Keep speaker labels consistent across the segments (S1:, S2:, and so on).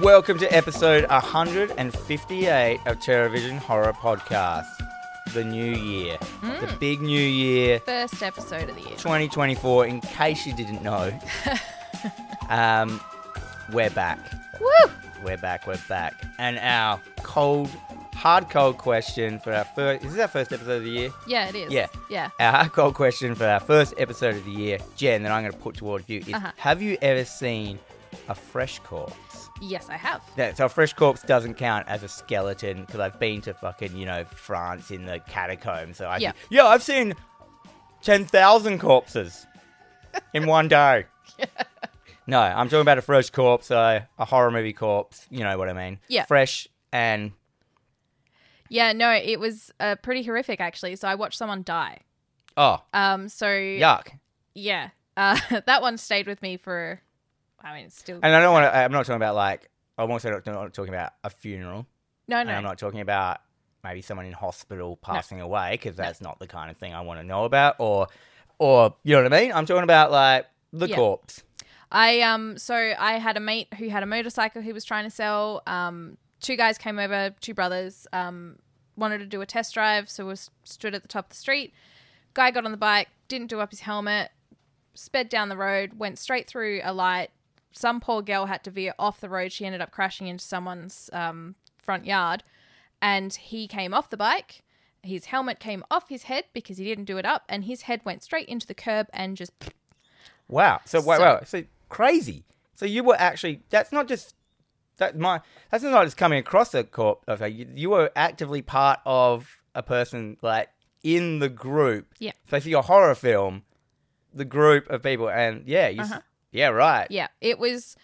S1: Welcome to episode 158 of TerraVision Horror Podcast. The new year. The big new year,
S2: First episode of the year.
S1: 2024. In case you didn't know, um, we're back.
S2: Woo!
S1: We're back. We're back. And our cold, hard cold question for our first. Is this our first episode of the year?
S2: Yeah, it is.
S1: Yeah.
S2: Yeah.
S1: Our hard cold question for our first episode of the year, Jen, that I'm going to put towards you is
S2: Uh-huh.
S1: Have you ever seen a fresh corpse?
S2: Yes, I have.
S1: That, so a fresh corpse doesn't count as a skeleton because I've been to fucking you know France in the catacombs. So I
S2: Yeah.
S1: yeah, yeah I've seen ten thousand corpses in one day. No, I'm talking about a fresh corpse, uh, a horror movie corpse. You know what I mean?
S2: Yeah.
S1: fresh and
S2: Yeah, no, it was uh, pretty horrific actually. So I watched someone die.
S1: oh
S2: Um, so yeah,
S1: yuck.
S2: yeah, uh, that one stayed with me for. I mean, it's still
S1: And I don't want to. I'm not talking about like. I'm also not, not talking about a funeral.
S2: no,
S1: And
S2: no,
S1: I'm not talking about maybe someone in hospital passing away because that's not the kind of thing I want to know about, or, or you know what I mean. I'm talking about like the
S2: Yeah.
S1: corpse.
S2: I um so I had a mate who had a motorcycle he was trying to sell. Um two guys came over, two brothers, um wanted to do a test drive, so we s- stood at the top of the street. Guy got on the bike, didn't do up his helmet, sped down the road, went straight through a light. Some poor girl had to veer off the road. She ended up crashing into someone's um front yard and he came off the bike. His helmet came off his head because he didn't do it up, and his head went straight into the curb and just
S1: Wow. So wow,
S2: So-
S1: wow. So crazy. So you were actually. That's not just. That my. That's not just coming across a corpse. Okay, you, you were actively part of a person like in the group.
S2: Yeah.
S1: So if you're a horror film, the group of people, and yeah, you. s- Yeah. Right.
S2: Uh-huh. yeah it was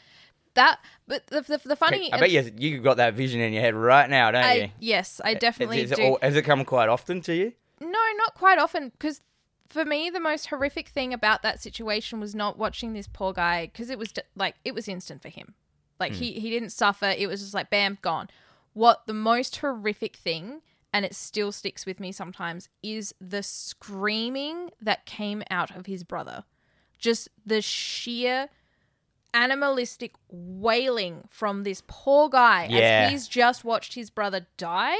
S2: that but the, the, the funny
S1: I bet you you got that vision in your head right now, don't you?
S2: I, yes i definitely
S1: Is, is
S2: do
S1: It all, has it come quite often to you?
S2: no not quite often because for me the most horrific thing about that situation was not watching this poor guy because it was d- like it was instant for him like
S1: Hmm.
S2: he, he didn't suffer it was just like bam gone what the most horrific thing and it still sticks with me sometimes is the screaming that came out of his brother just the sheer animalistic wailing from this poor guy
S1: Yeah.
S2: as he's just watched his brother die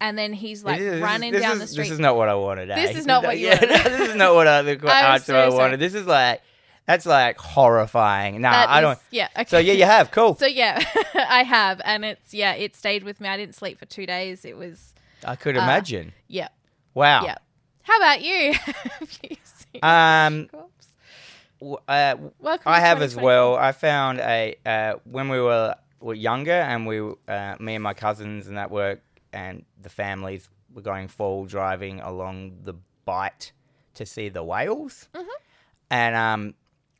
S2: and then he's
S1: This
S2: like
S1: is- this is-
S2: running
S1: this
S2: down
S1: is,
S2: the street
S1: This is not what I wanted. eh?
S2: This is not what you
S1: yeah,
S2: wanted.
S1: this is not what I, the
S2: I'm
S1: answer
S2: so
S1: I
S2: sorry.
S1: wanted. This is like that's like horrifying. Nah,
S2: That
S1: Uh, I
S2: is-
S1: don't.
S2: Yeah. Okay.
S1: So yeah, you have cool.
S2: So yeah, I have, and it's yeah, it stayed with me. I didn't sleep for two days. It was
S1: I could
S2: uh,
S1: imagine.
S2: yeah,
S1: wow.
S2: yeah. How about you? Have you seen
S1: Um.
S2: corpse?
S1: w- Uh,
S2: Welcome.
S1: I
S2: to
S1: have as
S2: 2024.
S1: well. I found a uh, when we were were younger, and we, uh, me and my cousins and that were, and the families were going fall driving along the bight to see the whales, and um,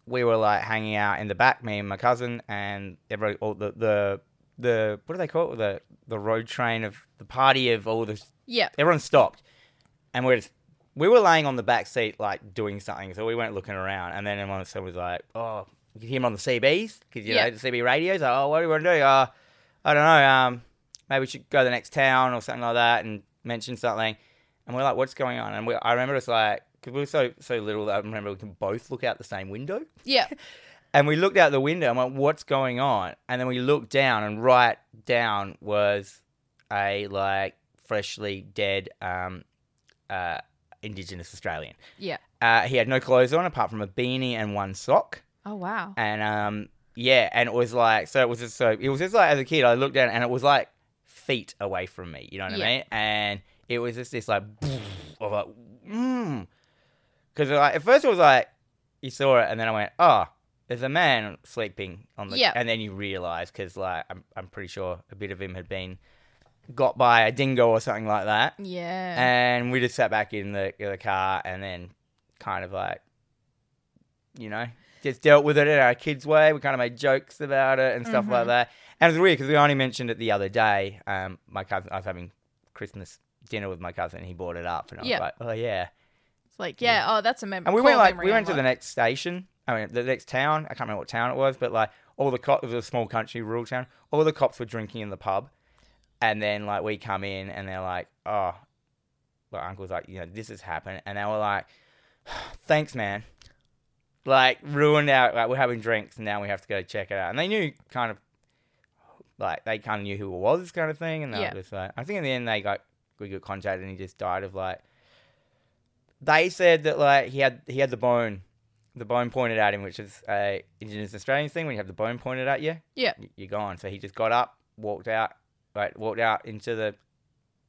S1: we were like hanging out in the back, me and my cousin, and everybody, all the the the what do they call it? The the road train of the party of all the
S2: Yeah.
S1: everyone stopped, and we're just, we were laying on the back seat like doing something, so we weren't looking around. And then everyone was- was like, "Oh, you can hear them on the CBs because you
S2: Yeah.
S1: know the CB radios. Like, oh, what do you want to do? Uh, I don't know. Um, maybe we should go to the next town or something like that and mention something." And we're like, "What's going on?" And we, I remember it's like because we were so so little that I remember we can both look out the same window.
S2: Yeah.
S1: And we looked out the window and went, what's going on? And then we looked down, and right down was a like freshly dead um, uh, Indigenous Australian.
S2: Yeah.
S1: Uh, he had no clothes on apart from a beanie and one sock.
S2: Oh wow.
S1: And um, yeah, and it was like, so it was just so, it was just like as a kid, I looked down and it was like feet away from me, you know what
S2: Yeah.
S1: I mean? And it was just this like, of like, mmm. Because like, at first it was like, you saw it, and then I went, oh, there's a man sleeping on the.
S2: Yeah.
S1: And then you realise, because like, I'm, I'm pretty sure a bit of him had been got by a dingo or something like that.
S2: Yeah.
S1: And we just sat back in the, in the car and then kind of like, you know, just dealt with it in our kids' way. We kind of made jokes about it and stuff
S2: Mm-hmm.
S1: like that. And it was weird because we only mentioned it the other day. Um, my cousin, I was having Christmas dinner with my cousin and he brought it up. And I was
S2: Yeah.
S1: like, oh, yeah.
S2: it's like yeah. Oh, that's a mem-
S1: And we
S2: core
S1: went like
S2: memory
S1: we
S2: I
S1: went to the
S2: like.
S1: next station. I mean, the next town. I can't remember what town it was, but like all the cops, it was a small country, rural town. All the cops were drinking in the pub, and then like we come in and they're like, "Oh, my uncle's like, you know, this has happened," and they were like, "Thanks, man." Like ruined out. Like we're having drinks, and now we have to go check it out. And they knew kind of like they kind of knew who it was, kind of thing. And they
S2: Yeah.
S1: were just like, I think in the end they got we got contacted, and he just died of like. They said that like he had he had the bone, the bone pointed at him, which is a Indigenous Australian thing. When you have the bone pointed at you,
S2: Yeah.
S1: y- you're gone. So he just got up, walked out, right, walked out into the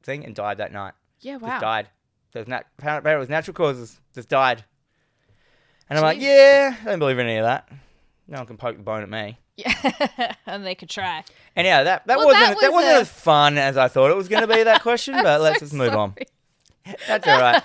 S1: thing, and died that night.
S2: Yeah, wow.
S1: Just died. So it was nat- apparently it was natural causes. Just died. And I'm like,
S2: Jeez.
S1: yeah, I don't believe in any of that. No one can poke the bone at me.
S2: Yeah, and they could try.
S1: And yeah, that, that
S2: Well,
S1: wasn't
S2: that
S1: that,
S2: was
S1: wasn't
S2: a-
S1: as fun as I thought it was going to be. That question, but let's just move on. That's all right.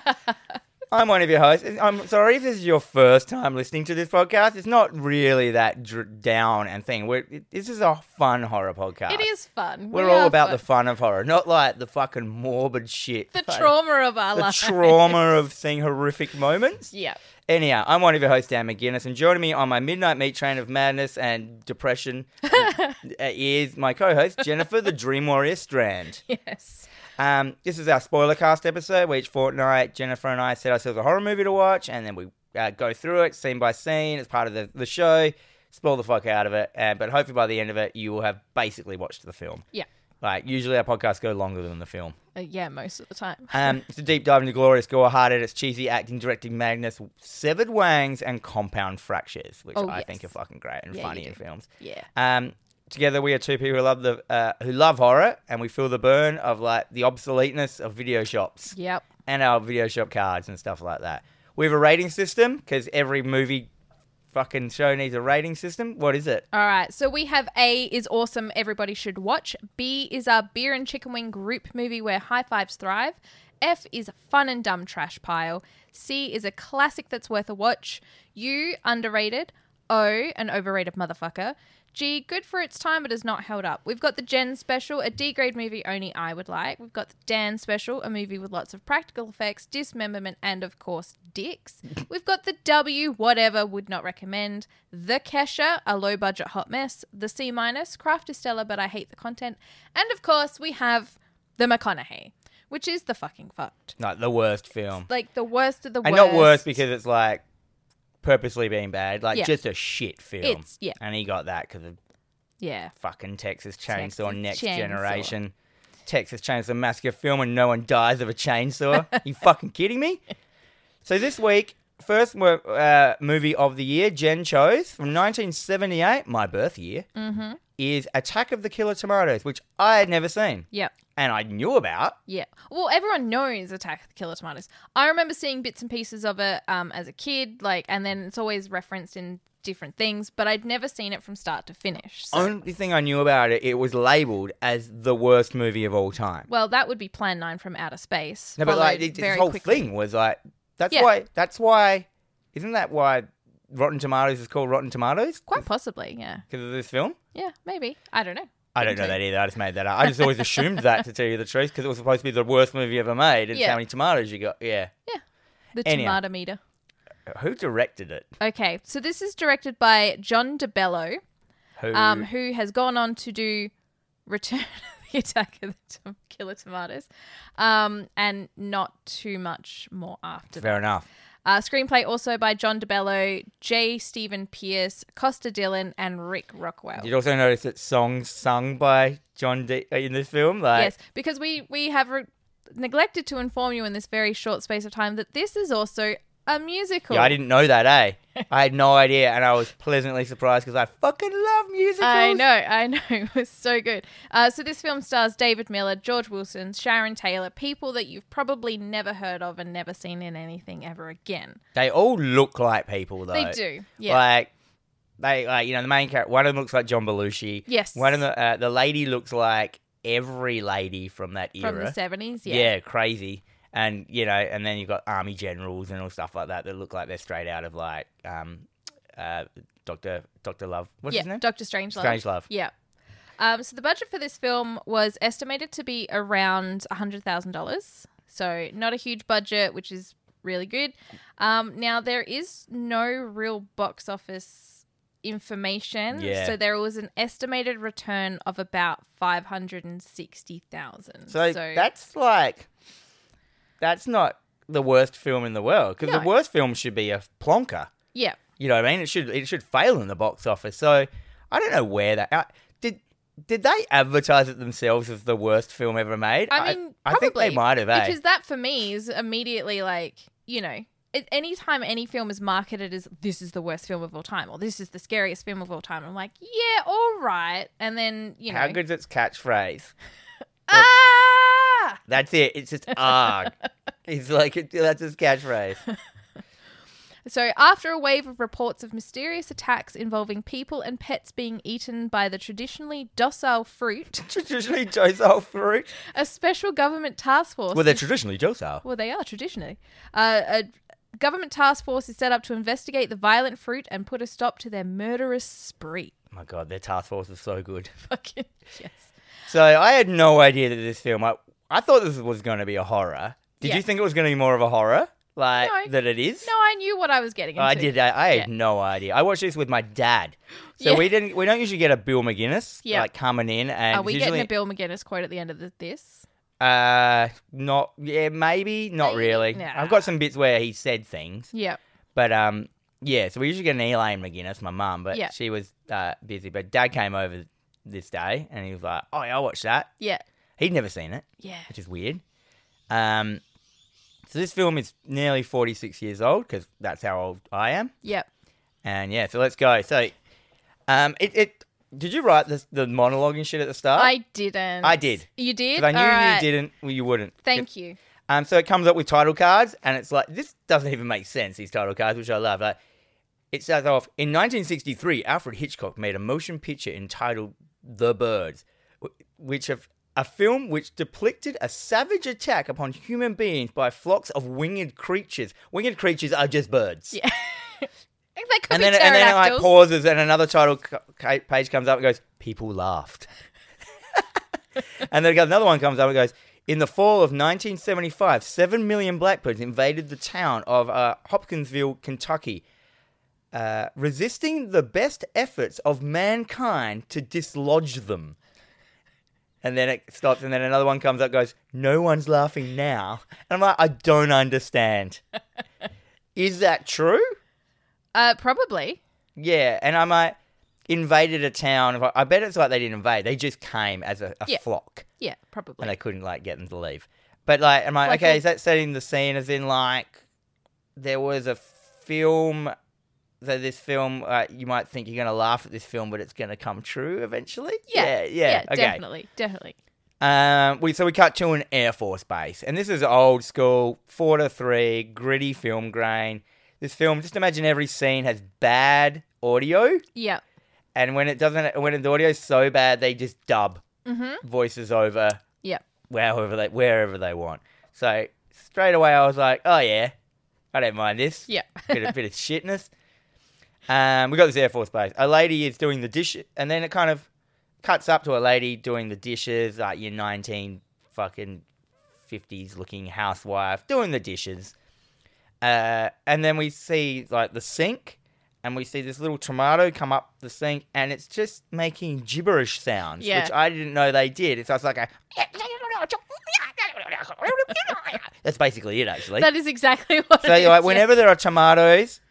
S1: I'm one of your hosts. I'm sorry if this is your first time listening to this podcast. It's not really that dr- down and thing. We're, it, this is a fun horror podcast.
S2: It is fun.
S1: We're
S2: We
S1: all
S2: are
S1: about the
S2: fun.
S1: fun of horror, not like the fucking morbid shit.
S2: the
S1: Like,
S2: trauma of our
S1: The
S2: life.
S1: trauma of seeing horrific moments.
S2: yeah.
S1: Anyhow, I'm one of your hosts, Dan McGuinness, and joining me on my midnight meat train of madness and depression uh, is my co-host Jennifer, the Dream Warrior Strand.
S2: Yes.
S1: Um, this is our spoiler cast episode, where each fortnight Jennifer and I set ourselves a horror movie to watch, and then we uh, go through it scene by scene. It's part of the, the show. Spoil the fuck out of it, uh, but hopefully by the end of it, you will have basically watched the film.
S2: Yeah.
S1: Like usually our podcasts go longer than the film.
S2: Uh, yeah, most of the time.
S1: Um, it's a deep dive into glorious gore-hearted, it's cheesy acting, directing madness, severed wangs, and compound fractures, which
S2: Oh,
S1: I
S2: yes.
S1: think are fucking great and
S2: Yeah,
S1: funny
S2: you
S1: in
S2: do.
S1: films.
S2: yeah.
S1: Um, together, we are two people who love the uh, who love horror, and we feel the burn of like the obsoleteness of video shops
S2: Yep.
S1: and our video shop cards and stuff like that. We have a rating system because every movie fucking show needs a rating system. What is it?
S2: All right. So we have A is awesome. Everybody should watch. B is our beer and chicken wing group movie where high fives thrive. F is fun and dumb trash pile. C is a classic that's worth a watch. U underrated. O an overrated motherfucker. G good for its time but is not held up. We've got the Jen special, a D grade movie only I would like. We've got the Dan special, a movie with lots of practical effects, dismemberment, and of course dicks. We've got the W whatever would not recommend. The Kesha, a low budget hot mess. The C minus, Craft is stellar but I hate the content. And of course we have the McConaughey, which is the fucking fucked.
S1: Like the worst film,
S2: Like the worst of the
S1: and
S2: worst.
S1: not worse because it's like purposely being bad, like
S2: Yeah.
S1: just a shit film.
S2: It's- yeah.
S1: and he got that because of
S2: yeah.
S1: fucking Texas Chainsaw
S2: Texas
S1: Next
S2: Chainsaw.
S1: Generation. Texas Chainsaw Massacre film and no one dies of a chainsaw. you fucking kidding me? So this week, first mo- uh, movie of the year Jen chose from 1978, my birth year,
S2: Mm-hmm.
S1: is Attack of the Killer Tomatoes, which I had never seen
S2: Yep.
S1: and I knew about.
S2: Yeah. Well, everyone knows Attack of the Killer Tomatoes. I remember seeing bits and pieces of it um, as a kid, like, and then it's always referenced in different things, but I'd never seen it from start to finish. So,
S1: Only thing I knew about it, it was labeled as the worst movie of all time.
S2: well, that would be Plan 9 from Outer Space.
S1: No, but like
S2: followed
S1: it, this
S2: very
S1: whole
S2: quickly.
S1: thing was like that's
S2: Yeah.
S1: why that's why isn't that why Rotten Tomatoes is called Rotten Tomatoes
S2: Quite possibly, yeah.
S1: because of this film?
S2: Yeah, maybe. I don't know.
S1: I don't know that either. I just made that up. I just always assumed that to tell you the truth because it was supposed to be the worst movie ever made. It's
S2: Yeah.
S1: how many tomatoes you got? Yeah.
S2: The
S1: Anyhow.
S2: tomato meter.
S1: Who directed it?
S2: Okay, so this is directed by John DeBello,
S1: Who?
S2: um, who has gone on to do Return of the Attack of the Tom- Killer Tomatoes, um, and not too much more after that.
S1: Fair enough.
S2: Uh, screenplay also by John DeBello, J. Stephen Pierce, Costa Dillon, and Rick Rockwell.
S1: You'd also notice that songs sung by John D uh, in this film. Like,
S2: yes, because we we have re- neglected to inform you in this very short space of time that this is also a musical.
S1: yeah, I didn't know that, eh? I had no idea, and I was pleasantly surprised because I fucking love musicals.
S2: I know, I know. It was so good. Uh, so this film stars David Miller, George Wilson, Sharon Taylor, people that you've probably never heard of and never seen in anything ever again.
S1: They all look like people, though.
S2: They do, yeah.
S1: Like they like you know the main character. One of them looks like John Belushi.
S2: Yes.
S1: One of the uh, the lady looks like every lady from that era.
S2: From the seventies, yeah.
S1: yeah. crazy. And you know, and then you've got army generals and all stuff like that that look like they're straight out of like um, uh, Doctor Doctor Love. What's his
S2: yeah,
S1: name?
S2: Doctor Strangelove.
S1: Strange Love.
S2: Yeah. Um, so the budget for this film was estimated to be around hundred thousand dollars. So not a huge budget, which is really good. Um, now there is no real box office information,
S1: Yeah.
S2: so there was an estimated return of about five hundred and sixty thousand.
S1: So, that's like that's not the worst film in the world because
S2: No.
S1: the worst film should be a plonker.
S2: yeah,
S1: You know what I mean? It should it should fail in the box office. So I don't know where that I, uh, did. Did they advertise it themselves as the worst film ever made?
S2: I mean,
S1: I, think
S2: probably,
S1: they might have. Eh?
S2: Because that for me is immediately like, you know, it, anytime any film is marketed as this is the worst film of all time or this is the scariest film of all time, I'm like, yeah, all right. And then, you know,
S1: How good's its catchphrase?
S2: ah!
S1: That's it. It's just ah. It's like it, that's his catchphrase.
S2: So, after a wave of reports of mysterious attacks involving people and pets being eaten by the traditionally docile fruit,
S1: traditionally docile fruit.
S2: a special government task force.
S1: Well, they're traditionally docile.
S2: Well, they are traditionally. Uh, a government task force is set up to investigate the violent fruit and put a stop to their murderous spree.
S1: my god, their task force is so good.
S2: Fucking yes.
S1: So I had no idea that this film. I, I thought this was going to be a horror. Did
S2: Yeah.
S1: you think it was going to be more of a horror, like
S2: No.
S1: that it is?
S2: No, I knew what I was getting into.
S1: Uh, I did. I, I had
S2: Yeah.
S1: no idea. I watched this with my dad, so
S2: Yeah.
S1: we didn't. We don't usually get a Bill McGuinness
S2: Yeah.
S1: like coming in, and
S2: Are we
S1: usually,
S2: getting a Bill McGinnis quote at the end of th- this?
S1: Uh, not yeah, maybe not
S2: Maybe,
S1: really.
S2: nah.
S1: I've got some bits where he said things,
S2: Yeah.
S1: but um, yeah. So we usually get an Elaine McGuinness, my mum, but
S2: Yeah.
S1: she was uh, busy. But dad came over this day, and he was like, "Oh, yeah, I watched that."
S2: Yeah.
S1: He'd never seen it,
S2: Yeah.
S1: which is weird. Um, so this film is nearly forty six years old because that's how old I am.
S2: Yep.
S1: And yeah, so let's go. So, um, it, it did you write the, the monologue and shit at the start?
S2: I didn't.
S1: Oh. I did.
S2: You did?
S1: Because I knew
S2: All right.
S1: you didn't. Well, you wouldn't.
S2: Thank you.
S1: Um, so it comes up with title cards, and it's like this doesn't even make sense. These title cards, which I love. Like, it starts off in 1963. Alfred Hitchcock made a motion picture entitled "The Birds," wh- which of a film which depicted a savage attack upon human beings by flocks of winged creatures. Winged creatures are just birds.
S2: Yeah. That could
S1: And
S2: be
S1: then, and then it like
S2: pterodactyls.
S1: pauses, and another title ca- ca- page comes up and goes, "People laughed." and then another one comes up and goes, "In the fall of 1975, seven million blackbirds invaded the town of uh, Hopkinsville, Kentucky, uh, resisting the best efforts of mankind to dislodge them." And then it stops, and then another one comes up and goes, "No one's laughing now." And I'm like, "I don't understand. Is that true?"
S2: uh, probably.
S1: Yeah, and I might invaded a town. I bet it's like they didn't invade; they just came as a, a
S2: Yeah.
S1: flock,
S2: Yeah, probably.
S1: and they couldn't like get them to leave. But like, am I
S2: Like
S1: okay?
S2: a-
S1: Is that setting the scene? As in, like, there was a film. So this film, uh, you might think you're gonna laugh at this film, but it's gonna come true eventually.
S2: yeah,
S1: yeah, yeah. okay.
S2: definitely, definitely.
S1: Um, we so we cut to an Air Force base, and this is old school, four to three, gritty film grain. This film, just imagine every scene has bad audio.
S2: Yeah,
S1: And when it doesn't, when the audio's so bad, they just dub
S2: Mhm.
S1: voices over
S2: yeah,
S1: wherever they wherever they want. So straight away, I was like, oh yeah, I don't mind this.
S2: yeah.
S1: bit of bit of shitness. Um, we got this Air Force base. A lady is doing the dish, and then it kind of cuts up to a lady doing the dishes, like your nineteen fucking fifties looking housewife doing the dishes. Uh, and then we see like the sink, and we see this little tomato come up the sink, and it's just making gibberish sounds,
S2: Yeah.
S1: which I didn't know they did. It's, it's like a. That's basically it, actually
S2: that is exactly what.
S1: so
S2: it is,
S1: like
S2: yeah.
S1: whenever there are tomatoes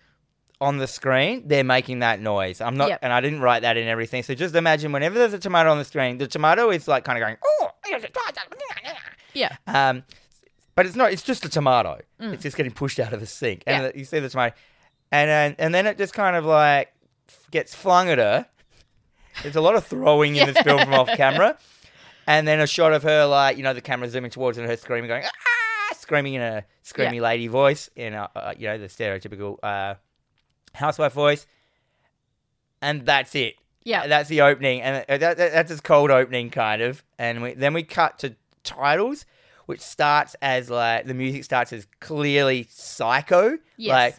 S1: on the screen, they're making that noise. I'm not,
S2: Yep.
S1: and I didn't write that in everything. So just imagine whenever there's a tomato on the screen, the tomato is like kind of going, oh,
S2: yeah,
S1: um, but it's not. It's just a tomato. It's just getting pushed out of the sink, and
S2: Yeah.
S1: the- you see the tomato, and then and then it just kind of like f- gets flung at her. There's a lot of throwing in this film from off camera, and then a shot of her like you know the camera zooming towards her, and her screaming, going ah, screaming in a screamy lady voice, in a, uh, you know the stereotypical uh, housewife voice, and that's it.
S2: yeah.
S1: And That's the opening, and uh, that, that, that's his cold opening kind of. And we, then we cut to titles, which starts as like the music starts as clearly psycho,
S2: Yes.
S1: like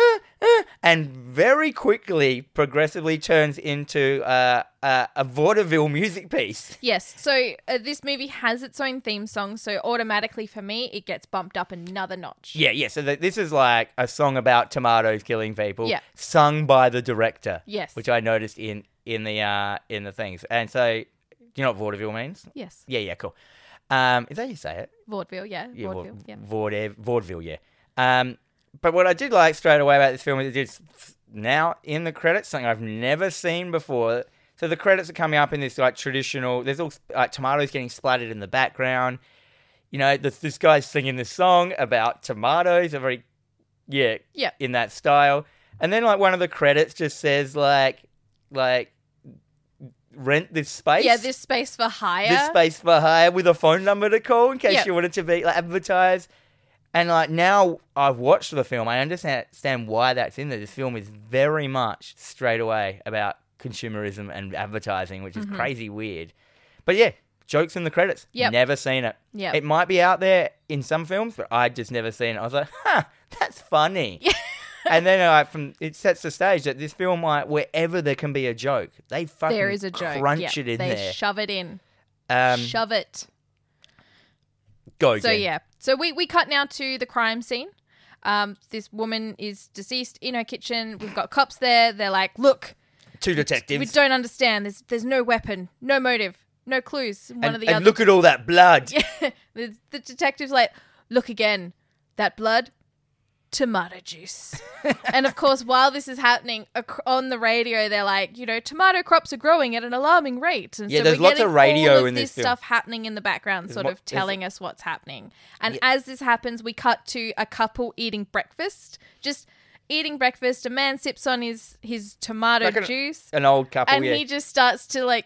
S1: "Ah, and very quickly progressively turns into uh, uh, a vaudeville music piece.
S2: Yes, so uh, this movie has its own theme song, so automatically for me, it gets bumped up another notch.
S1: Yeah, yeah. So th- this is like a song about tomatoes killing people,
S2: Yeah.
S1: sung by the director.
S2: Yes.
S1: which I noticed in in the uh, in the things. And so, do you know what vaudeville means?
S2: Yes,
S1: Yeah, yeah, cool. Um, is that how you say it?
S2: vaudeville, yeah,
S1: Yeah,
S2: vaudeville,
S1: vaud-
S2: yeah.
S1: vaudeville, vaudeville, yeah. Um, but what I did like straight away about this film is it's now in the credits, something I've never seen before. So the credits are coming up in this like traditional. There's all like tomatoes getting splattered in the background. You know, this, this guy's singing this song about tomatoes. A very yeah,
S2: Yeah.
S1: in that style. And then like one of the credits just says like like rent this space.
S2: Yeah, this space for hire.
S1: this space for hire with a phone number to call in case
S2: Yeah.
S1: you wanted to be like advertised. And like now I've watched the film, I understand understand why that's in there. This film is very much straight away about consumerism and advertising, which is crazy weird. But yeah, jokes in the credits.
S2: Mm-hmm. Yep.
S1: Never seen it.
S2: Yep.
S1: It might be out there in some films, but I'd just never seen it. I was like, huh, that's funny. and then uh, from it sets the stage that this film might wherever there can be a joke, they fucking
S2: there is a joke.
S1: crunch
S2: yeah,
S1: it in
S2: they
S1: there.
S2: shove it in.
S1: um,
S2: shove it.
S1: go
S2: So
S1: again.
S2: yeah. So we, we cut now to the crime scene. Um, this woman is deceased in her kitchen. We've got cops there. They're like, look,
S1: two detectives.
S2: we don't understand. There's there's no weapon, no motive, no clues. One
S1: and,
S2: of the
S1: and
S2: other
S1: look at all that blood.
S2: the, the detective's like, look again, that blood, tomato juice. and of course, while this is happening ac- on the radio, they're like, you know, tomato crops are growing at an alarming rate. And
S1: Yeah,
S2: so
S1: there's
S2: we're
S1: lots of
S2: getting
S1: radio
S2: all of
S1: in this film.
S2: stuff happening in the background, sort
S1: mo-
S2: of
S1: there's-
S2: telling us what's happening. And as this happens, we cut to a couple eating breakfast, just eating breakfast. A man sips on his his tomato
S1: Like an-
S2: juice,
S1: An old couple,
S2: and
S1: yeah.
S2: he just starts to like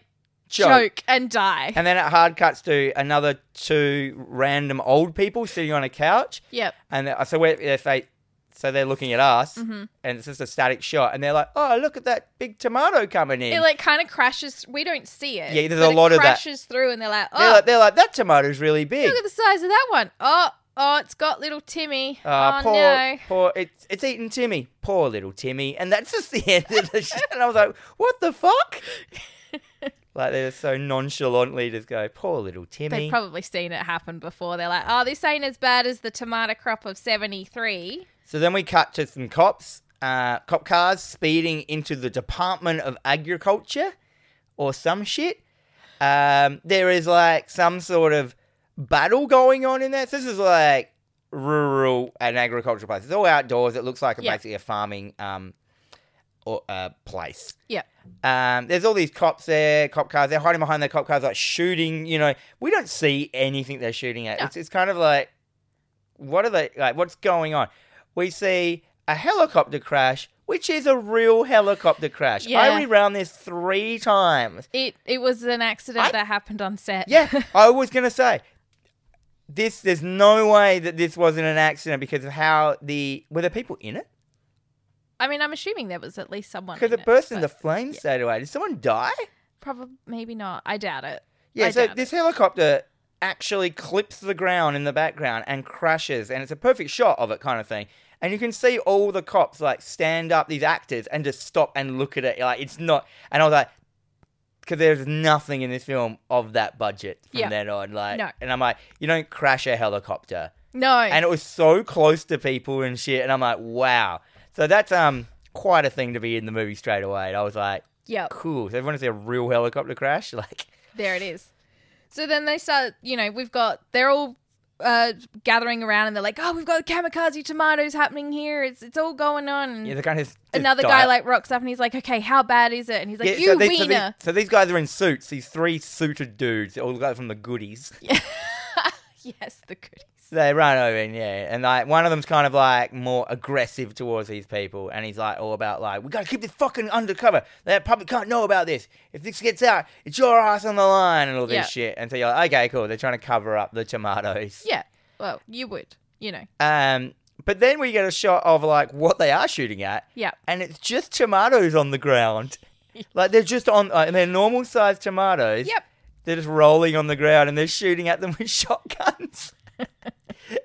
S1: Joke.
S2: choke and die.
S1: and then it hard cuts to another two random old people sitting on a couch.
S2: yep.
S1: And they're- so we're, if they, so they're looking at us,
S2: Mm-hmm.
S1: and it's just a static shot. And they're like, "Oh, look at that big tomato coming in."
S2: It like kind of crashes. We don't see it.
S1: Yeah, there's
S2: but
S1: a lot
S2: it
S1: of that.
S2: crashes through, and they're like,
S1: they're,
S2: "Oh,
S1: like, they're like, "That tomato's really big."
S2: look at the size of that one. Oh, oh, it's got little Timmy.
S1: Uh,
S2: oh
S1: poor,
S2: no,
S1: poor, it's it's eating Timmy. Poor little Timmy, and that's just the end of the shit. And I was like, "What the fuck?" like they were so nonchalantly just go, "Poor little Timmy."
S2: they've probably seen it happen before. They're like, "Oh, this ain't as bad as the tomato crop of '73."
S1: So then we cut to some cops, uh, cop cars speeding into the Department of Agriculture or some shit. Um, there is like some sort of battle going on in there. So this is like rural and agricultural place. It's all outdoors. It looks like
S2: Yeah.
S1: basically a farming um, or, uh, place.
S2: Yep.
S1: Um, there's all these cops there, cop cars. They're hiding behind their cop cars, like shooting. You know, we don't see anything they're shooting at.
S2: No.
S1: It's, it's kind of like, what are they like? What's going on? We see a helicopter crash, which is a real helicopter crash.
S2: Yeah.
S1: I rewound this three times.
S2: It it was an accident
S1: I-
S2: that happened on set.
S1: Yeah, I was gonna say this. There's no way that this wasn't an accident because of how the were there people in it?
S2: I mean, I'm assuming there was at least someone.
S1: Because
S2: in
S1: it burst into
S2: but
S1: flames straight away. Did someone die?
S2: probably maybe not. I doubt it.
S1: Yeah,
S2: I
S1: so
S2: doubt
S1: this helicopter actually clips the ground in the background and crashes, and it's a perfect shot of it, kind of thing. And you can see all the cops like stand up, these actors, and just stop and look at it. Like it's not. And I was like, because there's nothing in this film of that budget from
S2: Yeah.
S1: then on. Like,
S2: No.
S1: and I'm like, you don't crash a helicopter.
S2: No,
S1: And it was so close to people and shit. And I'm like, wow. So that's um quite a thing to be in the movie straight away. And I was like,
S2: yep.
S1: cool. So everyone see a real helicopter crash, like.
S2: There it is. So then they start, you know, we've got, they're all uh, gathering around and they're like, oh, we've got kamikaze tomatoes happening here. It's it's all going on. And
S1: Yeah, the kind of just
S2: Mm-hmm. Another
S1: die
S2: guy
S1: up.
S2: like rocks up and he's like, okay, how bad is it? And he's like,
S1: Yeah,
S2: you
S1: these, so, these,
S2: wiener.
S1: so these guys are in suits. These three suited dudes, all the guys from the goodies.
S2: yes, the goodies.
S1: So they run over, and yeah, and like one of them's kind of like more aggressive towards these people, and he's like all about like we gotta keep this fucking undercover. They probably can't know about this. If this gets out, it's your ass on the line and all this
S2: Yeah.
S1: shit. And so you're like, okay, cool. They're trying to cover up the tomatoes.
S2: Yeah. Well, you would, you know.
S1: Um, but then we get a shot of like what they are shooting at.
S2: Yeah.
S1: and it's just tomatoes on the ground. like they're just on, like, they're normal sized tomatoes.
S2: Yep.
S1: They're just rolling on the ground and they're shooting at them with shotguns.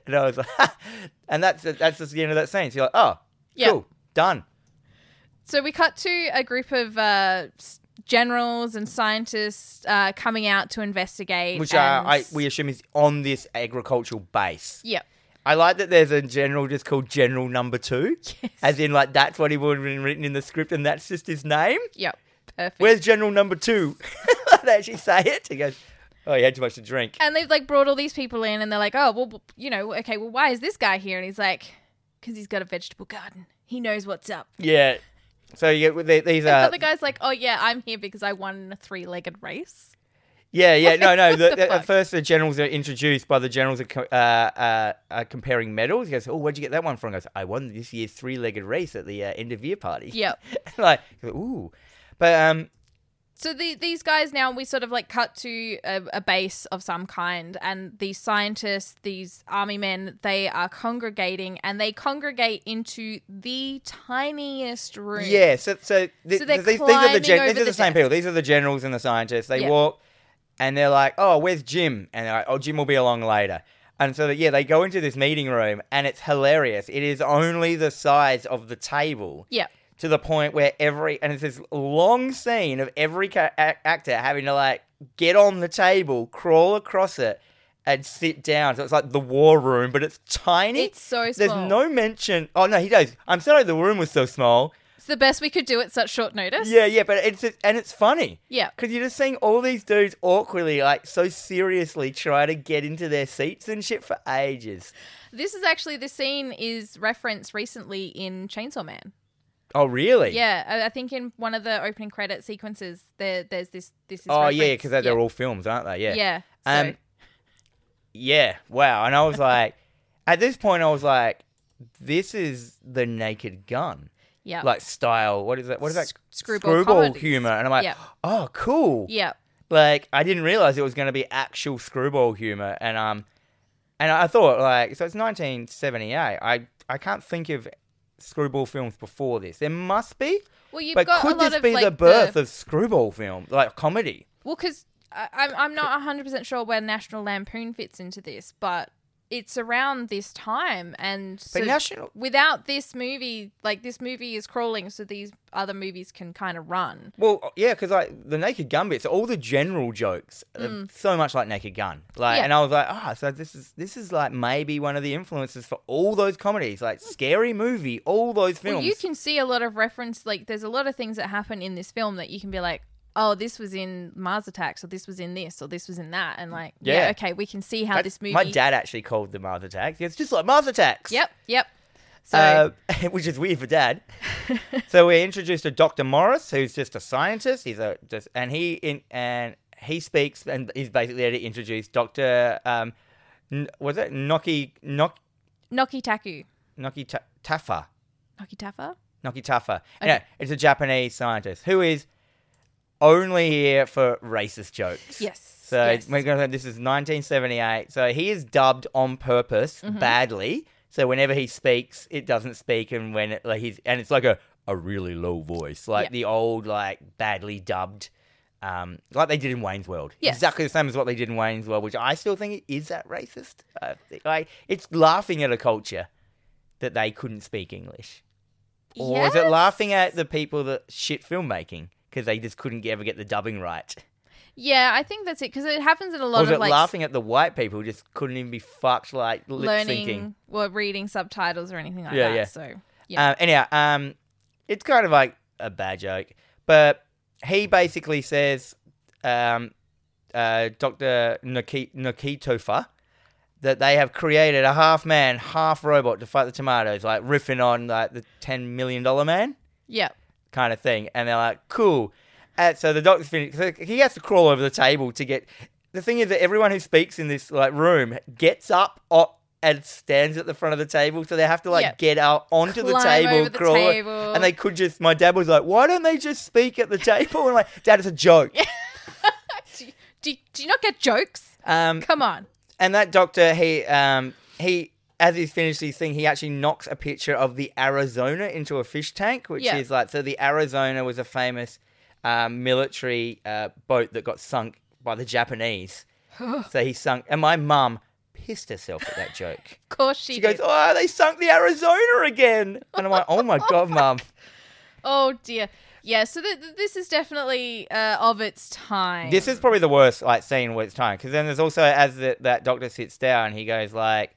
S1: and I was like, and that's that's just the end of that scene. So you're like, oh,
S2: Yeah.
S1: cool, done.
S2: So we cut to a group of uh, s- generals and scientists uh, coming out to investigate.
S1: Which uh,
S2: and-
S1: I we assume is on this agricultural base.
S2: Yep.
S1: I like that there's a general just called General Number Two,
S2: Yes.
S1: as in like that's what he would have been written in the script, and that's just his name.
S2: Yep. Perfect.
S1: Where's General Number Two? they actually say it. He goes, oh, he had too much to drink.
S2: and they've like brought all these people in and they're like oh well you know okay well why is this guy here and he's like because he's got a vegetable garden he knows what's up
S1: Yeah. So you get th- these
S2: And
S1: are
S2: the guy's like, oh yeah, I'm here because I won a three-legged race.
S1: yeah yeah no no. The,
S2: the
S1: the-
S2: fuck?
S1: at first the generals are introduced by the generals are, co- uh, uh, are comparing medals. He goes, oh, where'd you get that one from? He goes, I won this year's three-legged race at the uh, end of year party.
S2: Yep.
S1: like ooh, but um
S2: So the, these guys now we sort of like cut to a, a base of some kind, and these scientists, these army men, they are congregating, and they congregate into the tiniest room.
S1: Yeah, so so, th-
S2: So they're
S1: th- these, these are the
S2: climbing
S1: gen-
S2: over
S1: these are the,
S2: the
S1: same
S2: desk.
S1: people. These are the generals and the scientists. They
S2: Yeah.
S1: walk and they're like, "Oh, where's Jim?" And they're like, "Oh, Jim will be along later." And so that, yeah, they go into this meeting room and it's hilarious. It is only the size of the table
S2: Yeah.
S1: to the point where every and it's this long scene of every ca- a- actor having to like get on the table, crawl across it, and sit down. So it's like the war room, but it's tiny.
S2: It's so
S1: There's
S2: small.
S1: no mention. Oh no, he goes. I'm sorry, the room was so small.
S2: It's the best we could do at such short notice.
S1: Yeah, yeah, but it's and it's funny.
S2: Yeah.
S1: Because you're just seeing all these dudes awkwardly, like, so seriously try to get into their seats and shit for ages.
S2: This is actually the scene is referenced recently in Chainsaw Man.
S1: Oh, really?
S2: Yeah, I, I think in one of the opening credit sequences, there there's this this. Is
S1: Oh, yeah,
S2: referenced.
S1: because they're, they're all films, aren't they? Yeah.
S2: yeah. so-
S1: Um, yeah, wow. And I was like, at this point, I was like, this is the naked gun.
S2: yeah,
S1: Like, style. What is that? What is that?
S2: Sc- screwball comedies.
S1: humor. And I'm like,
S2: Yeah.
S1: oh, cool.
S2: yeah.
S1: like I didn't realize it was going to be actual screwball humor, and um, and I thought like so it's 1978. I I can't think of screwball films before this. There must be,
S2: Well, you've
S1: but
S2: got a
S1: could
S2: lot
S1: this
S2: of
S1: be
S2: like,
S1: the birth of screwball film, like comedy?
S2: Well, because I'm I'm not 100 percent sure where National Lampoon fits into this, but it's around this time, and so
S1: But national,
S2: without this movie, like this movie is crawling, so these other movies can kind of run.
S1: well, uh, yeah, because like the Naked Gun bits, all the general jokes, are so much like Naked Gun, like,
S2: Mm. Yeah.
S1: and I was like, ah, so this is this is like maybe one of the influences for all those comedies, like Scary Movie, all those films.
S2: Hmm. Well, you can see a lot of reference. Like, there's a lot of things that happen in this film that you can be like, "Oh, this was in Mars Attacks, or this was in this, or this was in that," and like, yeah,
S1: Yeah.
S2: okay, we can see how
S1: That-
S2: this movie.
S1: My dad actually called them Mars attacks. It's just like Mars attacks.
S2: Yep, yep. So
S1: Uh, which is weird for dad. so we're introduced to Dr. Morris, who's just a scientist. He's a just, and he in and he speaks and he's basically there to introduce Dr. Um, N- was it Noki Nok
S2: Noki Taku,
S1: Noki Ta- Tafa
S2: Noki Tafa.
S1: Noki Tafa? Yeah,
S2: Okay.
S1: it's a Japanese scientist who is only here for racist jokes.
S2: Yes.
S1: So
S2: yes.
S1: we're going to this is 1978. So he is dubbed on purpose
S2: Mm-hmm.
S1: badly. So whenever he speaks, it doesn't speak, and when it, like he's and it's like a a really low voice, like
S2: Yeah.
S1: the old like badly dubbed. Um, like they did in Wayne's World,
S2: Yes.
S1: exactly the same as what they did in Wayne's World, which I still think is that racist. I think, like it's laughing at a culture that they couldn't speak English, or is it
S2: Yes.
S1: laughing at the people that shit filmmaking because they just couldn't ever get the dubbing right?
S2: Yeah, I think that's it because it happens in a lot
S1: Or was
S2: of
S1: it
S2: like
S1: laughing at the white people who just couldn't even be fucked like lip syncing?
S2: learning or reading subtitles or anything like
S1: Yeah,
S2: that.
S1: yeah.
S2: So yeah,
S1: Um, anyhow, um, it's kind of like a bad joke, but he basically says, um, uh, Doctor Niki- Nikitofa, that they have created a half man, half robot to fight the tomatoes, like riffing on like the ten million dollar man
S2: yeah,
S1: kind of thing. And they're like, cool. And so the doctor's finished. So he has to crawl over the table to get. The thing is that everyone who speaks in this like room gets up o- and stands at the front of the table, so they have to like
S2: Yep.
S1: get out onto the
S2: Climb
S1: table,
S2: over the
S1: crawl,
S2: table.
S1: and they could just. My dad was like, "Why don't they just speak at the table?" And I'm like, "Dad, it's a joke."
S2: Do, do, do you not get jokes?
S1: Um,
S2: Come on.
S1: and that doctor, he um, he as he's finished his thing, he actually knocks a picture of the Arizona into a fish tank, which
S2: Yeah.
S1: is like so. The Arizona was a famous um, military uh, boat that got sunk by the Japanese. so he sunk, and my mum pissed herself at that joke.
S2: Of course she,
S1: She goes,
S2: did.
S1: "Oh, they sunk the Arizona again," and I'm like, "Oh my god, mum!"
S2: Oh dear. Yeah, so th- th- this is definitely uh, of its time.
S1: This is probably the worst like scene where it's time because then there's also as the, that doctor sits down, he goes like,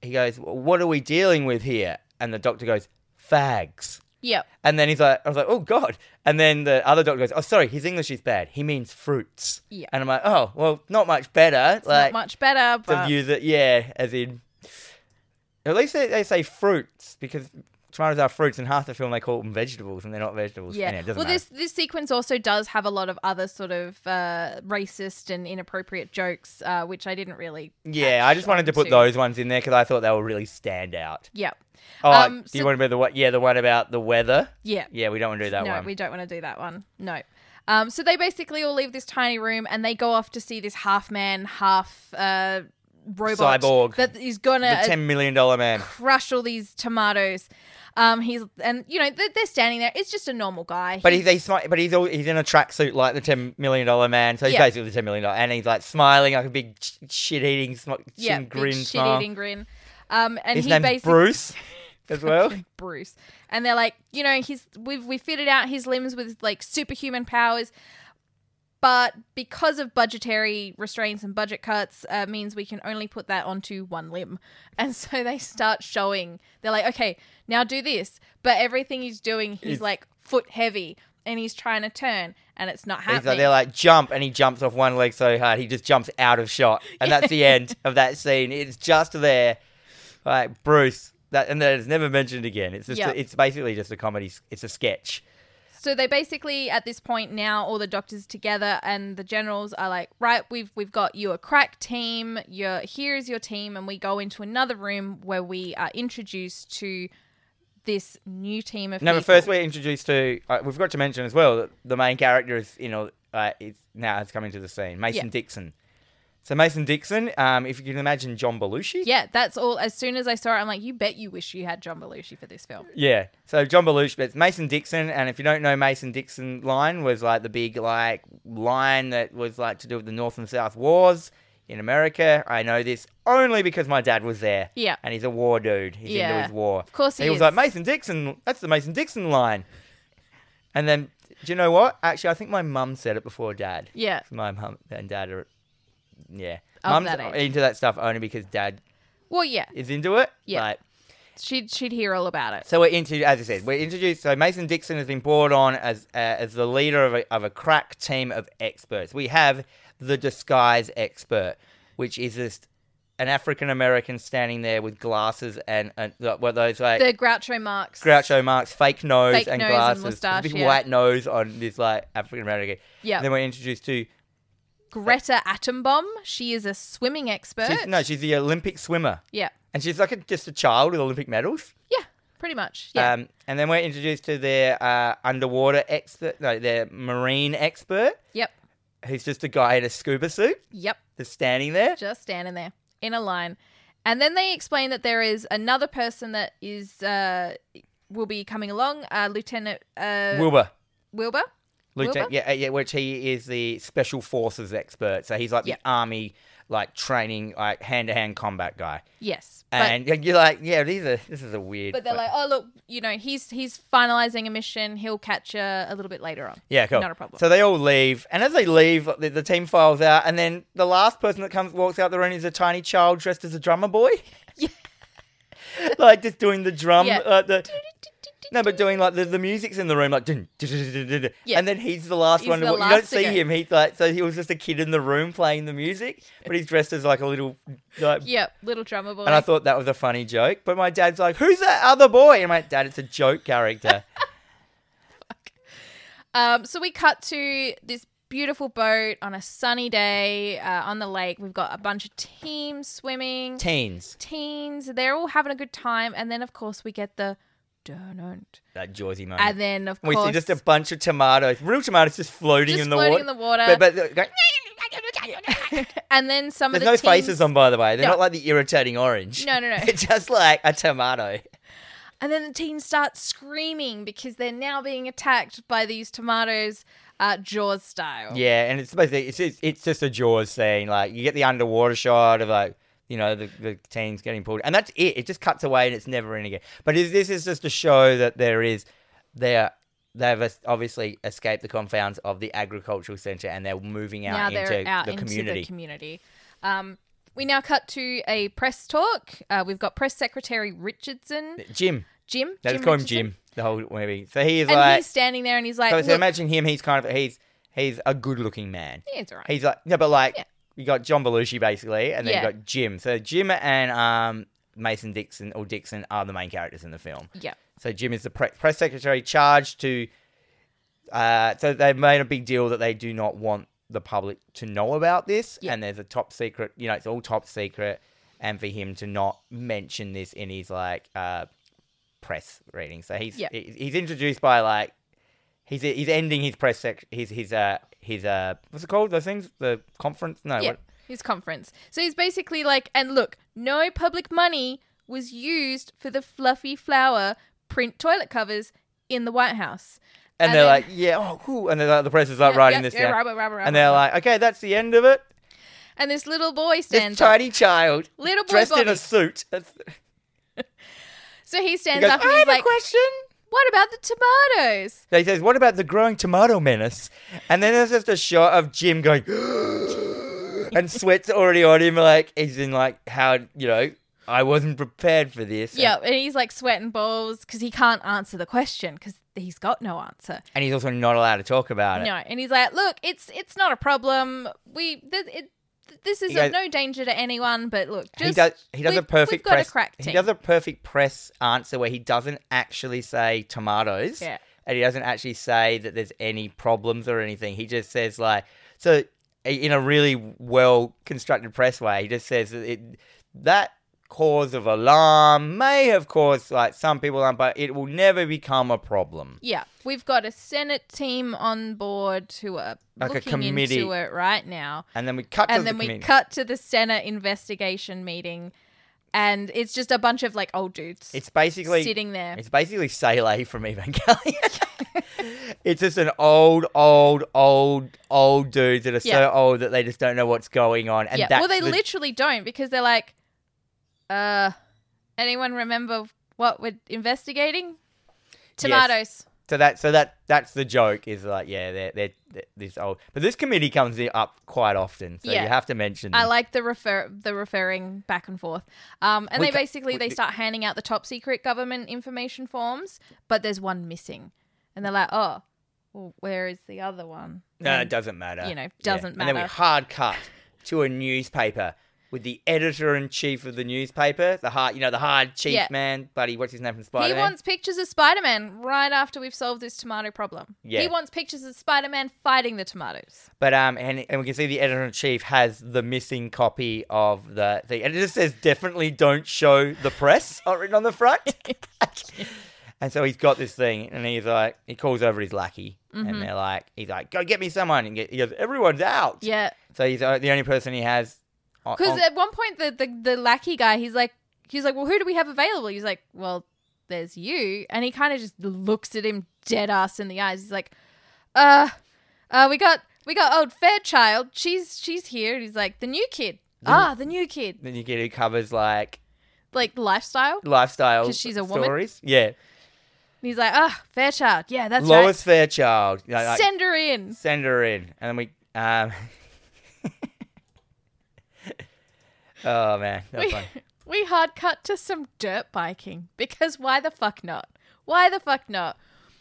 S1: he goes, "What are we dealing with here?" And the doctor goes, "Fags."
S2: Yep.
S1: And then he's like, I was like, oh god. And then the other doctor goes, oh sorry, his English is bad. He means fruits.
S2: Yeah.
S1: And I'm like, oh well, not much better.
S2: It's
S1: like
S2: not much better,
S1: to
S2: but
S1: use it, yeah, as in. At least they, they say fruits because tomatoes are fruits, and half the film they call them vegetables, and they're not vegetables.
S2: Yeah.
S1: Anyway, it doesn't
S2: well,
S1: matter.
S2: this this sequence also does have a lot of other sort of uh, racist and inappropriate jokes, uh, which I didn't really.
S1: yeah, I just wanted to put
S2: too.
S1: those ones in there because I thought they would really stand out.
S2: Yeah.
S1: Oh,
S2: Um,
S1: do you
S2: so-
S1: want to be the one? Yeah, the one about the weather.
S2: Yeah.
S1: Yeah, we don't want to do that
S2: no,
S1: one.
S2: we don't want to do that one. No. Um, so they basically all leave this tiny room and they go off to see this half man, half uh, robot
S1: Cyborg.
S2: that is gonna
S1: the ten million dollar man.
S2: crush all these tomatoes. Um, he's and you know they're, they're standing there. It's just a normal guy.
S1: But
S2: He-
S1: he's, he's smi- but he's all, he's in a tracksuit like the ten million dollar man. So he's
S2: Yeah.
S1: basically the ten million dollar, and he's like smiling like a big sh- shit eating sm-
S2: yeah,
S1: chin grin
S2: shit
S1: smile.
S2: eating grin. Um, and
S1: His
S2: he
S1: name's
S2: basically
S1: Bruce, as well.
S2: Bruce. And they're like, you know, he's we've we fitted out his limbs with like superhuman powers, but because of budgetary restraints and budget cuts, uh, means we can only put that onto one limb. And so they start showing. They're like, okay, now do this, but everything he's doing, he's
S1: Is-
S2: like foot heavy, and he's trying to turn, and it's not
S1: He's like,
S2: happening.
S1: they're like jump, and he jumps off one leg so hard he just jumps out of shot, and that's the end of that scene. It's just there, like Bruce. That and that is never mentioned again. It's just
S2: Yeah.
S1: it's basically just a comedy. s- It's a sketch.
S2: So they basically at this point now all the doctors together and the generals are like, right, we've we've got you a crack team. Your here's your team, and we go into another room where we are introduced to this new team of
S1: No,
S2: people.
S1: but first we're introduced to. Uh, we forgot to mention as well that the main character is you know uh, it's now has come into the scene. Mason
S2: Yeah.
S1: Dixon. So Mason Dixon, um, if you can imagine John Belushi.
S2: yeah, that's all. As soon as I saw it, I'm like, you bet you wish you had John Belushi for this film.
S1: Yeah. So John Belushi, but it's Mason Dixon, and if you don't know, Mason Dixon line was like the big like line that was like to do with the North and South wars in America. I know this only because my dad was there.
S2: Yeah.
S1: And he's a war dude. He's into
S2: Yeah.
S1: his war. Of
S2: course he
S1: He was
S2: is.
S1: like Mason Dixon. That's the Mason Dixon line. And then, do you know what? Actually, I think my mum said it before dad.
S2: Yeah,
S1: My mum and dad are, yeah.
S2: Of
S1: Mum's
S2: that age.
S1: into that stuff only because dad
S2: well, yeah,
S1: is into it.
S2: Yeah.
S1: Like,
S2: she'd she'd hear all about it.
S1: so we're into, as I said, we're introduced. So Mason Dixon has been brought on as uh, as the leader of a, of a crack team of experts. We have the disguise expert, which is just an African American standing there with glasses and, and like, what are those like
S2: The Groucho Marx.
S1: Groucho marks, fake nose,
S2: Fake
S1: and
S2: nose and
S1: glasses,
S2: moustache,
S1: big
S2: yeah.
S1: white nose on this like African American.
S2: Yeah.
S1: Then we're introduced to
S2: Greta Atombaum. She is a swimming expert.
S1: she's, no, she's the Olympic swimmer,
S2: Yeah,
S1: and she's like a, just a child with Olympic medals.
S2: yeah, pretty much. Yeah.
S1: Um, and then we're introduced to their uh, underwater expert, no, their marine expert,
S2: yep.
S1: who's just a guy in a scuba suit
S2: Yep.
S1: that's standing there.
S2: just standing there in a line. And then they explain that there is another person that is uh, will be coming along, uh, Lieutenant uh,
S1: Wilbur.
S2: Wilbur.
S1: Lieutenant,
S2: Wilbur?
S1: yeah, uh, yeah, which he is the special forces expert. So he's like
S2: Yeah.
S1: the army, like training, like hand to hand combat guy.
S2: Yes, but,
S1: And you're like, yeah, these are this is a weird.
S2: but they're like, oh look, you know, he's he's finalizing a mission. He'll catch you a little bit later on.
S1: Yeah, cool.
S2: Not a problem.
S1: So they all leave, and as they leave, the, the team files out, and then the last person that comes walks out the room is a tiny child dressed as a drummer boy.
S2: Yeah.
S1: like just doing the drum,
S2: Yeah.
S1: uh, the, no, but doing like the, the music's in the room, like dun, dun, dun, dun, dun, dun.
S2: Yeah.
S1: and then he's the last
S2: He's
S1: one. to
S2: the
S1: walk. you
S2: last
S1: don't
S2: to
S1: see
S2: go.
S1: him. He's like so he was just a kid in the room playing the music, but he's dressed as like a little like.
S2: Yep, little drummer boy.
S1: And I thought that was a funny joke, but my dad's like, "Who's that other boy?" And my dad, it's a joke character.
S2: Um, so we cut to this beautiful boat on a sunny day uh, on the lake. We've got a bunch of teams swimming.
S1: Teens,
S2: teens. They're all having a good time, and then of course we get the don't.
S1: that Jawsy moment.
S2: And then of
S1: We
S2: course
S1: see just a bunch of tomatoes, real tomatoes, just floating
S2: just
S1: in the
S2: floating
S1: water.
S2: in the water.
S1: But, but they're going-
S2: and then some
S1: there's
S2: of the
S1: no
S2: teens,
S1: faces on, by the way. They're
S2: No.
S1: not like the irritating orange.
S2: No, no, no.
S1: It's just like a tomato.
S2: And then the teens start screaming because they're now being attacked by these tomatoes, uh, Jaws style.
S1: Yeah, and it's basically it's it's, it's just a Jaws scene. Like you get the underwater shot of like you know the, the teens getting pulled, and that's it. It just cuts away, and it's never in again. But is, this is just to show that there is there. They've es- obviously escaped the confounds of the agricultural centre, and they're moving
S2: now
S1: out
S2: they're
S1: into
S2: out
S1: the
S2: into
S1: community.
S2: the community. Um, we now cut to a press talk. Uh, we've got press secretary Richardson,
S1: Jim,
S2: Jim.
S1: let's
S2: Jim
S1: call him
S2: Richardson.
S1: Jim. The whole movie. So he is
S2: And
S1: like
S2: he's standing there and he's like,
S1: So, so
S2: "Look,
S1: imagine him. He's kind of he's he's a good looking man.
S2: yeah, it's all right.
S1: He's like yeah, but like
S2: Yeah.
S1: you got John Belushi basically, and then
S2: Yeah.
S1: you got Jim. So Jim and um Mason Dixon or Dixon are the main characters in the film.
S2: Yeah.
S1: So Jim is the pre- press secretary charged to. Uh, so they've made a big deal that they do not want the public to know about this,
S2: Yeah.
S1: and there's a top secret. You know, it's all top secret, and for him to not mention this in his like uh, press reading, so he's
S2: Yeah.
S1: he- he's introduced by like he's he's ending his press sec- his his uh his uh what's it called those things the conference no
S2: yeah.
S1: what?
S2: His conference. So he's basically like, and look, no public money was used for the fluffy flower print toilet covers in the White House.
S1: and,
S2: And
S1: they're
S2: then-
S1: like yeah oh cool and then like, the press is like
S2: Yeah,
S1: writing
S2: yeah,
S1: this
S2: yeah,
S1: down
S2: rubber, rubber,
S1: and they're
S2: rubber.
S1: like okay that's the end of it
S2: and this little boy
S1: this
S2: stands up.
S1: tiny child
S2: Little boy
S1: dressed in
S2: Bobby.
S1: a suit. That's,
S2: So he
S1: he
S2: stands
S1: goes,
S2: up and
S1: I
S2: he's
S1: have a
S2: like,
S1: question.
S2: "What about the tomatoes?"
S1: He says, "What about the growing tomato menace?" And then there's just a shot of Jim going, and sweat's already on him. Like he's in like how you know I wasn't prepared for this. and-
S2: Yeah, and he's like sweating balls because he can't answer the question because he's got no answer.
S1: and he's also not allowed to talk about it.
S2: No, and he's like, "Look, it's it's not a problem. We th- it, th- this is
S1: goes-
S2: of no danger to anyone. But look, just
S1: he does. He does a
S2: we've-
S1: perfect
S2: We've got
S1: press.
S2: a crack
S1: he
S2: team.
S1: does a perfect press answer where he doesn't actually say tomatoes.
S2: Yeah.
S1: and he doesn't actually say that there's any problems or anything. He just says like so in a really well constructed press way. He just says that it, that cause of alarm may have caused like some people, alarm, but it will never become a problem.
S2: yeah, we've got a Senate team on board who are
S1: Like a
S2: looking
S1: committee.
S2: into it right now.
S1: And then we cut to
S2: and
S1: the
S2: then we
S1: committee.
S2: cut to the Senate investigation meeting, and it's just a bunch of like old dudes
S1: It's basically
S2: sitting there.
S1: It's basically Saleh from Evangelion. it's just an old, old, old, old dudes that are
S2: Yeah.
S1: so old that they just don't know what's going on. And
S2: yeah.
S1: that's
S2: Well, they
S1: the-
S2: literally don't because they're like, uh, anyone remember what we're investigating? Tomatoes.
S1: so that so that that's the joke is like yeah they're, they're, they're this old but this committee comes i- up quite often so
S2: Yeah.
S1: you have to mention
S2: I
S1: them.
S2: like the refer the referring back and forth. Um, and
S1: We
S2: they
S1: ca-
S2: basically
S1: we-
S2: they start handing out the top secret government information forms, but there's one missing, and they're like, oh, well, where is the other one?
S1: no it
S2: And-
S1: doesn't matter
S2: you know,
S1: Yeah.
S2: doesn't
S1: and then we
S2: matter.
S1: hard cut to a newspaper with the editor in chief of the newspaper the hard you know the hard chief
S2: Yeah.
S1: man buddy what's his name from
S2: he
S1: Spider Man
S2: wants pictures of Spider Man right after we've solved this tomato problem.
S1: Yeah.
S2: He wants pictures of Spider Man fighting the tomatoes.
S1: but um and, and we can see the editor in chief has the missing copy of the thing and it just says definitely don't show the press written on the front. And so he's got this thing, and he's like, he calls over his lackey,
S2: Mm-hmm.
S1: and they're like, he's like, go get me someone, and get, he goes, everyone's out.
S2: Yeah.
S1: So he's uh, the only person he has. on-
S2: Because
S1: on-
S2: at one point, the, the the lackey guy, he's like, he's like, well, who do we have available? He's like, well, there's you, and he kind of just looks at him dead ass in the eyes. He's like, uh, uh, we got we got old Fairchild. She's she's here. And he's like, the new kid. ah, the new kid.
S1: then you get who covers like
S2: Like lifestyle. And
S1: lifestyle
S2: 'Cause she's a woman?
S1: stories. Yeah,
S2: he's like, ah, Fairchild. Yeah, that's
S1: Lois Fairchild. You know,
S2: right.
S1: like,
S2: Send her in.
S1: send her in, and then we. Um, oh man, that's
S2: we,
S1: funny.
S2: we hard cut to some dirt biking because why the fuck not? Why the fuck not?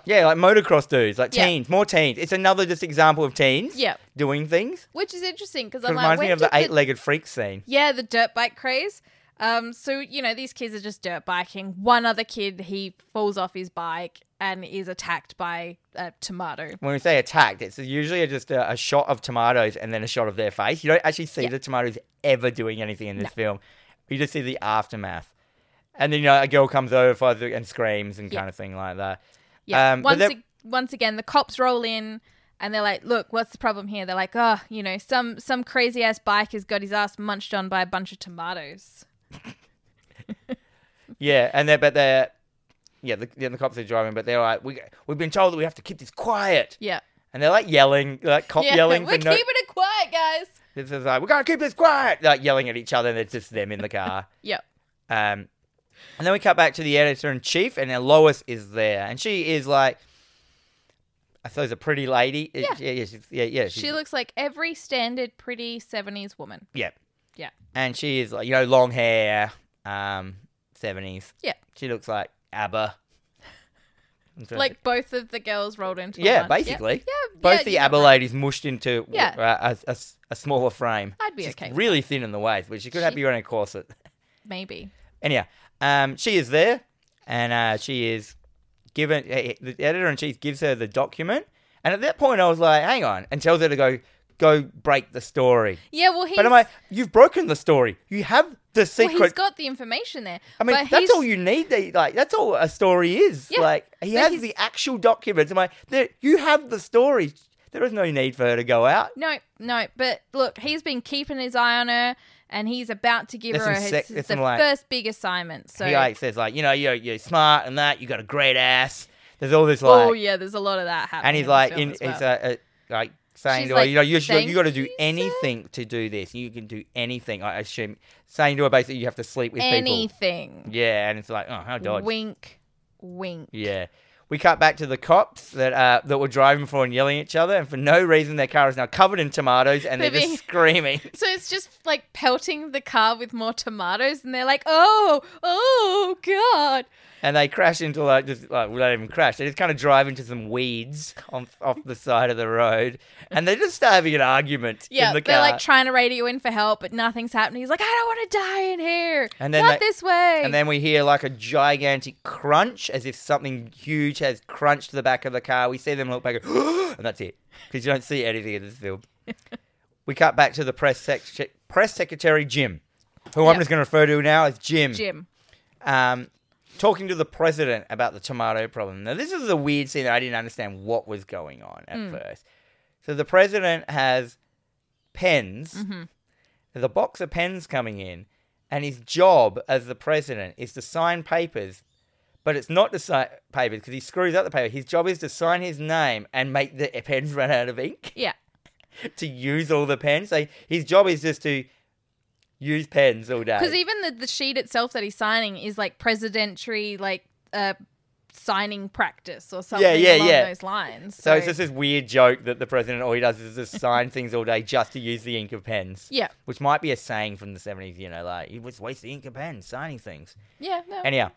S1: Yeah, like motocross dudes, like
S2: Yeah.
S1: teens, more teens. It's another just example of teens.
S2: Yeah.
S1: doing things.
S2: Which is interesting because
S1: It
S2: I'm like,
S1: reminds
S2: when
S1: me of the
S2: did
S1: eight-legged freak scene.
S2: yeah the dirt bike craze. Um, so you know these kids are just dirt biking. One other kid he falls off his bike and is attacked by a tomato.
S1: when we say attacked, it's usually just a, a shot of tomatoes and then a shot of their face. You don't actually see
S2: Yeah.
S1: the tomatoes ever doing anything in this film. You just see the aftermath. And then you know, a girl comes over finds it, and screams and
S2: Yeah.
S1: kind of thing like that.
S2: Yeah.
S1: Um, but
S2: once
S1: that-
S2: ag- once again, the cops roll in and they're like, "Look, what's the problem here?" They're like, "Oh, you know, some some crazy ass bike has got his ass munched on by a bunch of tomatoes."
S1: Yeah, and they but they're yeah, the, yeah, the cops are driving, but they're like, we we've been told that we have to keep this quiet,
S2: Yeah.
S1: and they're like yelling, like cop yelling
S2: we're
S1: for
S2: keeping
S1: no.
S2: it quiet, guys.
S1: This is like we gotta keep this quiet, like yelling at each other, and it's just them in the car.
S2: Yep.
S1: Um, and then we cut back to the editor in chief, and then Lois is there, and she is like, I suppose a pretty lady. Yeah, yeah, yeah, she's, yeah, yeah she's-
S2: She looks like every standard pretty 70s woman.
S1: yeah,
S2: Yeah.
S1: And she is like, you know, long hair, um, seventies.
S2: Yeah.
S1: She looks like ABBA. I'm trying to-
S2: Like both of the girls rolled into
S1: yeah,
S2: one.
S1: basically.
S2: Yeah, yeah
S1: Both
S2: yeah,
S1: the
S2: you're
S1: ABBA
S2: right.
S1: ladies mushed into
S2: Yeah.
S1: uh, a, a, a smaller frame.
S2: I'd be
S1: She's
S2: okay with
S1: Really thin in the waist, but she could have
S2: She-
S1: you on a corset.
S2: Maybe.
S1: Anyhow, um, she is there, and uh, she is given eh, eh, the editor in chief gives her the document. And at that point, I was like, "Hang on," and tells her to go go break the story.
S2: Yeah, well, he's,
S1: But I'm like, "You've broken the story. You have the
S2: well,
S1: secret."
S2: he's got the information there.
S1: I mean,
S2: but
S1: that's
S2: he's-
S1: all you need. That, like, that's all a story is.
S2: Yeah,
S1: like, he
S2: but
S1: has
S2: he's-
S1: the actual documents. I'm like, there, you have the story. There is no need for her to go out.
S2: No, no, but look, he's been keeping his eye on her, and he's about to give
S1: There's
S2: her
S1: some
S2: his,
S1: sec-
S2: the
S1: there's some, like-
S2: first big assignment. So,
S1: he like says like, you know, you're you're smart and that. You got a great ass. There's all this like,
S2: oh yeah, there's a lot of that happening.
S1: and he's
S2: in
S1: like,
S2: the film
S1: in,
S2: as
S1: it's
S2: well.
S1: uh, uh, like saying
S2: She's
S1: to her,
S2: like,
S1: you know, you should,
S2: "Thank
S1: you got to do
S2: you, sir."
S1: anything to do this. You can do anything. I assume saying to her basically, you have to sleep with people.
S2: anything.
S1: Yeah, and it's like, oh, how dodge.
S2: Wink, wink.
S1: Yeah. We cut back to the cops that uh, that were driving for and yelling at each other, and for no reason, their car is now covered in tomatoes, and they're
S2: Maybe.
S1: just screaming.
S2: So it's just like pelting the car with more tomatoes, and they're like, "Oh, oh God!"
S1: And they crash into like just like well, they don't even crash; they just kind of drive into some weeds on, off the side of the road, and they just start having an argument
S2: Yeah,
S1: in the
S2: they're
S1: car.
S2: like trying to radio in for help, but nothing's happening. He's like, "I don't want to die in here.
S1: And then
S2: Not
S1: they-
S2: this way."
S1: and then we hear like a gigantic crunch, as if something huge has crunched the back of the car. We see them look back, and that's it, because you don't see anything in this film. we cut back to the press sec- press secretary Jim, who I'm
S2: Yep.
S1: just going to refer to now as Jim.
S2: Jim.
S1: Um, talking to the president about the tomato problem. Now, this is a weird scene that I didn't understand what was going on at first. So the president has pens. There's a box of pens coming in, and his job as the president is to sign papers. But it's not to sign papers because he screws up the paper. His job is to sign his name and make the pens run out of ink
S2: Yeah.
S1: to use all the pens. So his job is just to use pens all day.
S2: Because even the, the sheet itself that he's signing is like presidentiary, like uh, signing practice or something
S1: yeah,
S2: along
S1: yeah.
S2: those lines.
S1: So it's just this weird joke that the president all he does is just sign things all day just to use the ink of pens.
S2: yeah,
S1: Which might be a saying from the seventies, you know, like he was wasting ink of pens signing things.
S2: yeah, no.
S1: Anyhow,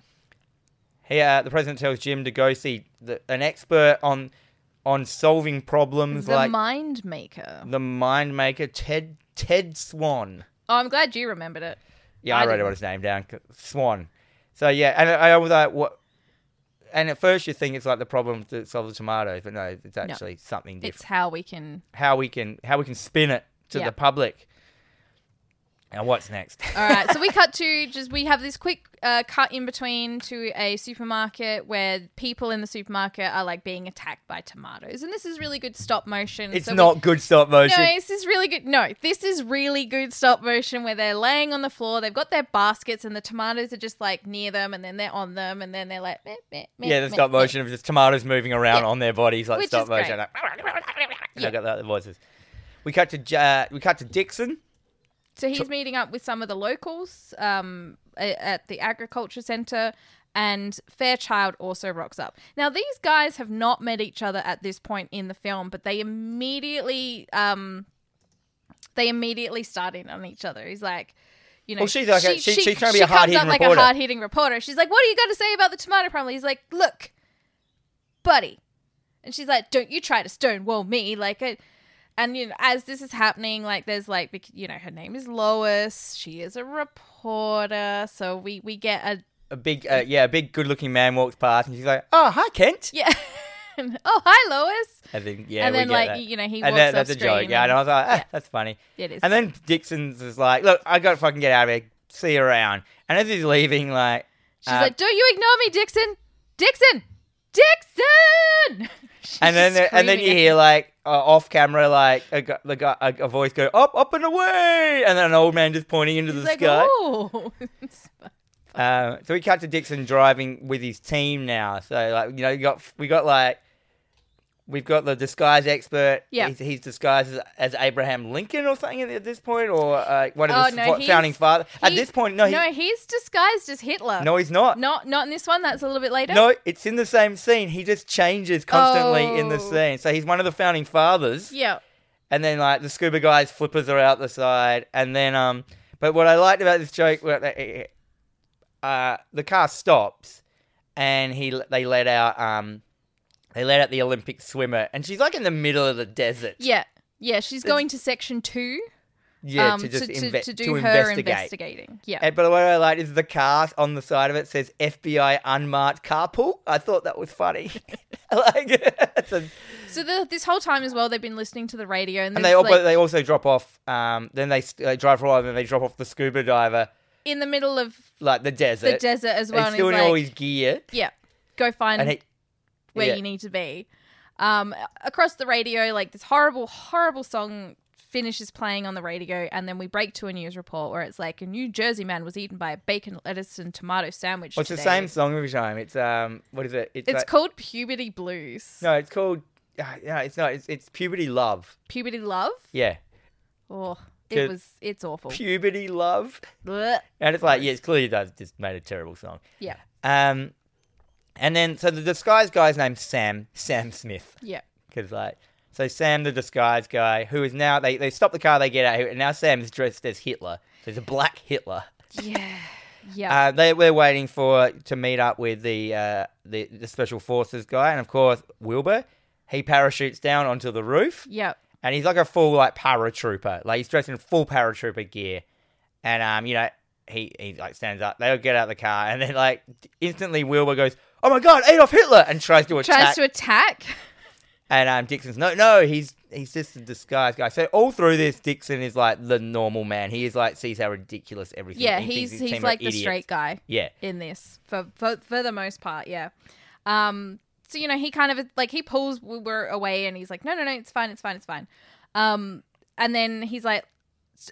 S1: he, uh, the president tells Jim to go see the, an expert on on solving problems
S2: the
S1: like
S2: mind maker.
S1: the mind maker Ted Ted Swan.
S2: Oh, I'm glad you remembered it.
S1: Yeah,
S2: I
S1: I, wrote
S2: didn't.
S1: about his name down. c- Swan. So yeah, and I, I was like, what? And at first you think it's like the problem to solve the tomatoes, but no, it's actually something different.
S2: It's how we can.
S1: how we can how we can spin it to
S2: Yeah.
S1: the public. And what's next?
S2: All right, so we cut to just we have this quick uh, cut in between to a supermarket where people in the supermarket are like being attacked by tomatoes, and this is really good stop motion.
S1: it's
S2: so we-
S1: not good stop motion.
S2: No, this is really good. No, this is really good stop motion where they're laying on the floor. They've got their baskets, and the tomatoes are just like near them, and then they're on them, and then they're like, meh, meh, meh,
S1: yeah, the
S2: meh,
S1: stop
S2: meh.
S1: motion of just tomatoes moving around
S2: Yeah.
S1: on their bodies like
S2: Which
S1: stop
S2: is great.
S1: motion. Like, and
S2: Yeah.
S1: I got the other voices. We cut to ja- we cut to Dixon.
S2: So he's meeting up with some of the locals um, a- at the agriculture center, and Fairchild also rocks up. Now these guys have not met each other at this point in the film, but they immediately um, they immediately start in on each other. He's like. You know,
S1: Well, she's like a- she- she's trying to be a
S2: comes
S1: hard-hitting
S2: up like
S1: reporter.
S2: a hard hitting reporter. She's like, "What do you got to say about the tomato problem?" He's like, "Look, buddy," and she's like, "Don't you try to stonewall me!" Like, it, and you know, as this is happening, like there's like bec- you know her name is Lois. She is a reporter, so we we get a
S1: A big uh, yeah, a big good looking man walks past and she's like, Oh, hi Kent.
S2: yeah. oh hi Lois.
S1: And then yeah,
S2: and
S1: we
S2: then
S1: get
S2: like
S1: that.
S2: you know he
S1: and
S2: walks
S1: then
S2: off
S1: that's a
S2: screen.
S1: joke. Yeah, and I was like, ah, that's funny.
S2: it is.
S1: And then Dixon's is like, Look, I gotta fucking get out of here. See you around. And as he's leaving, like
S2: she's
S1: uh,
S2: like, "Don't you ignore me, Dixon, Dixon, Dixon!" She's
S1: and then
S2: just
S1: and then you
S2: screaming.
S1: hear like uh, off camera like a gu- the guy a, a voice go up up and away and then an old man just pointing into
S2: He's
S1: the
S2: like,
S1: sky.
S2: "Oh."
S1: Uh, so we cut to Dixon driving with his team now. So like you know you got we got like we've got the disguise expert.
S2: Yeah.
S1: he's, he's disguised as, as Abraham Lincoln or something at, at this point or uh, one of
S2: Oh,
S1: the
S2: no,
S1: fo-
S2: he's-
S1: founding father. At
S2: He-
S1: this point, no, he, no,
S2: no, he's disguised as Hitler.
S1: he's not.
S2: not not in this one. That's a little bit later.
S1: No, it's in the same scene. He just changes constantly in the
S2: Oh.
S1: scene. So he's one of the founding fathers.
S2: Yeah.
S1: and then like the scuba guys flippers are out the side and then um but what i liked about this joke was that it- uh the car stops and he they let out um they let out the olympic swimmer and she's like in the middle of the desert
S2: Yeah. Yeah, she's going to section two.
S1: yeah,
S2: um,
S1: to just
S2: to,
S1: inve-
S2: to do
S1: to
S2: her
S1: investigate.
S2: investigating. Yeah.
S1: And but what I like is the car on the side of it says FBI unmarked carpool. I thought that was funny. like, it's a-
S2: so the, this whole time as well, they've been listening to the radio, and,
S1: and
S2: there's,
S1: they all,
S2: like,
S1: but they also drop off. Um, then they, s- they drive for a while, and then they drop off the scuba diver,
S2: in the middle of
S1: like the
S2: the
S1: desert.
S2: desert as well.
S1: He's
S2: and
S1: still
S2: he's
S1: in
S2: like,
S1: all his gear,
S2: yeah, go find
S1: and he,
S2: where
S1: yeah.
S2: you need to be. Um, across the radio, like this horrible, horrible song finishes playing on the radio, and then we break to a news report where it's like a New Jersey man was eaten by a bacon, lettuce, and tomato sandwich.
S1: well, it's the
S2: today."
S1: same song every time. It's um, what is it?
S2: It's
S1: like-
S2: called puberty blues.
S1: no, it's called. Uh, no, it's not. It's, it's puberty love.
S2: Puberty love.
S1: Yeah,
S2: Oh, it
S1: Good.
S2: was. It's awful.
S1: puberty love.
S2: Blech.
S1: And it's like, yeah, it's clearly that just made a terrible song.
S2: yeah,
S1: Um, and then so the disguise guy's named Sam Sam Smith
S2: yeah.
S1: because like so Sam the disguise guy who is now they they stop the car they get out and now Sam is dressed as Hitler. So he's a black Hitler.
S2: Yeah. Yeah.
S1: Uh, they we're waiting for to meet up with the uh, the the special forces guy and of course Wilbur. He parachutes down onto the roof
S2: yeah.
S1: and he's like a full like paratrooper. Like he's dressed in full paratrooper gear, and um, you know, he he like stands up. They all get out of the car, and then like instantly Wilbur goes, "Oh my God, Adolf Hitler!" and tries to attack.
S2: Tries to attack.
S1: and um, Dixon's no, no, he's he's just a disguised guy. So all through this, Dixon is like the normal man. He is like sees how ridiculous everything.
S2: Yeah,
S1: he thinks
S2: he's
S1: his
S2: he's
S1: team are
S2: like the
S1: idiots.
S2: straight guy.
S1: Yeah,
S2: in this for for, for the most part yeah um so you know he kind of like he pulls Wilbur away and he's like no no no it's fine it's fine it's fine um and then he's like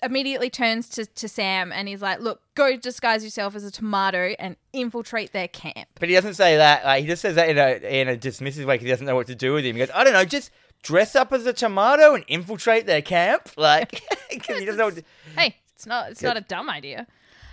S2: immediately turns to, to Sam and he's like look go disguise yourself as a tomato and infiltrate their camp
S1: but he doesn't say that. Like he just says that in a in a dismissive way. 'cause he doesn't know what to do with him. He goes, "I don't know, just." Dress up as a tomato and infiltrate their camp, like 'cause he doesn't know. What to-
S2: hey it's not it's not a dumb idea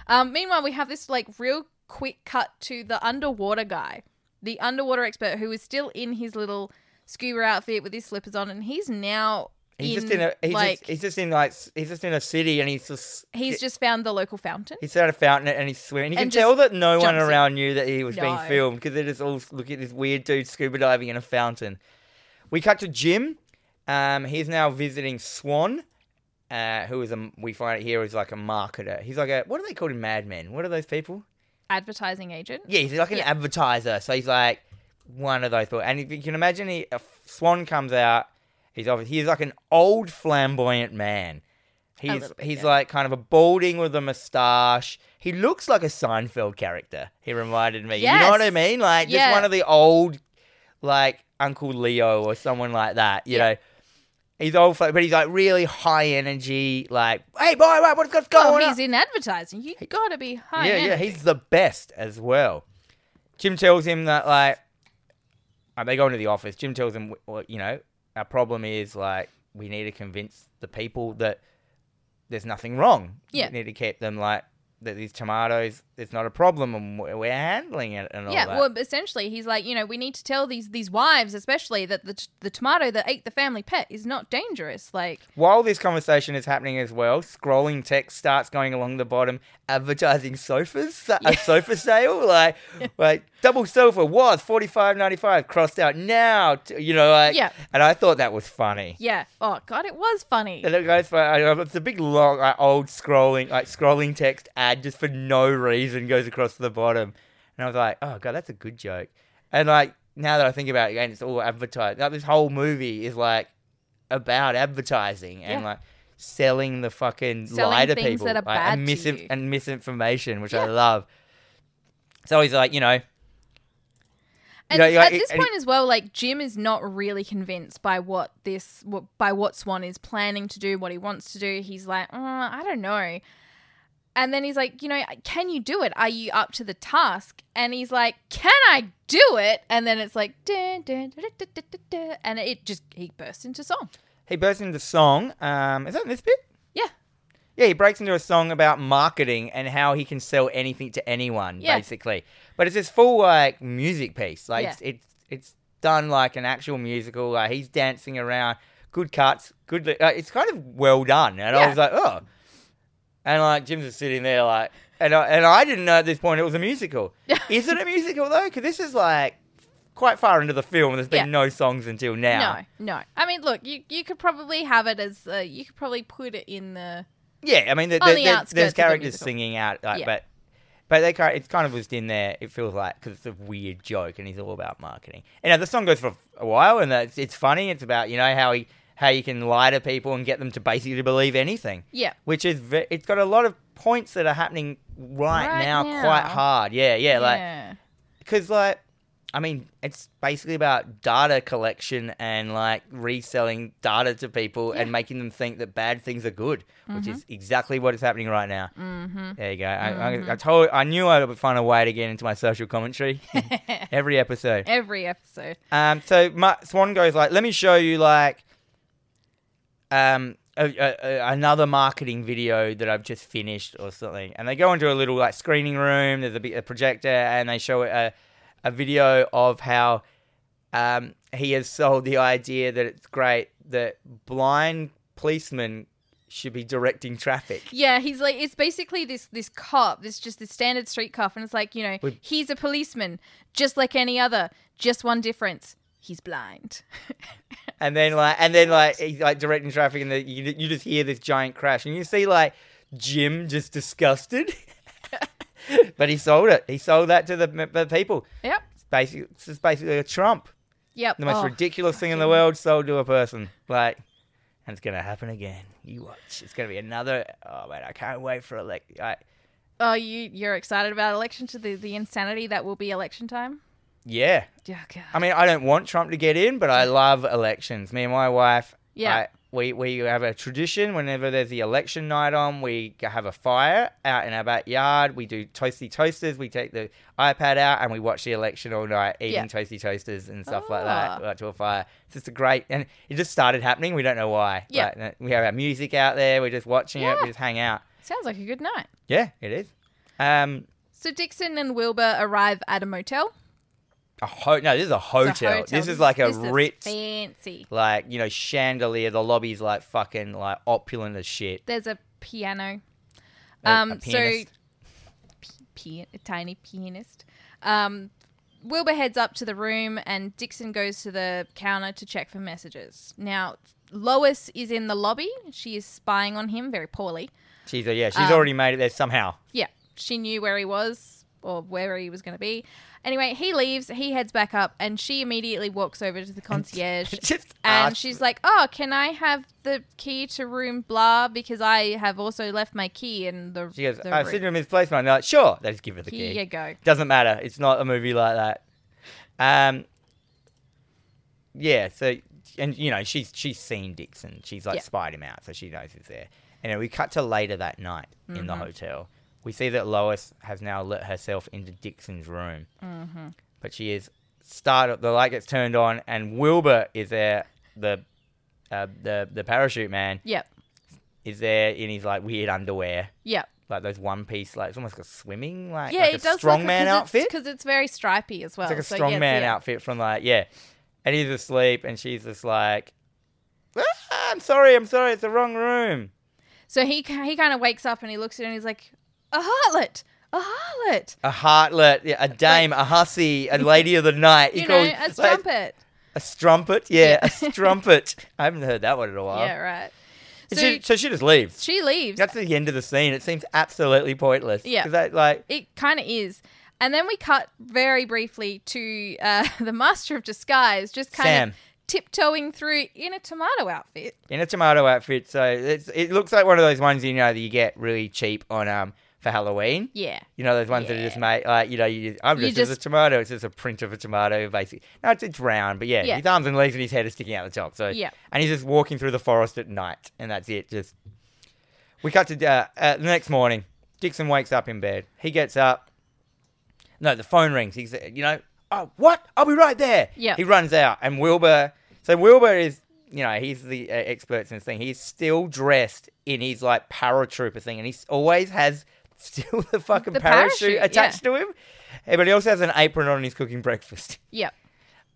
S2: um meanwhile we have this like real quick cut to the underwater guy the underwater expert who is still in his little scuba outfit with his slippers on and he's now
S1: He's just in a he's
S2: like
S1: just, he's just in like s- he's just in a city and he's just
S2: He's just found the local fountain.
S1: he's at a fountain and he's swimming. You can
S2: And just
S1: tell that no one
S2: jumps in.
S1: around knew that he was being
S2: No.
S1: filmed because they just all s- look at this weird dude scuba diving in a fountain. We cut to Jim. Um, he's now visiting Swan, uh, who is a we find it here is like a marketer. He's like a what do they call him? Madman. What are those people?
S2: Advertising agent.
S1: Yeah, he's like an
S2: Yeah.
S1: advertiser. So he's like one of those. People. And if you can imagine, he, a f- Swan comes out. He's obviously he's like an old flamboyant man. He's
S2: little bit,
S1: he's
S2: yeah.
S1: like kind of a balding with a moustache. He looks like a Seinfeld character. He reminded me. You know what I
S2: Yes.
S1: mean? Like just
S2: Yeah.
S1: one of the old, like Uncle Leo or someone like that. You
S2: Yeah.
S1: know. He's old, fla- but he's like really high energy. Like, hey, boy, what- what's going
S2: Oh,
S1: on?
S2: he's in advertising. You gotta be high.
S1: yeah, yeah, he's the best as well. Jim tells him that like uh, they go into the office. Jim tells him, w- well, you know, our problem is like we need to convince the people that there's nothing wrong.
S2: Yeah.
S1: we need to keep them like that. These tomatoes, it's not a problem, and we- we're handling it and all
S2: yeah.
S1: that.
S2: Well, essentially, he's like, you know, we need to tell these these wives, especially, that the t- the tomato that ate the family pet is not dangerous. Like,
S1: While this conversation is happening as well, scrolling text starts going along the bottom, advertising sofas, a sofa sale, like, like double sofa was forty five ninety five, crossed out now, t- you know, like,
S2: Yeah.
S1: And I thought that was funny.
S2: yeah. Oh God, it was funny.
S1: And it goes for I- I- it's a big long like, old scrolling like scrolling text ad just for no reason goes across the bottom, and I was like, oh god, that's a good joke. And like now that I think about it again, it's all advertising. Like, this whole movie is like about advertising and
S2: Yeah.
S1: like selling the fucking
S2: Selling
S1: lie to
S2: things
S1: people
S2: that are
S1: like, and,
S2: bad to
S1: misin-
S2: you.
S1: and misinformation, which I
S2: Yeah.
S1: love. So he's like, you know,
S2: And
S1: know, like,
S2: at this
S1: and-
S2: point as well, like Jim is not really convinced by what this what, by what Swan is planning to do, what he wants to do. He's like, "Uh, I don't know. And then he's like, you know, can you do it? Are you up to the task? And he's like, can I do it? And then it's like, dun, dun, dun, dun, dun, dun, dun, and it just he bursts into song.
S1: he bursts into song. Um, is that in this bit?
S2: Yeah,
S1: Yeah, he breaks into a song about marketing and how he can sell anything to anyone,
S2: Yeah.
S1: basically. But it's this full like music piece. Like
S2: Yeah.
S1: it's, it's it's done like an actual musical. Like he's dancing around. Good cuts. Good. Li- like, it's kind of well done. And I
S2: Yeah.
S1: was like, oh. And like Jim's just sitting there, like, and I, and I didn't know at this point it was a musical. is it a musical though? Because this is like quite far into the film. and There's been
S2: Yeah.
S1: no songs until now.
S2: no, no. I mean, look, you you could probably have it as uh, you could probably put it in the
S1: Yeah, I mean, the,
S2: On
S1: the-
S2: the
S1: the-
S2: outskirts
S1: there's
S2: of the
S1: characters
S2: musical.
S1: singing out, like,
S2: Yeah.
S1: but but they kind it's kind of just in there. It feels like because it's a weird joke, and he's all about marketing. And now the song goes for a while, and it's, it's funny. It's about you know how he how you can lie to people and get them to basically believe anything,
S2: Yeah.
S1: which is ve- it's got a lot of points that are happening right,
S2: Right
S1: now,
S2: now.
S1: quite hard. Yeah, yeah, like
S2: yeah.
S1: because like. I mean, it's basically about data collection and like reselling data to people and making them think that bad things are good, which is exactly what is happening right now.
S2: hmm
S1: There you go. I, I, I told, I knew I would find a way to get into my social commentary every episode.
S2: Every episode.
S1: Um, so my, Swan goes like, "Let me show you like, um, a, a, a, another marketing video that I've just finished or something." And they go into a little like screening room. There's a, big, a projector, and they show a, a video of how um, he has sold the idea that it's great that blind policemen should be directing traffic.
S2: Yeah, he's like it's basically this this cop, this just this standard street cop, and it's like you know
S1: With-
S2: he's a policeman, just like any other, just one difference, he's blind.
S1: and then like and then like he's like directing traffic and the, you, you just hear this giant crash and you see like jim just disgusted but he sold it he sold that to the, the people
S2: yep,
S1: it's basically it's just basically a trump
S2: yep.
S1: the most
S2: Oh,
S1: ridiculous thing in the
S2: fucking-
S1: world sold to a person like and it's gonna happen again you watch it's gonna be another oh man i can't wait for elect I,
S2: Oh, you you're excited about election to the the insanity that will be election time.
S1: yeah
S2: Yeah, God.
S1: I mean, I don't want Trump to get in, but I love elections. Me and my wife,
S2: Yeah.
S1: I- we we have a tradition. Whenever there's the election night on, we g- have a fire out in our backyard. We do toasty toasters. We take the iPad out and we watch the election all night, eating
S2: Yeah.
S1: toasty toasters and stuff like that.
S2: Ah.
S1: Like to a fire. It's just a great, and it just started happening. We don't know why.
S2: Yeah.
S1: Like, uh, we have our music out there. We're just watching it.
S2: Yeah.
S1: We just hang out.
S2: Sounds like a good night.
S1: Yeah, it is. Um,
S2: So Dixon and Wilbur arrive at a motel.
S1: a ho- no, this is a hotel.
S2: It's a hotel.
S1: This is like a
S2: this is
S1: Ritz
S2: fancy.
S1: like you know chandelier the lobby's like fucking like opulent as shit
S2: There's a piano.
S1: A-
S2: Um,
S1: a
S2: so-
S1: pianist.
S2: pian- a tiny pianist. Um, Wilbur heads up to the room and Dixon goes to the counter to check for messages. Now, Lois is in the lobby. She is spying on him very poorly.
S1: she's a, yeah she's
S2: um,
S1: already made it there somehow
S2: Yeah, she knew where he was or where he was going to be. Anyway, he leaves, he heads back up, and she immediately walks over to the concierge.
S1: just
S2: And
S1: ask-
S2: she's like, "Oh, can I have the key to room blah? Because I have also left my key in the
S1: she goes
S2: the
S1: i've
S2: room."
S1: seen her in this place man they're like sure they just give her the
S2: Here
S1: key
S2: you go.
S1: doesn't matter it's not a movie like that um yeah so and you know she's she's seen dixon she's like
S2: Yeah.
S1: spied him out so she knows he's there and then we cut to later that night in
S2: Mm-hmm.
S1: the hotel we see that lois has now let herself into dixon's room
S2: Mm-hmm.
S1: but she is startled. The light gets turned on, and Wilbur is there. The uh, the the parachute man
S2: Yep,
S1: is there in his like weird underwear,
S2: yep.
S1: like those one piece, like it's almost like a swimming, like
S2: yeah,
S1: like
S2: it
S1: a
S2: does look
S1: strongman outfit.
S2: because it's very stripy as well.
S1: It's like a
S2: Oh, So,
S1: strongman
S2: yes, yeah.
S1: outfit from like yeah, and he's asleep, and she's just like, "Ah, I'm sorry, I'm sorry, it's the wrong room.
S2: So he ki- he kind of wakes up and he looks at her and he's like, "A harlot, a harlot,
S1: A heartlet, yeah, a dame, a hussy, a lady of the night. He
S2: you know,
S1: calls-
S2: a
S1: like,
S2: strumpet."
S1: a strumpet, yeah, a strumpet. I haven't heard that one in a while.
S2: yeah, right.
S1: And
S2: So
S1: she, so she just leaves.
S2: she leaves.
S1: That's the end of the scene. It seems absolutely pointless.
S2: Yeah.
S1: Is that like
S2: It kind of is. And then we cut very briefly to uh, the master of disguise, just kind
S1: Sam.
S2: of tiptoeing through in a tomato outfit.
S1: in a tomato outfit? So it's, it looks like one of those ones you know that you get really cheap on um for Halloween.
S2: Yeah.
S1: You know those ones that are just made like you know you I'm
S2: You
S1: just, it's
S2: just-
S1: a tomato. It's just a print of a tomato basically. No, it's, it's round, but yeah,
S2: Yeah.
S1: his arms and legs and his head are sticking out the top. So
S2: Yeah.
S1: and he's just walking through the forest at night, and that's it. Just we cut to uh, uh, the next morning. Dixon wakes up in bed. He gets up. No, the phone rings. He's you know, oh what? I'll be right there.
S2: Yeah.
S1: He runs out, and Wilbur. So Wilbur is you know he's the uh, expert in this thing. He's still dressed in his like paratrooper thing, and he s- always has still the fucking
S2: The
S1: parachute,
S2: parachute, yeah.
S1: attached to him. Eh, But he also has an apron on. And he's cooking breakfast.
S2: Yep.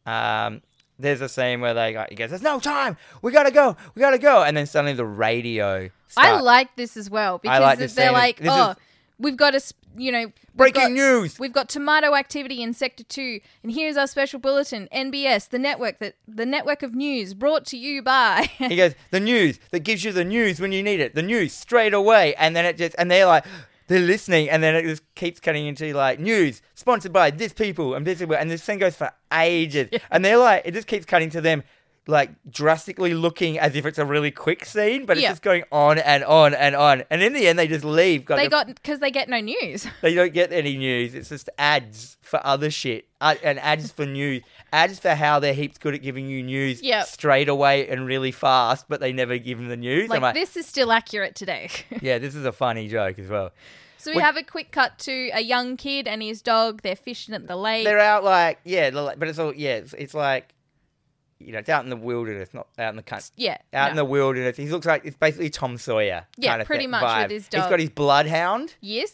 S1: Um, there's a scene where they like, he goes, "There's no time. We gotta go. We gotta go." And then suddenly the radio.
S2: I
S1: Starts.
S2: like this as well because
S1: like this
S2: they're
S1: scene.
S2: like,
S1: This is-
S2: oh, we've got to. Sp- you know, we've
S1: Breaking
S2: got-
S1: news!
S2: We've got tomato activity in sector two, and here's our special bulletin: NBS, the network that the network of news brought to you by.
S1: He goes, the news that gives you the news when you need it, the news straight away, and then it just and they're like, they're listening, and then it just keeps cutting into like news sponsored by this people and this people, and this thing goes for ages, and they're like, it just keeps cutting to them. Like drastically looking as if it's a really quick scene, but it's
S2: Yeah.
S1: just going on and on and on. And in the end, they just leave. Got
S2: they
S1: no-
S2: got because they get no news.
S1: they don't get any news. It's just ads for other shit uh, and ads for news, ads for how they're heaps good at giving you news
S2: Yep.
S1: straight away and really fast, but they never give them the news.
S2: Like,
S1: I'm like,
S2: this is still accurate today.
S1: yeah, this is a funny joke as well.
S2: so we
S1: Wait.
S2: have a quick cut to a young kid and his dog. They're fishing at the lake.
S1: They're out like yeah, they're like, but it's all yeah, it's, it's like you know, it's out in the wilderness, not out in the country.
S2: yeah,
S1: Out
S2: no.
S1: in the wilderness, he looks like it's basically Tom Sawyer.
S2: Yeah,
S1: kind of
S2: pretty
S1: thing-
S2: much with
S1: vibe.
S2: his
S1: He's
S2: dog.
S1: got his bloodhound.
S2: Yes.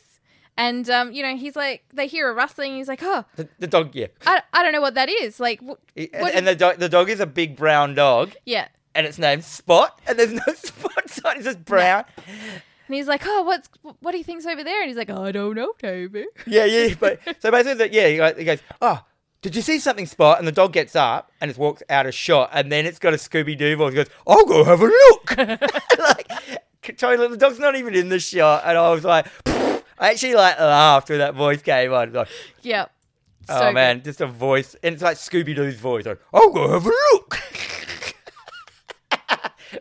S2: And, um, you know, he's like, they hear a rustling. He's like, oh,
S1: The, the dog, yeah,
S2: I, I don't know what that is. Like, wh-
S1: He- and,
S2: what
S1: and the dog, the dog is a big brown dog.
S2: yeah.
S1: and it's named Spot, and there's no spots on it. It's just brown.
S2: And he's like, oh, what's, what do you think's over there? And he's like, I don't know, Toby.
S1: Yeah, yeah. But so basically, the, yeah, he go- he goes, "Oh, did you see something, Spot?" And the dog gets up and it walks out of shot, and then it's got a Scooby Doo voice. It Goes, "I'll go have a look." like c- totally, the dog's not even in the shot, and I was like, I actually like laughed when that voice came on. Like,
S2: Yeah.
S1: oh
S2: So good.
S1: man, just a voice, and it's like Scooby Doo's voice. Like, I'll go have a look.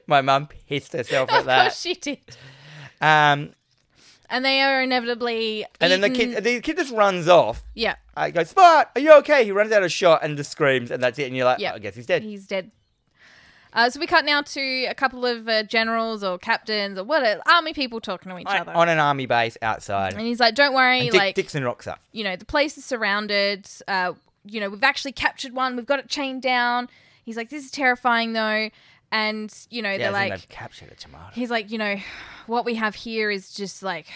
S1: My mum pissed herself at
S2: Of course
S1: that.
S2: she did.
S1: Um,
S2: And they are inevitably.
S1: And then the
S2: eaten-
S1: kid, the kid just runs off.
S2: Yeah.
S1: I go, Spot, are you okay? He runs out of shot and just screams, and that's it. And you're like, "Oh,
S2: Yeah.
S1: I guess he's dead.
S2: He's dead. Uh, so we cut now to a couple of uh, generals or captains or what uh, army people talking to each
S1: On,
S2: other.
S1: on an army base outside.
S2: and he's like, don't worry.
S1: Dick,
S2: like,
S1: Dixon rocks up.
S2: you know, the place is surrounded. Uh, you know, we've actually captured one. We've got it chained down. He's like, this is terrifying though. And, you know,
S1: Yeah,
S2: they're
S1: as in
S2: like,
S1: they've captured a tomato.
S2: he's like, you know, what we have here is just like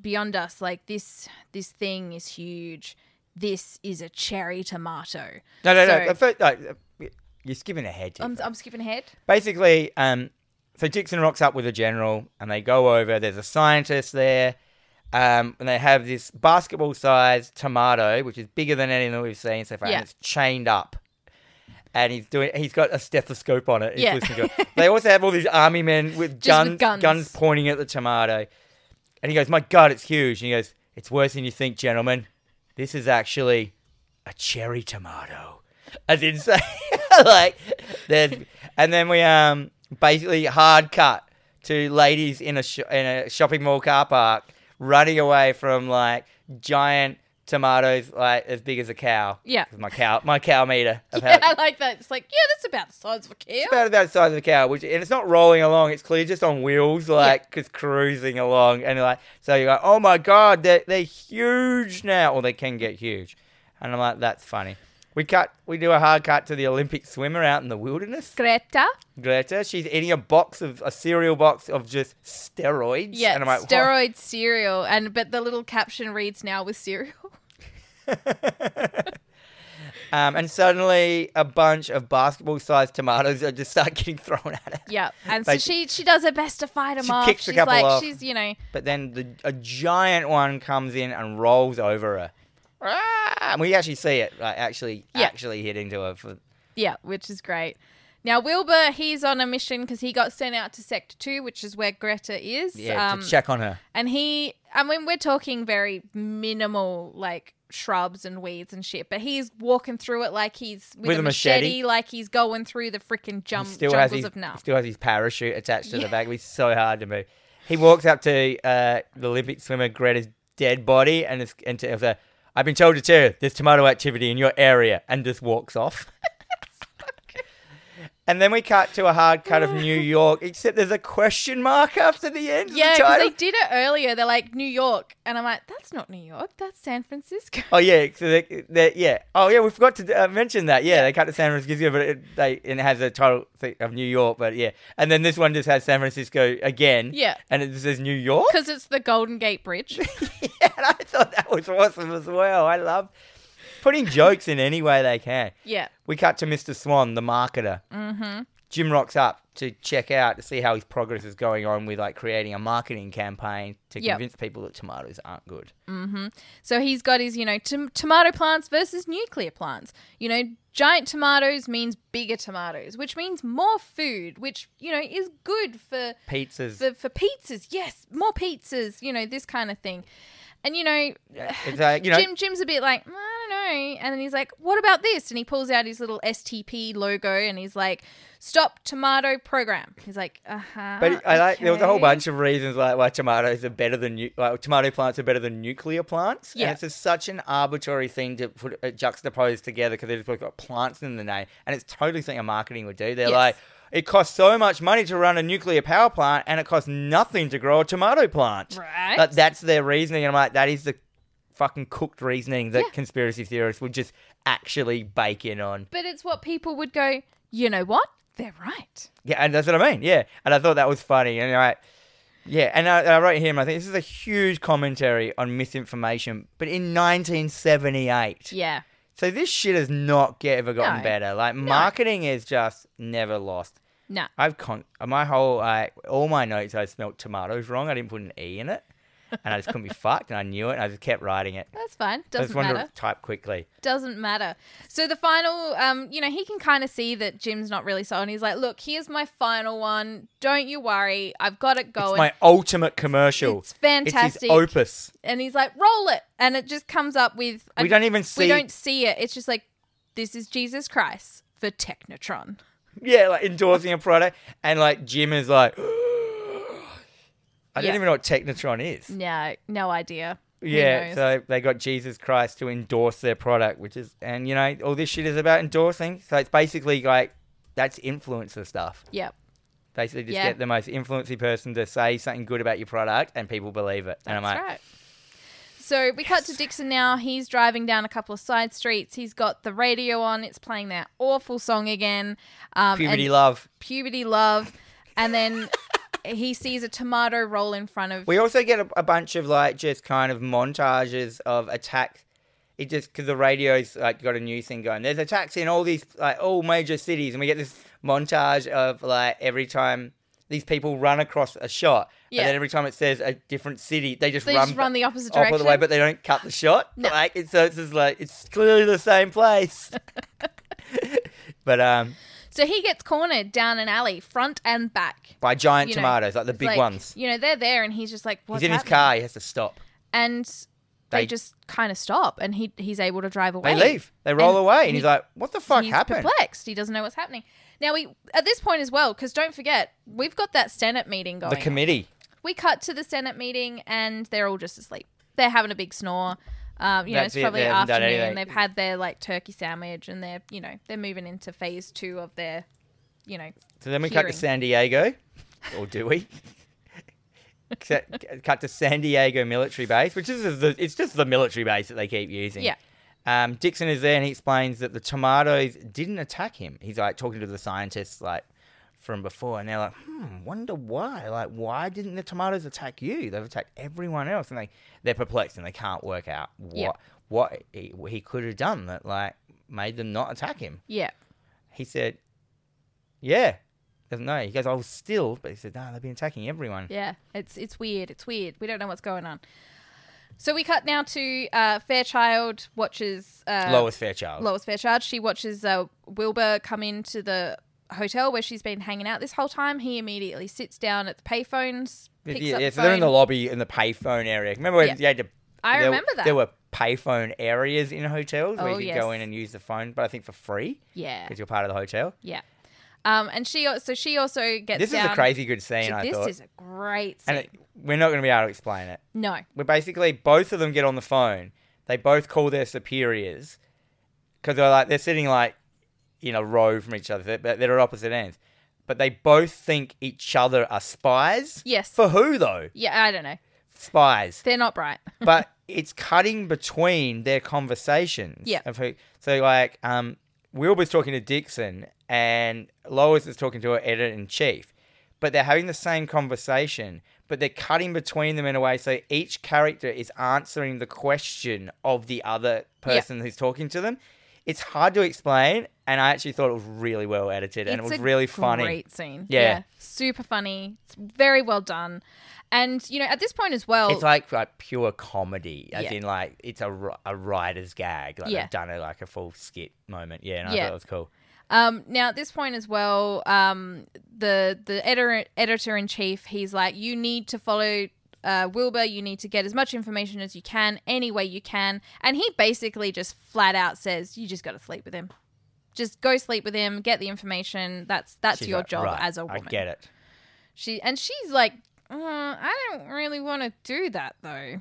S2: beyond us. Like this, this thing is huge. This is a cherry tomato.
S1: No, no,
S2: Sorry.
S1: no. at First, like, uh, you're skipping ahead. here.
S2: I'm, I'm skipping ahead.
S1: Basically, um, so Dixon rocks up with a general, and they go over. There's a scientist there, um, and they have this basketball-sized tomato, which is bigger than anything we've seen so far,
S2: Yeah.
S1: and it's chained up. And he's doing. He's got a stethoscope on it. He's
S2: Yeah.
S1: listening to it. They also have all these army men with
S2: Just
S1: guns,
S2: with
S1: guns,
S2: guns.
S1: pointing at the tomato. And he goes, "My God, it's huge!" And he goes, "It's worse than you think, gentlemen. This is actually a cherry tomato." As in, say, like, there's, and then we um basically hard cut to ladies in a sh- in a shopping mall car park running away from like giant tomatoes like as big as a cow.
S2: Yeah.
S1: 'Cause my cow, my cow meter. Of
S2: Yeah,
S1: how,
S2: I like that. It's like, yeah, that's about the size of a cow.
S1: about about the size of a cow, which and it's not rolling along; it's clearly just on wheels, like just cruising along. And like, so you're like, "Oh my god, they're they're huge now," or they can get huge. And I'm like, "That's funny." We cut, we do a hard cut to the Olympic swimmer out in the wilderness.
S2: Greta.
S1: Greta, she's eating a box of a cereal box of just steroids.
S2: Yeah,
S1: and I'm like, "Whoa."
S2: steroid cereal, and but the little caption reads now with cereal.
S1: um, and suddenly a bunch of basketball-sized tomatoes are just start getting thrown at her.
S2: Yeah, and
S1: Like-
S2: so she she does her best to fight him
S1: She
S2: off.
S1: kicks a
S2: she's
S1: couple
S2: like
S1: off.
S2: she's you know
S1: But then the, a giant one comes in and rolls over her. Ah! And we actually see it, like actually,
S2: Yeah.
S1: actually hitting to her. For,
S2: yeah, which is great. Now Wilbur he's on a mission because he got sent out to Sector Two, which is where Greta is.
S1: yeah,
S2: um,
S1: to check on her.
S2: and he I mean we're talking very minimal like shrubs and weeds and shit, but he's walking through it like he's with, a, machete, like he's going through the freaking
S1: He
S2: jum-
S1: still has
S2: um, jungles
S1: his,
S2: of nuts.
S1: still has his parachute attached to the
S2: Yeah.
S1: back. It's so hard to move. He walks up to uh, the Olympic swimmer Greta's dead body and is, and tells her, "I've been told to tell you there's tomato activity in your area," and just walks off. And then we cut to a hard cut of New York, except there's a question mark after the end. of the
S2: Yeah, because
S1: title.
S2: they did it earlier. They're like New York, and I'm like, that's not New York. That's San Francisco.
S1: Oh yeah, so they, they, yeah. Oh yeah, we forgot to uh, mention that. Yeah, they cut to San Francisco, but it, they and it has a title thing of New York. But yeah, and then this one just has San Francisco again.
S2: Yeah.
S1: and it says New York.
S2: Because it's the Golden Gate Bridge.
S1: yeah, and I thought that was awesome as well. I love putting jokes in any way they can.
S2: Yeah.
S1: We cut to Mr. Swan, the marketer. Mm-hmm. Jim rocks up. to check out to see how his progress is going on with like creating a marketing campaign to
S2: Yep.
S1: convince people that tomatoes aren't good.
S2: So he's got his, you know, tom- tomato plants versus nuclear plants. You know, giant tomatoes means bigger tomatoes, which means more food, which, you know, is good for
S1: Pizzas.
S2: for, for pizzas. Yes, more pizzas, you know, this kind of thing. And you know,
S1: it's like, uh, you know,
S2: Jim Jim's a bit like, "Mm, I don't know. And then he's like, what about this? And he pulls out his little STP logo and he's like, stop tomato program. He's like, uh-huh.
S1: But I like there was a whole
S2: okay."
S1: bunch of reasons like why tomatoes are better than nu- like tomato plants are better than nuclear plants.
S2: Yeah.
S1: And it's just such an arbitrary thing to put uh, juxtapose together because they've just got plants in the name, and it's totally something a marketing would do. They're
S2: Yes.
S1: like. It costs so much money to run a nuclear power plant, and it costs nothing to grow a tomato plant.
S2: Right.
S1: Like, that's their reasoning, and I'm like, that is the fucking cooked reasoning that
S2: Yeah.
S1: conspiracy theorists would just actually bake in on.
S2: But it's what people would go, you know what? They're right.
S1: Yeah, and that's what I mean. Yeah, and I thought that was funny. And I, yeah, and I, and I wrote him. I think this is a huge commentary on misinformation, but in 1978.
S2: Yeah.
S1: So this shit has not get, ever gotten
S2: No.
S1: better. Like marketing is just never lost.
S2: No.
S1: I've con my whole like all my notes. I smelt tomatoes wrong. I didn't put an e in it, and I just couldn't be fucked. And I knew it. And I just kept writing it.
S2: That's fine.
S1: I just
S2: Doesn't
S1: wanted
S2: matter.
S1: to type quickly.
S2: Doesn't matter. So the final, um, you know, he can kind of see that Jim's not really sold. And he's like, look, here's my final one. Don't you worry. I've got it going.
S1: It's my ultimate commercial.
S2: It's
S1: It's
S2: fantastic.
S1: his opus.
S2: and he's like, roll it. And it just comes up with.
S1: We don't even see.
S2: we don't see it. It's just like, this is Jesus Christ for Technotron.
S1: Yeah, like endorsing a product, and like Jim is like, I
S2: Yeah.
S1: don't even know what Technotron is.
S2: No, no idea. Who
S1: Yeah,
S2: knows?
S1: so they got Jesus Christ to endorse their product, which is, and you know, all this shit is about endorsing. So it's basically like that's influencer stuff.
S2: Yep.
S1: Basically, just
S2: Yeah.
S1: get the most influency person to say something good about your product, and people believe it. and I'm
S2: That's
S1: like,
S2: right. So we cut to Dixon now. He's driving down a couple of side streets. He's got the radio on. It's playing that awful song again. Um,
S1: puberty
S2: and-
S1: love.
S2: Puberty love. And then he sees a tomato roll in front of.
S1: We also get a, a bunch of like just kind of montages of attacks. It just because the radio's like got a new thing going. There's attacks in all these like all major cities, and we get this montage of like every time these people run across a shot,
S2: Yeah.
S1: and then every time it says a different city, they just
S2: They
S1: run
S2: just run the opposite
S1: opposite
S2: direction.
S1: way, but they don't cut the shot. Like it's so it's just like it's clearly the same place. but um,
S2: so he gets cornered down an alley, front and back.
S1: by giant
S2: You know,
S1: tomatoes, like the
S2: It's
S1: big
S2: like,
S1: ones.
S2: You know, they're there, and he's just like, What's
S1: He's in his
S2: happening?"
S1: car. He has to stop.
S2: And they,
S1: They-
S2: just kind of stop, and he he's able to drive away.
S1: They leave. They roll
S2: And
S1: away, and
S2: he-
S1: he's like, "What the fuck
S2: he's
S1: happened?"
S2: perplexed. He doesn't know what's happening. Now we at this point as well, because don't forget we've got that Senate meeting going.
S1: The
S2: on.
S1: committee.
S2: we cut to the Senate meeting and they're all just asleep. They're having a big snore. Um, you know,
S1: That's it,
S2: it's probably
S1: they haven't done
S2: afternoon.
S1: anything.
S2: They've had their like turkey sandwich and they're you know they're moving into phase two of their you know
S1: So then we cut
S2: hearing.
S1: to San Diego, or do we? Cut cut to San Diego military base, which is the it's just the military base that they keep using.
S2: Yeah.
S1: Um, Dixon is there and he explains that the tomatoes didn't attack him. He's like talking to the scientists like from before, and they're like, "Hmm, wonder why? Like, why didn't the tomatoes attack you? They've attacked everyone else." And they they're perplexed and they can't work out what
S2: Yeah.
S1: what he, he could have done that like made them not attack him.
S2: yeah
S1: He said, "Yeah." Doesn't know. He goes, "I was still," but he said, "No, they've been attacking everyone."
S2: yeah it's it's weird it's weird we don't know what's going on. So we cut now to uh, Fairchild watches uh,
S1: Lois Fairchild.
S2: Lois Fairchild. She watches uh, Wilbur come into the hotel where she's been hanging out this whole time. He immediately sits down at the payphones. Picks
S1: yeah,
S2: up
S1: yeah,
S2: the
S1: so they're in the
S2: phone.
S1: lobby in the payphone area. Remember when
S2: Yeah.
S1: you had to?
S2: I
S1: there-
S2: remember that.
S1: there were payphone areas in hotels where
S2: Oh,
S1: you could go
S2: yes.
S1: in and use the phone, but I think for free
S2: yeah,
S1: because you're part of the hotel.
S2: yeah. Um, and she al- so she also gets
S1: This
S2: down.
S1: is a crazy good scene.
S2: She-
S1: I
S2: this
S1: thought,
S2: is a great. Scene.
S1: and it, we're not going to be able to explain it.
S2: no,
S1: We're basically both of them get on the phone. They both call their superiors because they're like they're sitting like in a row from each other, They're- but they're at opposite ends. But they both think each other are spies.
S2: Yes.
S1: For who though?
S2: yeah, I don't know.
S1: Spies.
S2: They're not bright.
S1: but it's cutting between their conversations.
S2: Yeah.
S1: Of who, so like, um, Wilbur's talking to Dixon and Lois is talking to her editor in chief, but they're having the same conversation, but they're cutting between them in a way so each character is answering the question of the other person who's talking to them. it's hard to explain, and I actually thought it was really well edited and it
S2: It's
S1: was
S2: a
S1: really funny.
S2: Great scene.
S1: Yeah.
S2: Super funny. It's very well done. And, you know, at this point as well,
S1: It's like like pure comedy, as
S2: Oh. Yeah.
S1: in like it's a, ri- a writer's gag. Like
S2: Yeah.
S1: they've done it like a full skit moment. Yeah, and I
S2: Yeah.
S1: thought it was cool.
S2: Um, now at this point as well, um, the the editor editor in chief, he's like, you need to follow uh, Wilbur. You need to get as much information as you can, any way you can. And he basically just flat out says, you just got to sleep with him. Just go sleep with him. Get the information. That's that's
S1: She's
S2: your
S1: like,
S2: job
S1: "Right,
S2: as a woman.
S1: I get it.
S2: She and she's like, uh, I don't really want to do that though.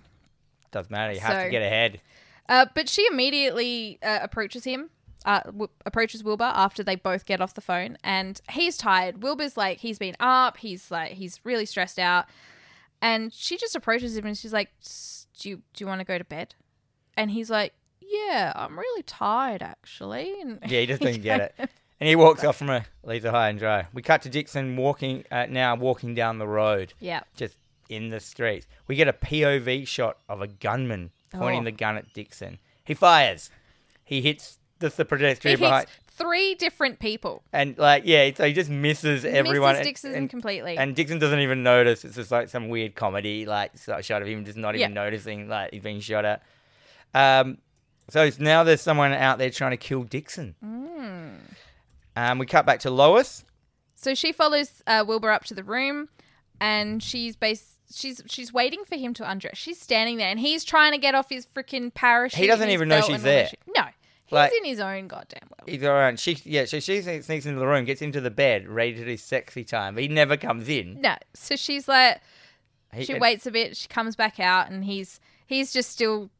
S1: Doesn't matter. You have
S2: So-
S1: to get ahead.
S2: Uh, but she immediately uh, approaches him, uh, w- approaches Wilbur after they both get off the phone, and he's tired. Wilbur's like he's been up, he's like he's really stressed out, and she just approaches him and she's like, "S- "Do you do you want to go to bed?" And he's like, "Yeah, I'm really tired actually." And
S1: Yeah, he just didn't get it. And he walks off from her, leaves her high and dry. We cut to Dixon walking uh, now, walking down the road,
S2: Yeah,
S1: just in the streets. We get a POV shot of a gunman pointing
S2: Oh.
S1: the gun at Dixon. He fires. He hits the, the
S2: he
S1: pedestrian
S2: hits
S1: behind,
S2: three different people.
S1: and like yeah, so he just misses everyone.
S2: Mrs.
S1: and-
S2: Dixon
S1: and,
S2: completely.
S1: and Dixon doesn't even notice. It's just like some weird comedy, like so- shot of him just not even
S2: Yeah.
S1: noticing, like he's being shot at. Um, so it's now there's someone out there trying to kill Dixon.
S2: Mm.
S1: Um, we cut back to Lois.
S2: So she follows uh, Wilbur up to the room, and she's bas- She's she's waiting for him to undress. She's standing there, and he's trying to get off his freaking parachute.
S1: He doesn't
S2: and his
S1: even know
S2: belt
S1: she's
S2: and all that
S1: there.
S2: shit. No, he's
S1: Like-
S2: in his own goddamn world.
S1: He's around. She yeah. So she sne- sneaks into the room, gets into the bed, ready to do sexy time. He never comes in.
S2: No, so she's like,
S1: He,
S2: she waits a bit. She comes back out, and he's he's just still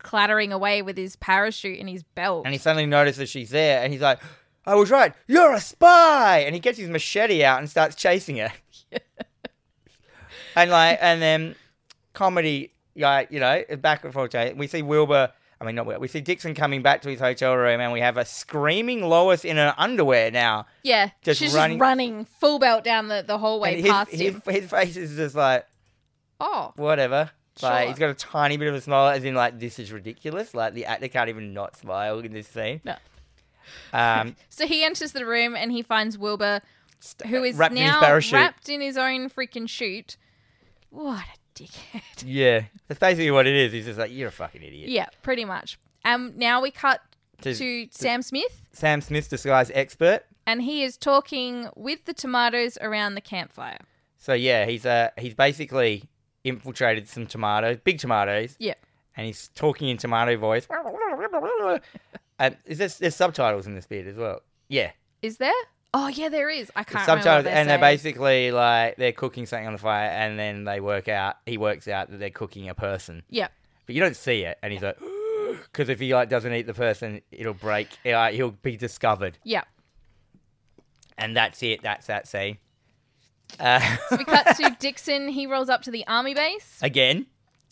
S2: clattering away with his parachute and his belt.
S1: and he suddenly notices she's there, and he's like, "I was right. You're a spy!" And he gets his machete out and starts chasing her. and like, and then comedy, like you know, back and forth. chase. We see Wilbur. I mean, not Wilbur. We see Dixon coming back to his hotel room, and we have a screaming Lois in her underwear now.
S2: yeah,
S1: just
S2: she's
S1: running-
S2: just running full belt down the the hallway
S1: and
S2: past
S1: his,
S2: him.
S1: his, his face is just like
S2: oh,
S1: whatever. Like
S2: Sure.
S1: he's got a tiny bit of a smile, as in like this is ridiculous. Like the actor can't even not smile in this scene.
S2: No.
S1: Um,
S2: so he enters the room and he finds Wilbur who is
S1: wrapped in his
S2: now
S1: parachute.
S2: wrapped in his own freaking chute. What a dickhead.
S1: Yeah, that's basically what it is. He's just like, you're a fucking idiot.
S2: Yeah, pretty much. Um, now we cut
S1: To-
S2: to Sam Smith,
S1: Sam Smith's disguise expert.
S2: and he is talking with the tomatoes around the campfire.
S1: So yeah, he's uh he's basically infiltrated some tomatoes, big tomatoes,
S2: Yeah,
S1: and he's talking in tomato voice. and is this there's subtitles in this bit as well? Yeah,
S2: is there? Oh yeah, there is. I
S1: there's
S2: can't remember.
S1: subtitles,
S2: what
S1: and they're
S2: saying.
S1: basically like they're cooking something on the fire, and then they work out. He works out that they're cooking a person,
S2: Yeah,
S1: but you don't see it, and he's like. Because if he like doesn't eat the person, it'll break. Uh, he'll be discovered,
S2: yeah.
S1: and that's it. That's that scene. Uh,
S2: So we cut to Dixon. He rolls up to the army base.
S1: Again?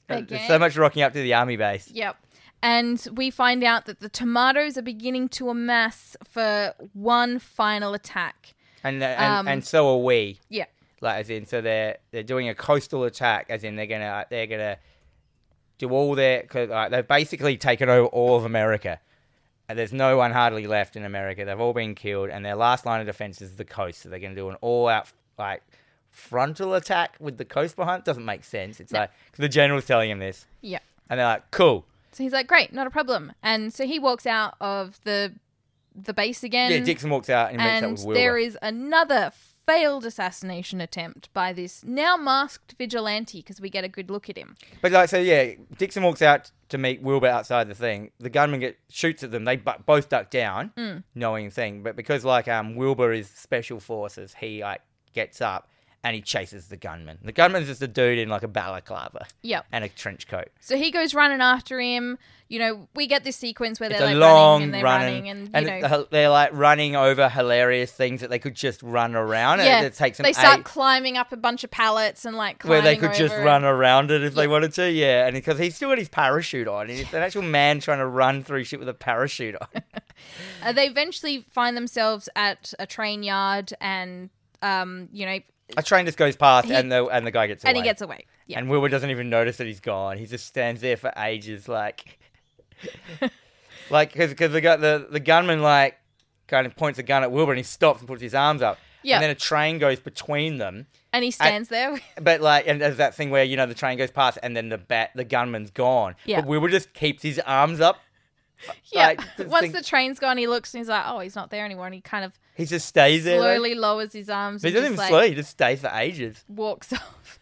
S1: Uh, There's so
S2: Again.
S1: much rocking up to the army base.
S2: Yep. And we find out that the tomatoes are beginning to amass for one final attack.
S1: And, uh, and,
S2: Um,
S1: and so are we.
S2: Yeah.
S1: Like as in so they're they're doing a coastal attack as in they're gonna they're gonna do all their cause, like, they've basically taken over all of America. And there's no one hardly left in America. They've all been killed and their last line of defense is the coast. So they're gonna do an all out like frontal attack with the coast behind doesn't make sense. It's like 'cause the general's telling him this.
S2: Yeah.
S1: And they're like, Cool.
S2: So he's like, "Great, not a problem." And so he walks out of the the base again,
S1: yeah, Dixon walks out and he meets up
S2: and
S1: with Wilbur.
S2: there is another failed assassination attempt by this now masked vigilante because we get a good look at him.
S1: But like, so yeah, Dixon walks out to meet Wilbur outside the thing. The gunman get, shoots at them. They bu- both duck down,
S2: Hmm.
S1: knowing thing. But because like um Wilbur is special forces, he like gets up and he chases the gunman. The gunman's just a dude in like a balaclava
S2: Yep.
S1: and a trench coat.
S2: So he goes running after him. You know, we get this sequence where
S1: It's
S2: they're
S1: a
S2: like
S1: long
S2: running and they're
S1: running,
S2: running, and,
S1: and
S2: you know,
S1: it's- they're like running over hilarious things that they could just run around.
S2: yeah,
S1: and it takes them
S2: they start
S1: eight-
S2: climbing up a bunch of pallets and like
S1: where
S2: climbing
S1: they could just
S2: over
S1: run around it if they
S2: Yeah.
S1: wanted to, yeah. And because he's still got his parachute on, and it's an actual man trying to run through shit with a parachute on.
S2: And, uh, they eventually find themselves at a train yard, and um, you know,
S1: A train just goes past,
S2: He-
S1: and the and the guy gets away.
S2: and he gets away. Yeah.
S1: And Wilbur doesn't even notice that he's gone. He just stands there for ages, like. Like, because the, guy- the, the gunman, like, kind of points a gun at Wilbur and he stops and puts his arms up.
S2: Yeah.
S1: And then a train goes between them.
S2: and he stands there.
S1: But like, and there's that thing where you know the train goes past, and then the bat, the gunman's gone.
S2: Yeah.
S1: But Wilbur just keeps his arms up.
S2: yeah.
S1: Like, the
S2: Once
S1: thing-
S2: the train's gone, he looks and he's like, "Oh, he's not there anymore," and he kind of
S1: He just stays there. like-
S2: slowly lowers his arms.
S1: He
S2: and
S1: doesn't even
S2: just, like,
S1: slow. He just stays for ages.
S2: Walks off.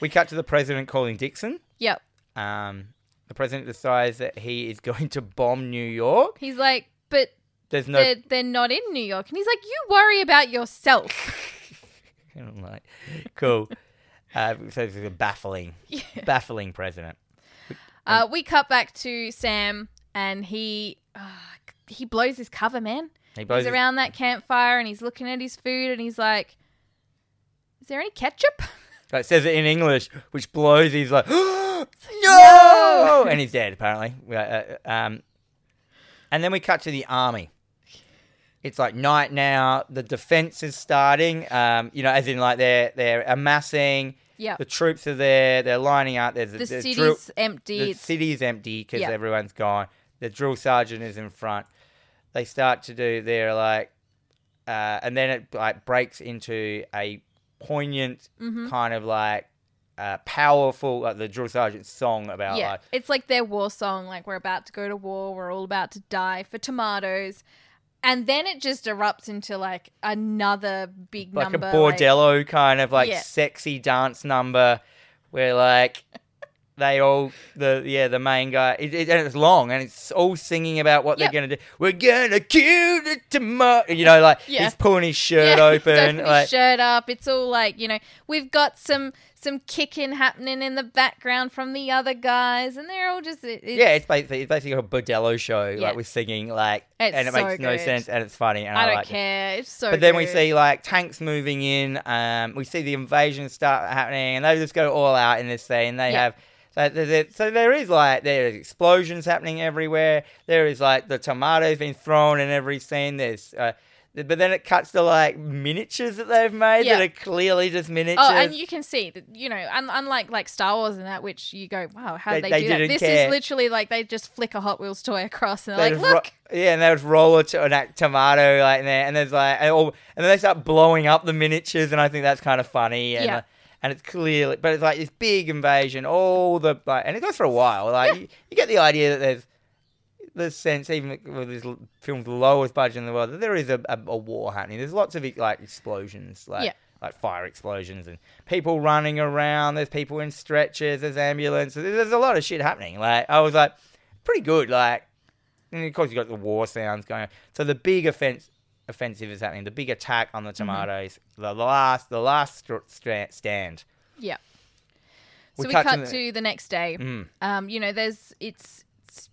S1: We cut to the president calling Dixon.
S2: yep.
S1: Um, the president decides that he is going to bomb New York.
S2: He's like, "But
S1: There's no.
S2: they're they're not in New York," and he's like, "You worry about yourself."
S1: I'm like, cool. Uh, so it's a baffling,
S2: Yeah.
S1: baffling president. Um,
S2: Uh, we cut back to Sam, and he uh, he blows his cover, man.
S1: He blows
S2: he's
S1: his-
S2: around that campfire, and he's looking at his food, and he's like, "Is there any ketchup?"
S1: Like, says it in English, which blows. He's like, no!
S2: "No!"
S1: and he's dead apparently. We- uh, uh, Um, and then we cut to the army. It's like night now. The defense is starting. Um, you know, as in like they're they're amassing.
S2: Yeah.
S1: The troops are there. They're lining up. There's
S2: The
S1: there's
S2: city's
S1: drill-
S2: empty.
S1: the
S2: it's-
S1: city's empty because
S2: Yeah.
S1: everyone's gone. The drill sergeant is in front. They start to do their like, uh, and then it like breaks into a poignant
S2: Mm-hmm.
S1: kind of like uh, powerful like the drill sergeant song about
S2: yeah,
S1: like
S2: it's like their war song. Like we're about to go to war. We're all about to die for tomatoes, and then it just erupts into like another big
S1: like
S2: number.
S1: a bordello kind of like
S2: Yeah.
S1: sexy dance number where like they all the yeah the main guy it, it, and it's long and it's all singing about what
S2: Yep.
S1: they're gonna do we're gonna kill the tomato you know like
S2: Yeah.
S1: he's pulling his shirt
S2: Yeah, he's
S1: open
S2: opened
S1: like
S2: his shirt up. It's all like you know we've got some some kicking happening in the background from the other guys, and they're all just it, it's,
S1: yeah it's basically it's basically a bordello show
S2: Yeah.
S1: like with singing like
S2: It's
S1: and it
S2: so
S1: makes no
S2: good.
S1: sense and it's funny and
S2: I,
S1: I,
S2: don't
S1: like it.
S2: care. It's so.
S1: But then we
S2: good.
S1: see like tanks moving in. Um, we see the invasion start happening, and they just go all out in this thing. They
S2: Yeah.
S1: have so, there- there- so there is like there is explosions happening everywhere. There is like the tomatoes being thrown in every scene. There's uh, th- but then it cuts to like miniatures that they've made
S2: Yeah.
S1: that are clearly just miniatures.
S2: Oh, and you can see that you know, un- unlike like Star Wars and that, which you go, "Wow, how did
S1: They-
S2: they,
S1: they
S2: do that?"
S1: didn't
S2: This
S1: care.
S2: is literally like they just flick a Hot Wheels toy across and
S1: They
S2: they're like,
S1: just ro-
S2: "Look,
S1: yeah, and they would roll a, to- a tomato like in there, and there's like, and, all, and then they start blowing up the miniatures, and I think that's kind of funny, and
S2: Yeah.
S1: uh, and it's clearly, but it's like this big invasion, all the like, and it goes for a while. Like you, you get the idea that there's the sense, even with this l- film's lowest budget in the world, that there is a, a, a war happening. There's lots of like explosions, like
S2: Yeah.
S1: like fire explosions, and people running around. There's people in stretchers. There's ambulances. There's, there's a lot of shit happening. Like I was like, pretty good. Like, and of course you got the war sounds going. on. So the big offense offensive is happening. The big attack on
S2: Mm-hmm.
S1: the tomatoes. The last the last str- stra- stand.
S2: Yeah.
S1: We
S2: So we
S1: cut
S2: cut,
S1: to
S2: to,
S1: the-
S2: the... next day. Um, you know, there's it's, it's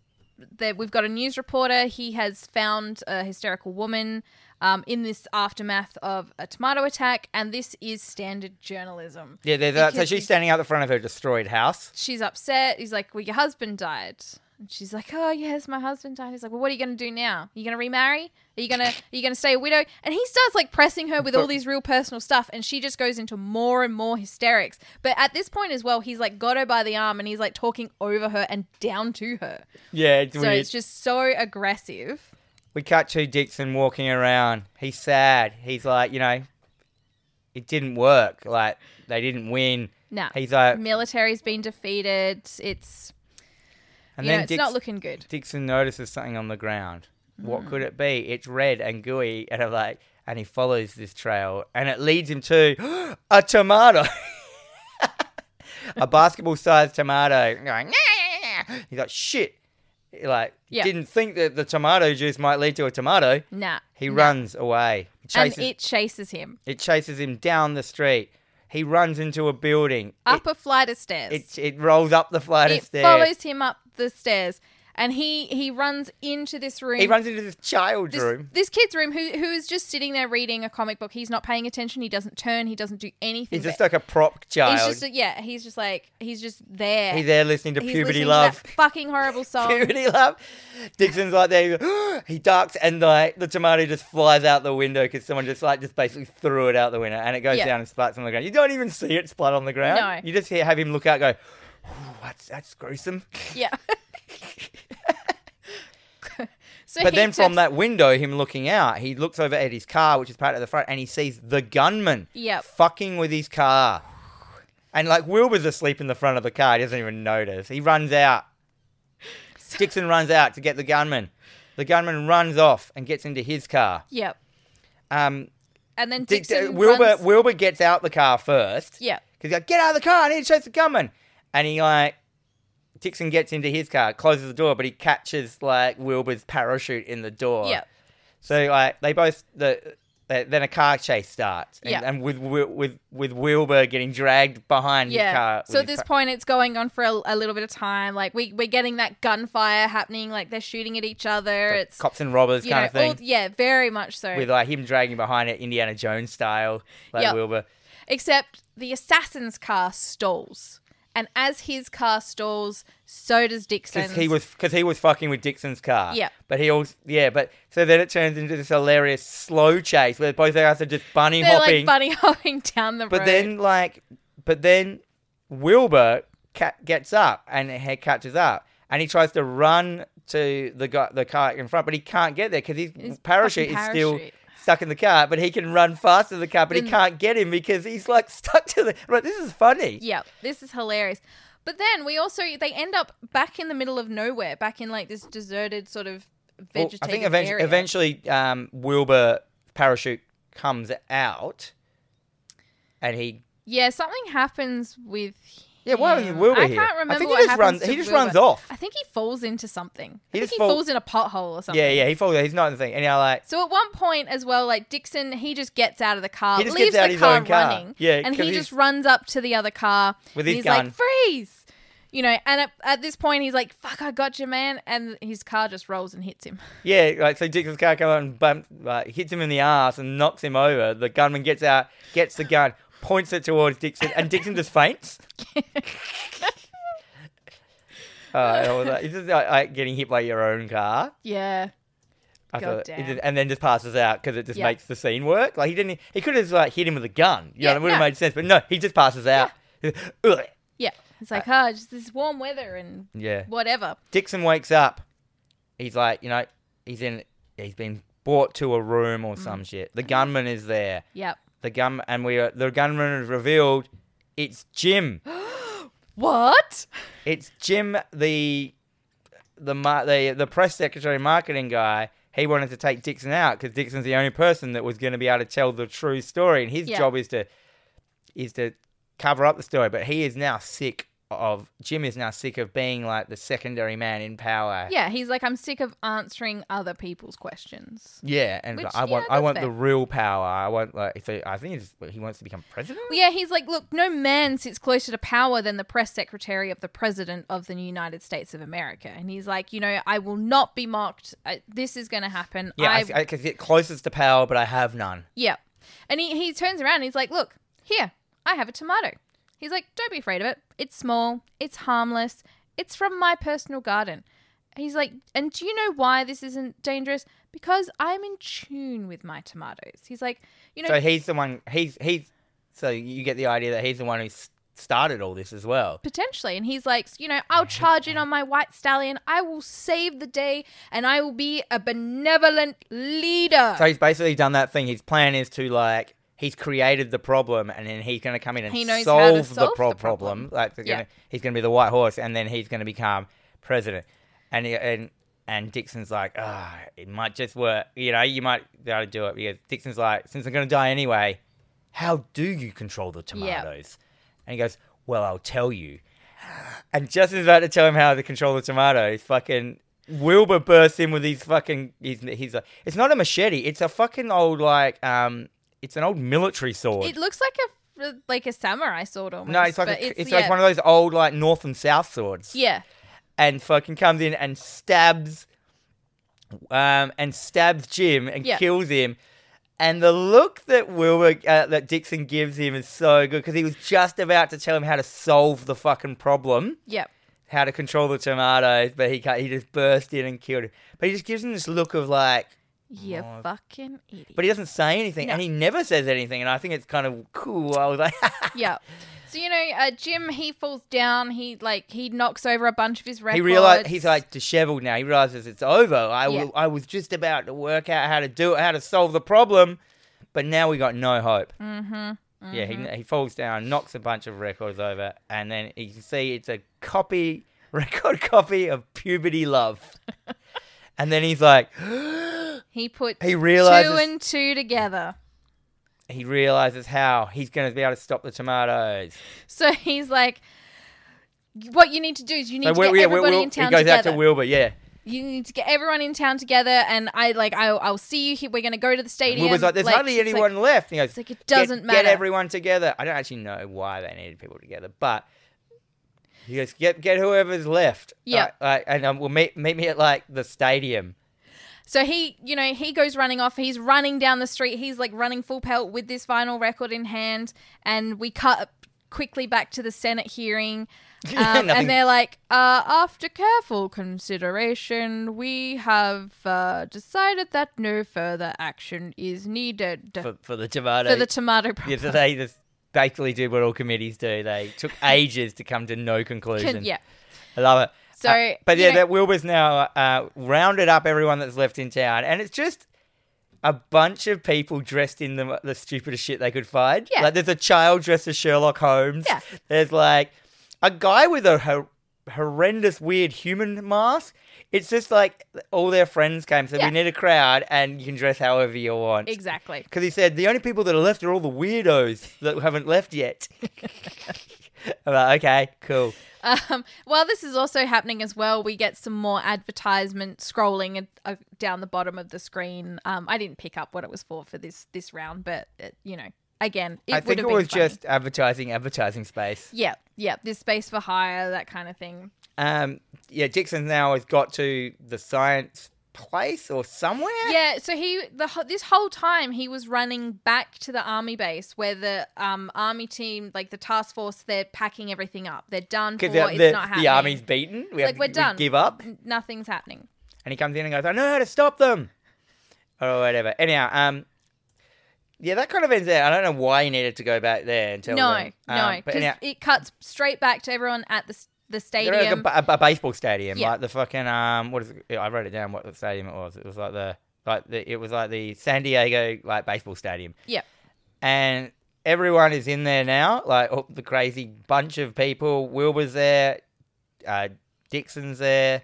S2: there. We've got a news reporter. He has found a hysterical woman um, in this aftermath of a tomato attack, and this is standard journalism.
S1: Yeah, there's that. So
S2: Because
S1: she's
S2: he's-
S1: standing out the front of her destroyed house.
S2: She's upset. He's like, "Well, your husband died." And she's like, "Oh yes, my husband died." He's like, "Well, what are you going to do now? Are you going to remarry? Are you going to are you going to stay a widow?" And he starts like pressing her with all
S1: But-
S2: these real personal stuff, and she just goes into more and more hysterics. But at this point as well, he's like got her by the arm and he's like talking over her and down to her.
S1: Yeah, it's
S2: So
S1: weird.
S2: it's just so aggressive.
S1: We cut to Dixon walking around. He's sad. He's like, you know, it didn't work. Like they didn't win.
S2: No,
S1: He's like,
S2: military's been defeated. It's
S1: and
S2: you know,
S1: then
S2: it's
S1: Dix-
S2: not looking Mm. good.
S1: Dixon notices something on the ground. What could it be? It's red and gooey, and I'm like, and he follows this trail, and it leads him to a tomato, a basketball-sized tomato. Going, he's like, shit. Like,
S2: Yeah.
S1: didn't think that the tomato juice might lead to a tomato.
S2: Nah,
S1: He
S2: nah.
S1: runs away. He
S2: and
S1: chases-
S2: it chases him
S1: It chases him down the street. He runs into a building.
S2: up a flight of stairs.
S1: It, it, it rolls up the flight
S2: it
S1: of stairs.
S2: follows him up the stairs and he he runs into this room
S1: He runs into this child's
S2: this,
S1: room.
S2: this kid's room who who is just sitting there reading a comic book he's not paying attention he doesn't turn he doesn't do anything
S1: He's just
S2: but-
S1: like a prop child.
S2: he's just yeah he's just like he's just there
S1: He's there listening to
S2: He's
S1: Puberty
S2: listening to
S1: Love.
S2: that fucking horrible song
S1: Puberty Love. Dixon's like there. he ducks and like the tomato just flies out the window because someone just like just basically threw it out the window and it goes
S2: Yeah.
S1: down and splats on the ground. You don't even see it splat on the ground.
S2: No.
S1: You just hear, have him look out, and go, "Ooh, that's that's gruesome.
S2: yeah So
S1: but
S2: he
S1: then from
S2: just-
S1: that window, him looking out, he looks over at his car, which is parked at the front, and he sees the gunman
S2: Yep.
S1: fucking with his car. And like Wilbur's asleep in the front of the car, he doesn't even notice. He runs out. Dixon runs out to get the gunman. The gunman runs off and gets into his car.
S2: Yep.
S1: Um,
S2: And then
S1: Dix-
S2: Dixon
S1: uh, Wilbur
S2: runs-
S1: Wilbur gets out the car first.
S2: Yeah.
S1: He's like, get out of the car, I need to chase the gunman. And he like Dixon gets into his car, closes the door, but he catches like Wilbur's parachute in the door.
S2: Yep.
S1: So like they both the they- then a car chase starts, and,
S2: Yeah.
S1: and with Wil- with with Wilbur getting dragged behind his car.
S2: Yeah.
S1: with
S2: So at
S1: his
S2: this
S1: pa-
S2: point, it's going on for a, a little bit of time. Like we we're getting that gunfire happening. Like they're shooting at each other.
S1: like,
S2: it's
S1: cops and robbers
S2: you
S1: kind
S2: know,
S1: of thing,
S2: all, yeah, very much so.
S1: with like him dragging behind it, Indiana Jones style, like
S2: Yeah.
S1: Wilbur.
S2: Except the assassin's car stalls, and as his car stalls, so does Dixon's.
S1: Because he was because he was fucking with Dixon's car.
S2: Yeah.
S1: But he also yeah. But so then it turns into this hilarious slow chase where both of us are just bunny
S2: they're
S1: hopping.
S2: like bunny hopping down the
S1: but
S2: road.
S1: then like, but then Wilbur ca- gets up and he catches up and he tries to run to the guy, the car in front, but he can't get there because his,
S2: His
S1: parachute
S2: fucking
S1: is still
S2: parachute.
S1: stuck in the car. But he can run faster than the car, but he
S2: Then-
S1: can't get him because he's like stuck to the. Right, this is funny.
S2: Yeah, this is hilarious. But then we also they end up back in the middle of nowhere, back in like this deserted sort of
S1: Well,
S2: vegetative
S1: I think eventu-
S2: area.
S1: eventually um, Wilbur parachute comes out, and he
S2: yeah, something happens with.
S1: Yeah, why was
S2: him.
S1: Wilbur
S2: I
S1: here?
S2: can't
S1: I
S2: remember.
S1: think he
S2: what
S1: just
S2: happens
S1: runs-
S2: to
S1: he just
S2: Wilbur.
S1: runs off.
S2: I think he falls into something. I think
S1: just
S2: he
S1: fall-
S2: falls in a pothole or something.
S1: yeah yeah he falls he's not in the thing and you're like
S2: So at one point as well, like Dixon, he just gets out of the car,
S1: He just
S2: leaves
S1: gets out
S2: the
S1: his
S2: car,
S1: own car.
S2: running,
S1: Yeah,
S2: and
S1: 'cause
S2: he
S1: he's-
S2: just runs up to the other car
S1: With
S2: and
S1: his
S2: he's
S1: gun.
S2: like, "Freeze!" You know, and at, at this point, he's like, "Fuck, I got you, man!" And his car just rolls and hits him.
S1: yeah like so Dixon's car comes out and bumps like, hits him in the ass and knocks him over the gunman gets out gets the gun points it towards Dixon and Dixon just faints uh, I was like, it's just like, like getting hit by your own car
S2: Yeah,
S1: I thought-
S2: Goddamn.
S1: it just- and then just passes out because it just
S2: Yeah.
S1: makes the scene work like he didn't he could have like hit him with a gun you
S2: Yeah,
S1: know it would have
S2: no.
S1: made sense but no he just passes out Ugh.
S2: yeah. It's
S1: Uh,
S2: like, ah, just this warm weather and
S1: yeah
S2: whatever.
S1: Dixon wakes up. He's like, you know, he's in. He's been brought to a room or some shit. The gunman is there.
S2: Yep.
S1: The gun and we are, the gunman is revealed. It's Jim.
S2: What?
S1: It's Jim, the the mar- the the press secretary, marketing guy. He wanted to take Dixon out because Dixon's the only person that was going to be able to tell the true story, and his
S2: Yeah.
S1: job is to is to cover up the story. But he is now sick of Jim is now sick of being like the secondary man in power.
S2: Yeah, he's like, I'm sick of answering other people's questions.
S1: Yeah, and
S2: Which,
S1: I
S2: yeah,
S1: want I
S2: that's
S1: want the
S2: fair.
S1: real power. I want like so I think it's, he wants to become president.
S2: Well, yeah, he's like, look, no man sits closer to power than the press secretary of the president of the United States of America. And he's like, you know, I will not be mocked. I, this is going to happen.
S1: Yeah,
S2: I,
S1: I, I, can get closest to power, but I have none.
S2: yeah. And he, he turns around and he's like, look, here, I have a tomato. He's like, don't be afraid of it. It's small, it's harmless, it's from my personal garden. He's like, and do you know why this isn't dangerous? Because I'm in tune with my tomatoes. He's like, you know,
S1: So he's the one. He's he's. So you get the idea that he's the one who s- started all this as well.
S2: potentially and he's like you know i'll charge in on my white stallion i will save the day and i will be a benevolent leader
S1: So he's basically done that thing. His plan is to like he's created the problem, and then he's going to come in and
S2: He knows how
S1: solve,
S2: to
S1: the,
S2: solve
S1: pro-
S2: the problem.
S1: problem. Like they're
S2: Yeah.
S1: gonna, he's going to be the white horse, and then he's going to become president. And he, and and Dixon's like, ah, it might just work. You know, you might be able to do it because Dixon's like, since I'm going to die anyway, how do you control the tomatoes? And he goes, well, I'll tell you. And just as about to tell him how to control the tomatoes, fucking Wilbur bursts in with his fucking he's he's like it's not a machete, it's a fucking old like um it's an old military sword.
S2: it looks like a like a samurai sword almost
S1: no, it's like
S2: but
S1: a, it's,
S2: yeah,
S1: like one of those old like north and south swords.
S2: yeah
S1: And fucking comes in and stabs um and stabs Jim and
S2: Yeah.
S1: kills him. And the look that Wilbur uh, that Dixon gives him is so good because he was just about to tell him how to solve the fucking problem
S2: yeah
S1: how to control the tomatoes, but he ca- he just burst in and killed him. But he just gives him this look of like
S2: You
S1: Oh.
S2: fucking idiot.
S1: But he doesn't say anything,
S2: No.
S1: and he never says anything, and I think it's kind of cool. I was like,
S2: yeah. So you know, uh, Jim he falls down. He like he knocks over a bunch of his records.
S1: he realized he's like disheveled now. He realizes it's over. I,
S2: Yeah.
S1: w- I was just about to work out how to do it, how to solve the problem, but now we got no hope.
S2: mm-hmm,
S1: Yeah, he, he falls down, knocks a bunch of records over, and then you can see it's a copy, record copy of Puberty Love. and then he's like,
S2: he puts
S1: he realizes-
S2: two and two together.
S1: he realizes how he's going to be able to stop the tomatoes.
S2: So he's like, what you need to do is you need
S1: So
S2: to
S1: Wil-
S2: get
S1: yeah, Wil-
S2: everybody
S1: Wil-
S2: in town
S1: he goes
S2: together.
S1: out to Wilbur, yeah.
S2: you need to get everyone in town together, and I like I I'll see you. He- We're gonna go to the stadium.
S1: Wilbur's like, there's hardly
S2: it's like-
S1: anyone left. And he goes,
S2: it's like, it
S1: "Get-
S2: doesn't
S1: get,
S2: matter.
S1: everyone together. I don't actually know why they needed people together, but he goes, get get whoever's left.
S2: Yeah.
S1: Like- like, and um, we'll meet meet me at like the stadium.
S2: So he, you know, he goes running off. He's running down the street. He's like running full pelt with this vinyl record in hand. And we cut quickly back to the Senate hearing. Um,
S1: Nothing-
S2: and they're like, uh, after careful consideration, we have uh, decided that no further action is needed for,
S1: for, for the tomato.
S2: the tomato problem.
S1: yeah, so they just basically did what all committees do. They took ages to come to no conclusion.
S2: Can- yeah.
S1: I love it.
S2: So,
S1: Uh, but
S2: you
S1: yeah,
S2: know-
S1: that Wilbur's now uh, rounded up everyone that's left in town, and it's just a bunch of people dressed in the, the stupidest shit they could find.
S2: Yeah.
S1: Like there's a child dressed as Sherlock Holmes.
S2: Yeah.
S1: There's like a guy with a hor- horrendous, weird human mask. It's just like all their friends came, so
S2: Yeah.
S1: we need a crowd, and you can dress however you want.
S2: Exactly.
S1: Because he said the only people that are left are all the weirdos that haven't left yet. I'm like, okay, cool.
S2: Um, while this is also happening as well, we get some more advertisement scrolling uh, down the bottom of the screen. Um, I didn't pick up what it was for for this this round, but it, you know, again, it
S1: I
S2: would
S1: think
S2: have
S1: it
S2: been
S1: was
S2: funny.
S1: just advertising, advertising space.
S2: yeah, yeah, this space for hire, that kind of thing.
S1: Um, yeah, Dixon now has got to the science place or somewhere.
S2: Yeah, so he the ho- this whole time he was running back to the army base where the um army team, like the task force, they're packing everything up. They're done for.
S1: Because the,
S2: Oh, it's
S1: the,
S2: not
S1: the
S2: happening.
S1: army's beaten. We,
S2: like
S1: have,
S2: we're
S1: we
S2: done.
S1: give up.
S2: N- Nothing's happening.
S1: And he comes in and goes, I know how to stop them. Or whatever. Anyhow, um, yeah, that kind of ends there. I don't know why he needed to go back there and tell
S2: No,
S1: them.
S2: no,
S1: Um, but
S2: because
S1: anyhow,
S2: it cuts straight back to everyone at the s-
S1: they're
S2: the stadium.
S1: like a ba- a, a baseball stadium,
S2: Yeah.
S1: like the fucking um, what is it? I wrote it down. What the stadium it was? It was like the like the it was like the San Diego like baseball stadium.
S2: Yeah.
S1: and everyone is in there now. Like all the crazy bunch of people. Wilbur's there, uh, Dixon's there,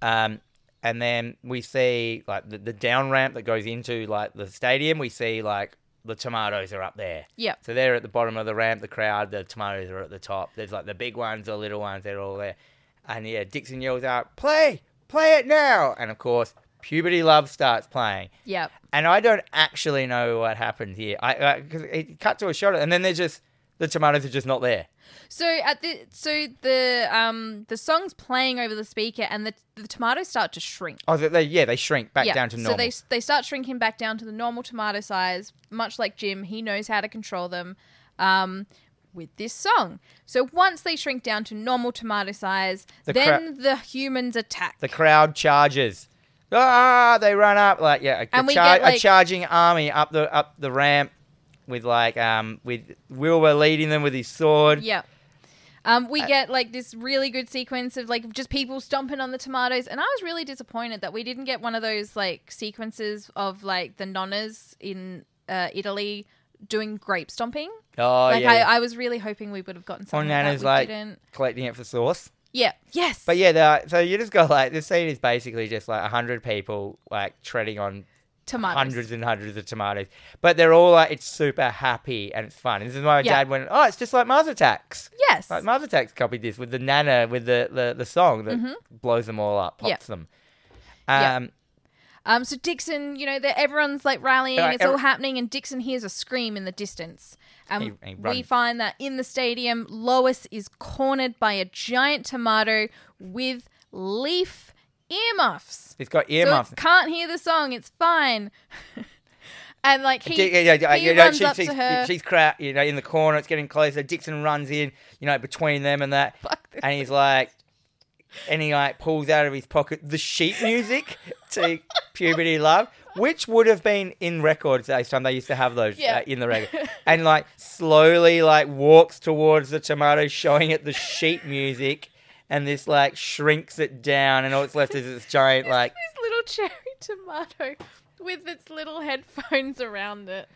S1: um, and then we see like the, the down ramp that goes into like the stadium. We see like the tomatoes are up there.
S2: Yep.
S1: So they're at the bottom of the ramp, the crowd, the tomatoes are at the top. There's like the big ones, the little ones, they're all there. And yeah, Dixon yells out, play, play it now. And of course, Puberty Love starts playing.
S2: Yep.
S1: And I don't actually know what happened here. I because it cut to a shot, and then they're just the tomatoes are just not there.
S2: So at the so the um the song's playing over the speaker and the the tomatoes start to shrink.
S1: Oh, they, they, yeah, they shrink back
S2: Yeah.
S1: down to normal.
S2: So they s- they start shrinking back down to the normal tomato size, much like Jim. He knows how to control them. Um. With this song, so once they shrink down to normal tomato size,
S1: The
S2: then the humans attack.
S1: The crowd charges. Ah, they run up like yeah, a,
S2: And we
S1: char-
S2: get, like-
S1: a charging army up the up the ramp with like um with Wilbur leading them with his sword.
S2: Yeah. Um, we get like this really good sequence of like just people stomping on the tomatoes, and I was really disappointed that we didn't get one of those like sequences of like the nonnas in uh, Italy doing grape stomping.
S1: Oh
S2: like
S1: yeah,
S2: I, I was really hoping we would have gotten
S1: Or
S2: something
S1: nanas,
S2: like that. We
S1: like-
S2: didn't.
S1: collecting it for sauce.
S2: Yeah. Yes.
S1: But yeah, they're like- so you just got like this scene is basically just like hundred people like treading on
S2: tomatoes.
S1: hundreds and hundreds of tomatoes, but they're all like it's super happy and it's fun. And this is why my
S2: Yeah.
S1: dad went, oh, it's just like Mars Attacks.
S2: Yes.
S1: Like Mars Attacks copied this with the nana with the the, the song that blows them all up, pops
S2: Mm-hmm. Yeah.
S1: them.
S2: Yeah.
S1: Um,
S2: Um, so Dixon, you know, that everyone's like rallying,
S1: Like,
S2: it's all
S1: every-
S2: happening, and Dixon hears a scream in the distance. And
S1: He- he
S2: we
S1: runs.
S2: find that in the stadium, Lois is cornered by a giant tomato with leaf earmuffs.
S1: It's got
S2: So
S1: earmuffs.
S2: it can't hear the song. It's fine. and like he,
S1: Di- yeah, yeah,
S2: he
S1: you know,
S2: runs
S1: she's-
S2: up
S1: she's,
S2: to her.
S1: she's crap, you know, in the corner. It's getting closer. Dixon runs in, you know, between them and that,
S2: Fuck this.
S1: and he's like, and he like pulls out of his pocket the sheet music to "Puberty Love," which would have been in records each time they used to have those
S2: Yeah.
S1: uh, in the record, and like slowly like walks towards the tomato, showing it the sheet music, and this like shrinks it down, and all it's left is this giant like
S2: this little cherry tomato with its little headphones around it.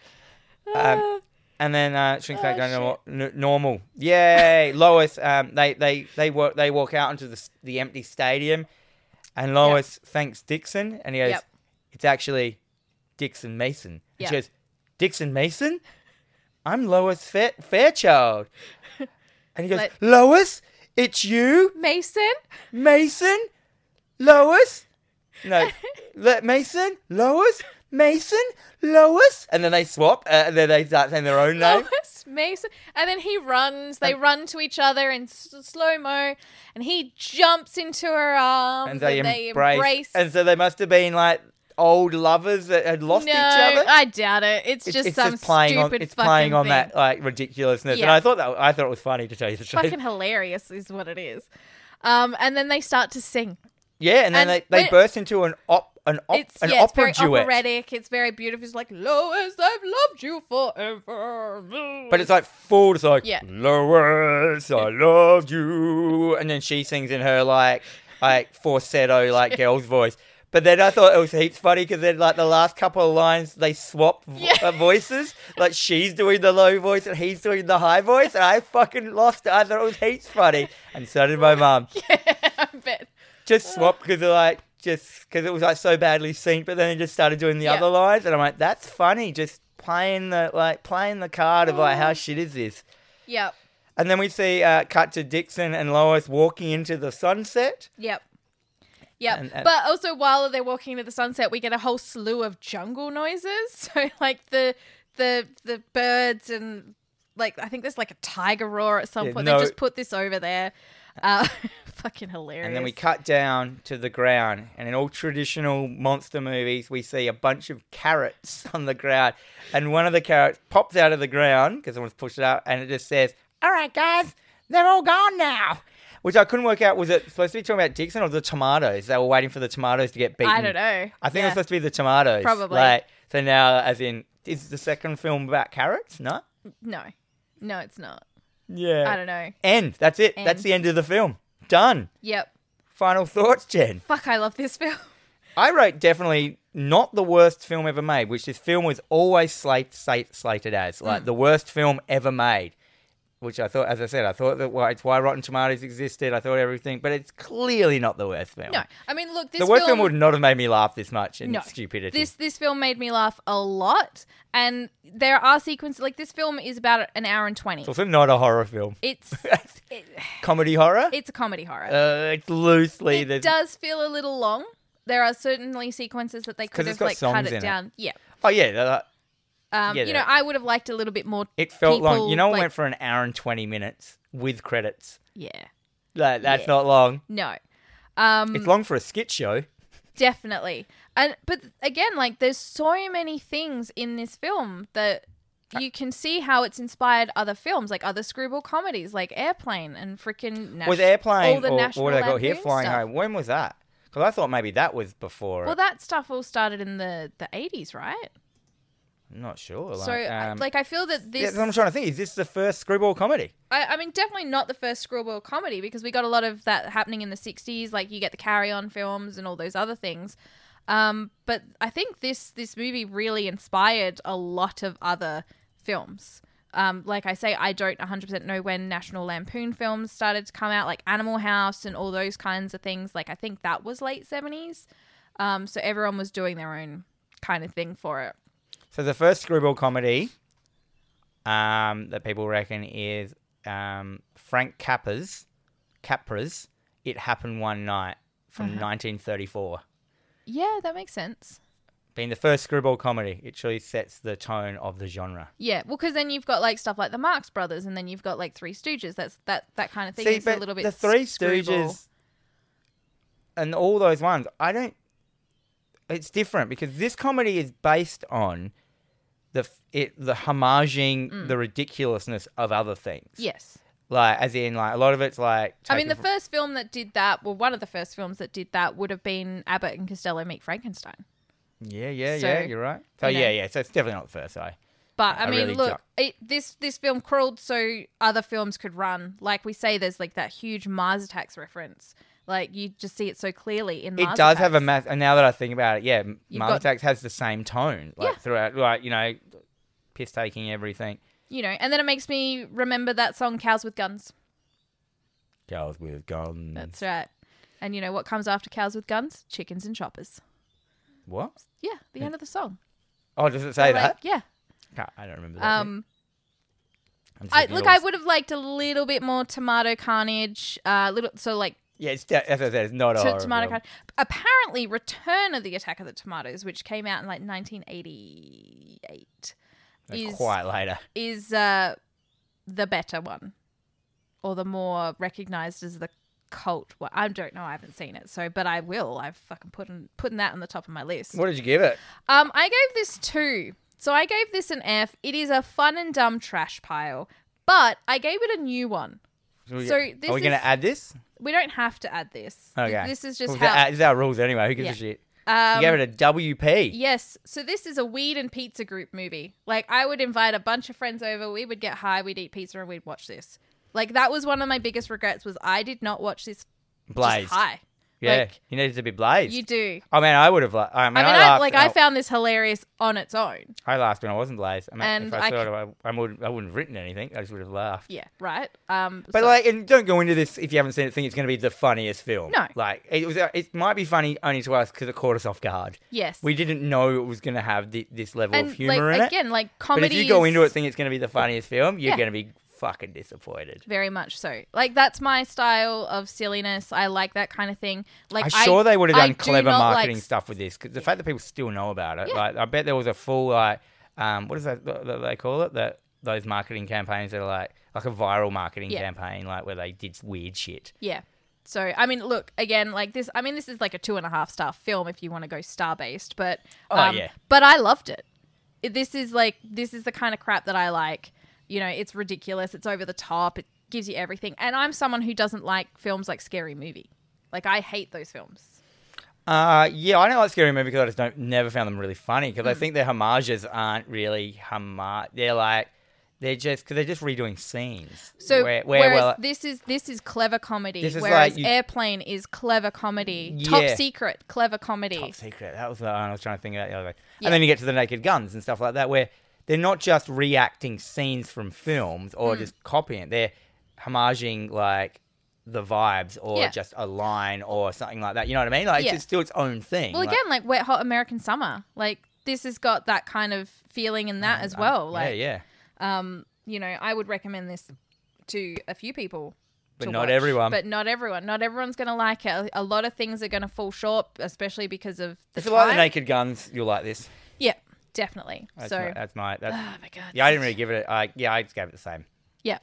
S1: Um,
S2: Ah,
S1: And then uh, shrinks back
S2: Oh,
S1: down to nor- n- normal. Yay, Lois! Um, they they they walk they walk out into the s- the empty stadium, and Lois thanks Dixon, and he goes,
S2: Yep.
S1: "It's actually Dixon Mason." And
S2: Yeah.
S1: She goes, "Dixon Mason, I'm Lois Fair- Fairchild," and he goes,
S2: Like-
S1: "Lois, it's you,
S2: Mason?
S1: Mason, Lois." No, Le- Mason, Lois, Mason, Lois, and then they swap, uh, and then they start saying their own name.
S2: Lois Mason. And then he runs. They
S1: And-
S2: run to each other in s- slow mo, and he jumps into her arms.
S1: and they, embrace. And so they must have been like old lovers that had lost
S2: no,
S1: each other.
S2: I doubt it. It's,
S1: It's- it's
S2: just some
S1: playing
S2: stupid
S1: on, it's
S2: fucking
S1: playing on
S2: thing.
S1: that like ridiculousness, and
S2: Yeah.
S1: I thought that I thought it was funny to tell you the truth.
S2: Fucking hilarious is what it is. Um, and then they start to sing.
S1: yeah, and then
S2: and
S1: they,
S2: when-
S1: they burst into an op an op
S2: It's
S1: an
S2: yeah, it's
S1: opera
S2: very
S1: duet,
S2: operatic. It's very beautiful. It's like Lois, I've loved you forever.
S1: but it's like full. It's like
S2: Yeah.
S1: Lois, I love you, and then she sings in her like like falsetto like girl's voice. But then I thought it was heaps funny because then like the last couple of lines they swap vo-
S2: Yeah.
S1: uh, voices. Like she's doing the low voice and he's doing the high voice, and I fucking lost it. I thought it was heaps funny, and so did my mum.
S2: I bet.
S1: Just swap because like just because it was like so badly synced. But then they just started doing the
S2: Yeah.
S1: other lines, and I'm like, that's funny. Just playing the like playing the card of like
S2: Oh.
S1: how shit is this.
S2: Yep.
S1: And then we see uh, cut to Dixon and Lois walking into the sunset.
S2: Yep. Yep.
S1: And- and-
S2: but also while they're walking into the sunset, we get a whole slew of jungle noises. So like the the the birds and like I think there's like a tiger roar at some
S1: Yeah,
S2: point.
S1: no.
S2: They just put this over there. Uh, fucking hilarious.
S1: And then we cut down to the ground. And in all traditional monster movies, we see a bunch of carrots on the ground. And one of the carrots pops out of the ground because someone's pushed it out. And it just says, All right, guys, they're all gone now. Which I couldn't work out. Was it supposed to be talking about Dixon or the tomatoes? They were waiting for the tomatoes to get beaten.
S2: I don't know.
S1: I think it
S2: Yeah.
S1: was supposed to be the tomatoes.
S2: Probably.
S1: Like, so now, as in, is the second film about carrots? No?
S2: No. No, it's not.
S1: Yeah.
S2: I don't know.
S1: End. That's it.
S2: End.
S1: That's the end of the film. Done.
S2: Yep.
S1: Final thoughts, Jen.
S2: Fuck I love this film.
S1: I wrote definitely not the worst film ever made, which this film was always slate, slate, slated as
S2: Mm.
S1: like the worst film ever made. Which I thought, as I said, I thought that why, it's why Rotten Tomatoes existed. I thought everything, but it's clearly not the worst film.
S2: No. I mean look this
S1: the worst film,
S2: film
S1: would not have made me laugh this much in
S2: No.
S1: stupidity.
S2: This this film made me laugh a lot, and there are sequences like this film is about an hour and twenty.
S1: it's also not a horror film.
S2: It's it,
S1: Comedy horror?
S2: it's a comedy horror.
S1: uh, it's loosely.
S2: it
S1: there's-
S2: does feel a little long. There are certainly sequences that they
S1: 'cause
S2: could
S1: it's
S2: have
S1: got
S2: like cut
S1: songs in
S2: it
S1: it.
S2: down. Yeah.
S1: oh yeah, that-
S2: Um,
S1: Yeah,
S2: you know,
S1: that-
S2: I would have liked a little bit more.
S1: it felt long.
S2: people,
S1: You know, it
S2: like-
S1: went for an hour and twenty minutes with credits.
S2: Yeah.
S1: That, that's
S2: Yeah.
S1: not long.
S2: No. Um,
S1: It's long for a skit show.
S2: definitely. And but again, like there's so many things in this film that
S1: Uh,
S2: you can see how it's inspired other films, like other screwball comedies, like Airplane and freaking Nash-
S1: was airplane
S2: all the
S1: or
S2: National
S1: what I got here
S2: Lampoon
S1: flying
S2: stuff.
S1: home? When was that? Because I thought maybe that was before.
S2: Well, that stuff all started in the the 80s, right?
S1: I'm not sure. Like,
S2: so, I-
S1: um,
S2: like, I feel that
S1: yeah,
S2: this.
S1: I'm trying to think. Is this the first screwball comedy?
S2: I, I mean, definitely not the first screwball comedy because we got a lot of that happening in the 60s. Like, you get the Carry On films and all those other things. Um, but I think this this movie really inspired a lot of other films. Um, like I say, I don't 100% know when National Lampoon films started to come out, like Animal House and all those kinds of things. Like, I think that was late 70s. Um, so everyone was doing their own kind of thing for it.
S1: So the first screwball comedy um, that people reckon is um, Frank Capra's Capra's It Happened One Night from
S2: Mm-hmm.
S1: 1934.
S2: Yeah, that makes sense.
S1: Being the first screwball comedy, it truly sets the tone of the genre.
S2: Yeah, well, because then you've got like stuff like the Marx Brothers, and then you've got like Three Stooges. That's that that kind of thing. it's a little bit
S1: the Three
S2: s- screwball.
S1: Stooges and all those ones. I don't. It's different because this comedy is based on the f- it the homaging
S2: Mm.
S1: the ridiculousness of other things.
S2: Yes,
S1: Like as in like a lot of it's like.
S2: I mean the
S1: taken
S2: first film that did that, well, one of the first films that did that would have been Abbott and Costello Meet Frankenstein.
S1: Yeah, yeah,
S2: So,
S1: yeah. You're right. So
S2: you know.
S1: yeah, yeah. So it's definitely not the first eye.
S2: But
S1: I
S2: I mean,
S1: really
S2: look,
S1: don't.
S2: it, this this film crawled so other films could run. Like we say, there's like that huge Mars Attacks reference. Like you just see it so clearly in.
S1: It
S2: Mars
S1: does have a
S2: Attacks.
S1: math. And now that I think about it, yeah, m-
S2: You've
S1: Mars
S2: got-
S1: Attacks has the same tone like
S2: Yeah.
S1: throughout. Like you know, piss taking everything.
S2: you know, and then it makes me remember that song "Cows with Guns."
S1: Girls with guns.
S2: That's right. And you know what comes after cows with guns? Chickens and choppers.
S1: What?
S2: Yeah, the end of the song.
S1: Oh, does it say
S2: Like,
S1: that?
S2: yeah.
S1: Can't- I don't remember that.
S2: Um,
S1: I'm just
S2: I
S1: looking at
S2: look.
S1: all
S2: I
S1: the-
S2: would have liked a little bit more tomato carnage. Uh, little so like
S1: Yeah, it's, de- that's what I said. It's not a
S2: to-
S1: horror
S2: tomato
S1: film.
S2: carnage. Apparently, Return of the Attack of the Tomatoes, which came out in like 1988,
S1: Like,
S2: is
S1: Quite later.
S2: is uh, the better one, or the more recognized as the cult one. I don't know. I haven't seen it, so but I will. I've fucking put in, putting that on the top of my list.
S1: What did you give it?
S2: Um, I gave this two. So I gave this an F. It is a fun and dumb trash pile, but I gave it a new one.
S1: we-
S2: So
S1: Are
S2: this
S1: we going
S2: is-
S1: to add this?
S2: We don't have to add this. Th-
S1: Okay.
S2: This is just
S1: Well,
S2: how.
S1: that- it's our rules anyway. Who gives a
S2: Yeah.
S1: shit?
S2: um,
S1: you gave it a WP.
S2: Yes. So this is a weed and pizza group movie. Like I would invite a bunch of friends over, we would get high, we'd eat pizza and we'd watch this. Like that was one of my biggest regrets was I did not watch this
S1: blazed.
S2: just high.
S1: yeah,
S2: like-
S1: you needed to be blazed.
S2: You do.
S1: I mean, I would have. Li- I mean,
S2: I
S1: I,
S2: mean, I,
S1: laughed
S2: like
S1: when
S2: I found this hilarious on its own.
S1: I laughed when I wasn't blazed. I mean, if
S2: And
S1: I,
S2: I
S1: saw it, I, I would. I wouldn't have written anything. I just would have laughed.
S2: Yeah, right. Um
S1: But
S2: so-
S1: like, and don't go into this if you haven't seen it. Think it's going to be the funniest film.
S2: No.
S1: like it was. uh, It might be funny only to us because it caught us off guard.
S2: yes.
S1: We didn't know it was going to have thi- this level
S2: and
S1: of humor
S2: like
S1: in it.
S2: again, like
S1: But
S2: comedy
S1: if you go
S2: is
S1: into it, think it's going to be the funniest film, you're
S2: Yeah.
S1: going to be fucking disappointed.
S2: very much so. Like that's my style of silliness. I like that kind of thing. Like
S1: I'm sure they would have
S2: I
S1: done
S2: do
S1: clever
S2: not like
S1: marketing stuff with this because the fact that people still know about it,
S2: Yeah.
S1: like I bet there was a full like, um, what is that th- th- they call it? That those marketing campaigns that are like like a viral marketing
S2: Yeah.
S1: campaign, like where they did weird shit.
S2: Yeah. So I mean, look again, like this. I mean, this is like a two and a half star film if you want to go star based, but
S1: Oh,
S2: um,
S1: yeah.
S2: But I loved it. It- This is like this is the kind of crap that I like. You know, it's ridiculous. It's over the top. It gives you everything. And I'm someone who doesn't like films like Scary Movie. Like I hate those films.
S1: Uh, yeah, I don't like scary movies because I just don't never found them really funny because I
S2: Hmm.
S1: think their homages aren't really homage. They're like they're just because they're just redoing scenes.
S2: So
S1: where, where
S2: whereas
S1: well,
S2: this is this is clever comedy,
S1: This is
S2: whereas
S1: like you-
S2: Airplane is clever comedy, Top
S1: Yeah.
S2: Secret clever comedy.
S1: Top oh, Secret. That was the one I was trying to think about the other day.
S2: Yeah.
S1: And then you get to the Naked Guns and stuff like that, where they're not just reacting scenes from films or
S2: Hmm.
S1: just copying it. They're homaging like the vibes or
S2: Yeah.
S1: just a line or something like that. You know what I mean? Like
S2: Yeah.
S1: it's still its own thing.
S2: Well,
S1: Like,
S2: again, like Wet Hot American Summer, like this has got that kind of feeling in that as well. Like,
S1: uh, yeah, yeah.
S2: um, you know, I would recommend this to a few people,
S1: But
S2: to
S1: not
S2: watch,
S1: everyone.
S2: But not everyone. Not everyone's going to like it. A- A lot of things are going to fall short, especially because of the
S1: If you
S2: time.
S1: like the Naked Guns, you'll like this.
S2: yeah, definitely.
S1: That's
S2: so,
S1: my, that's my that's
S2: oh my god.
S1: yeah. I didn't really give it. A, I yeah, I just gave it the same.
S2: Yeah,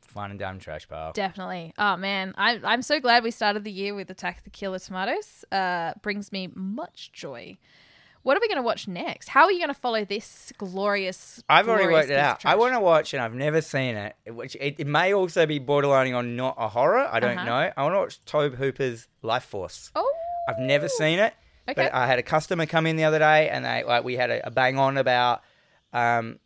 S1: Fun and dumb trash pile.
S2: definitely. Oh man, I, I'm so glad we started the year with Attack of the Killer Tomatoes. Uh, brings me much joy. What are we going to watch next? How are you going to follow this glorious?
S1: I've already worked
S2: glorious piece
S1: it
S2: of
S1: out. I
S2: trash?
S1: want to watch, and I've never seen it. Which it, it may also be borderlining on not a horror. I don't
S2: Uh-huh.
S1: know. I want to watch Tobe Hooper's Life Force.
S2: Oh,
S1: I've never seen it,
S2: Okay.
S1: but I had a customer come in the other day, and they like we had a, a bang on about, um,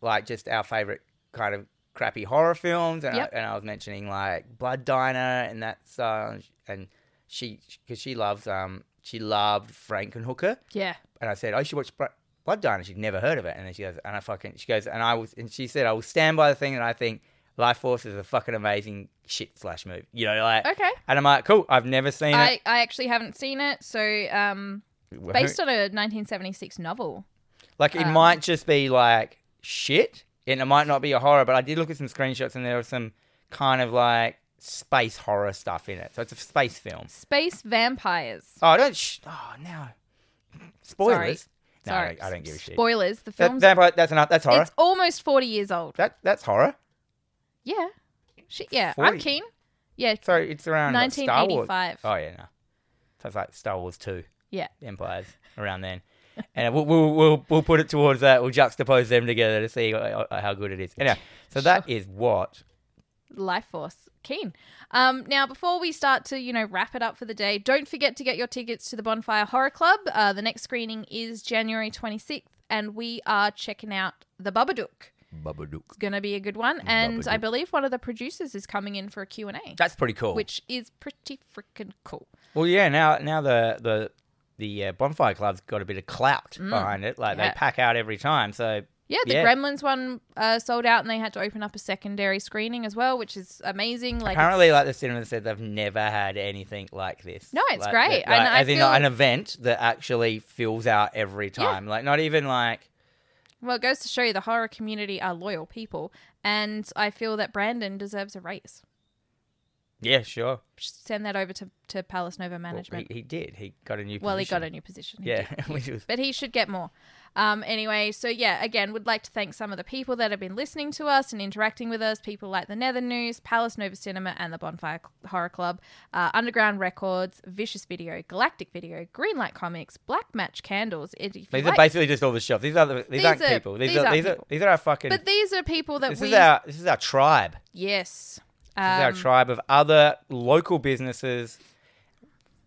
S1: like just our favorite kind of crappy horror films, and
S2: Yep.
S1: I, and I was mentioning like Blood Diner and that style, and she because she loves um she loved Frankenhooker
S2: Yeah.
S1: and I said, "Oh, you should watch Br- Blood Diner." She'd never heard of it, and then she goes, "And I fucking," she goes, "And I was," and she said, "I will stand by the thing that I think Life Force is a fucking amazing shit slash movie." You know, like,
S2: Okay.
S1: and I'm like, "Cool, I've never seen
S2: I, I actually haven't seen it. So, um,
S1: it."
S2: based on a 1976 novel.
S1: like, it
S2: um,
S1: might just be like shit, and it might not be a horror. But I did look at some screenshots, and there was some kind of like space horror stuff in it. So it's a space film.
S2: Space Vampires.
S1: Oh, don't. Sh- oh, no. Spoilers. No,
S2: Sorry.
S1: I don't, I don't give a shit.
S2: Spoilers. The
S1: That,
S2: film's.
S1: that, that's enough. That's horror.
S2: it's almost 40 years old.
S1: That that's horror.
S2: Yeah. Shit. Yeah.
S1: 40.
S2: I'm keen. Yeah.
S1: So it's around like, Star Wars.
S2: 1985.
S1: Oh yeah, no. So it's like Star Wars Two,
S2: Yeah.
S1: Empires around then, and we'll, we'll we'll we'll put it towards that. We'll juxtapose them together to see uh, uh, how good it is. Anyway, so that is what
S2: Life Force. Keen. Um, now, before we start to, you know, wrap it up for the day, don't forget to get your tickets to the Bonfire Horror Club. Uh, the next screening is January 26th, and we are checking out The Babadook.
S1: Babadook.
S2: It's going to be a good one. And I
S1: Babadook.
S2: believe one of the producers is coming in for a Q&A,
S1: That's pretty cool.
S2: which is pretty freaking cool.
S1: well, yeah. Now, now the the the uh, bonfire club's got a bit of clout behind it. Like
S2: Mm. Yeah.
S1: they pack out every time. So
S2: Yeah, the
S1: Yeah.
S2: Gremlins one uh, sold out, and they had to open up a secondary screening as well, which is amazing. Like, it's-
S1: Apparently, like the cinema said, they've never had anything like this.
S2: No, it's
S1: Like,
S2: great.
S1: that-
S2: And
S1: like,
S2: I
S1: as in
S2: feel-
S1: like, an event that actually fills out every time. Like not even like
S2: well, it goes to show you the horror community are loyal people, and I feel that Brandon deserves a raise.
S1: yeah, sure.
S2: Just send that over to, to Palace Nova
S1: Well, he,
S2: management.
S1: he did. He got a new.
S2: Well, he got
S1: position.
S2: a new position. he did.
S1: Yeah, which was
S2: but he should get more. Um, anyway, so yeah, again, would like to thank some of the people that have been listening to us and interacting with us. People like the Nether News, Palace Nova Cinema, and the Bonfire Cl- Horror Club, uh, Underground Records, Vicious Video, Galactic Video, Greenlight Comics, Black Match Candles. If you
S1: These
S2: like-
S1: are basically just all the shops. These are the, these,
S2: These
S1: aren't
S2: are-
S1: people. These,
S2: these
S1: are
S2: aren't
S1: these
S2: people.
S1: are these are our fucking.
S2: but these are people that
S1: this
S2: we
S1: is our this is our tribe.
S2: yes.
S1: This is our
S2: Um,
S1: tribe of other local businesses.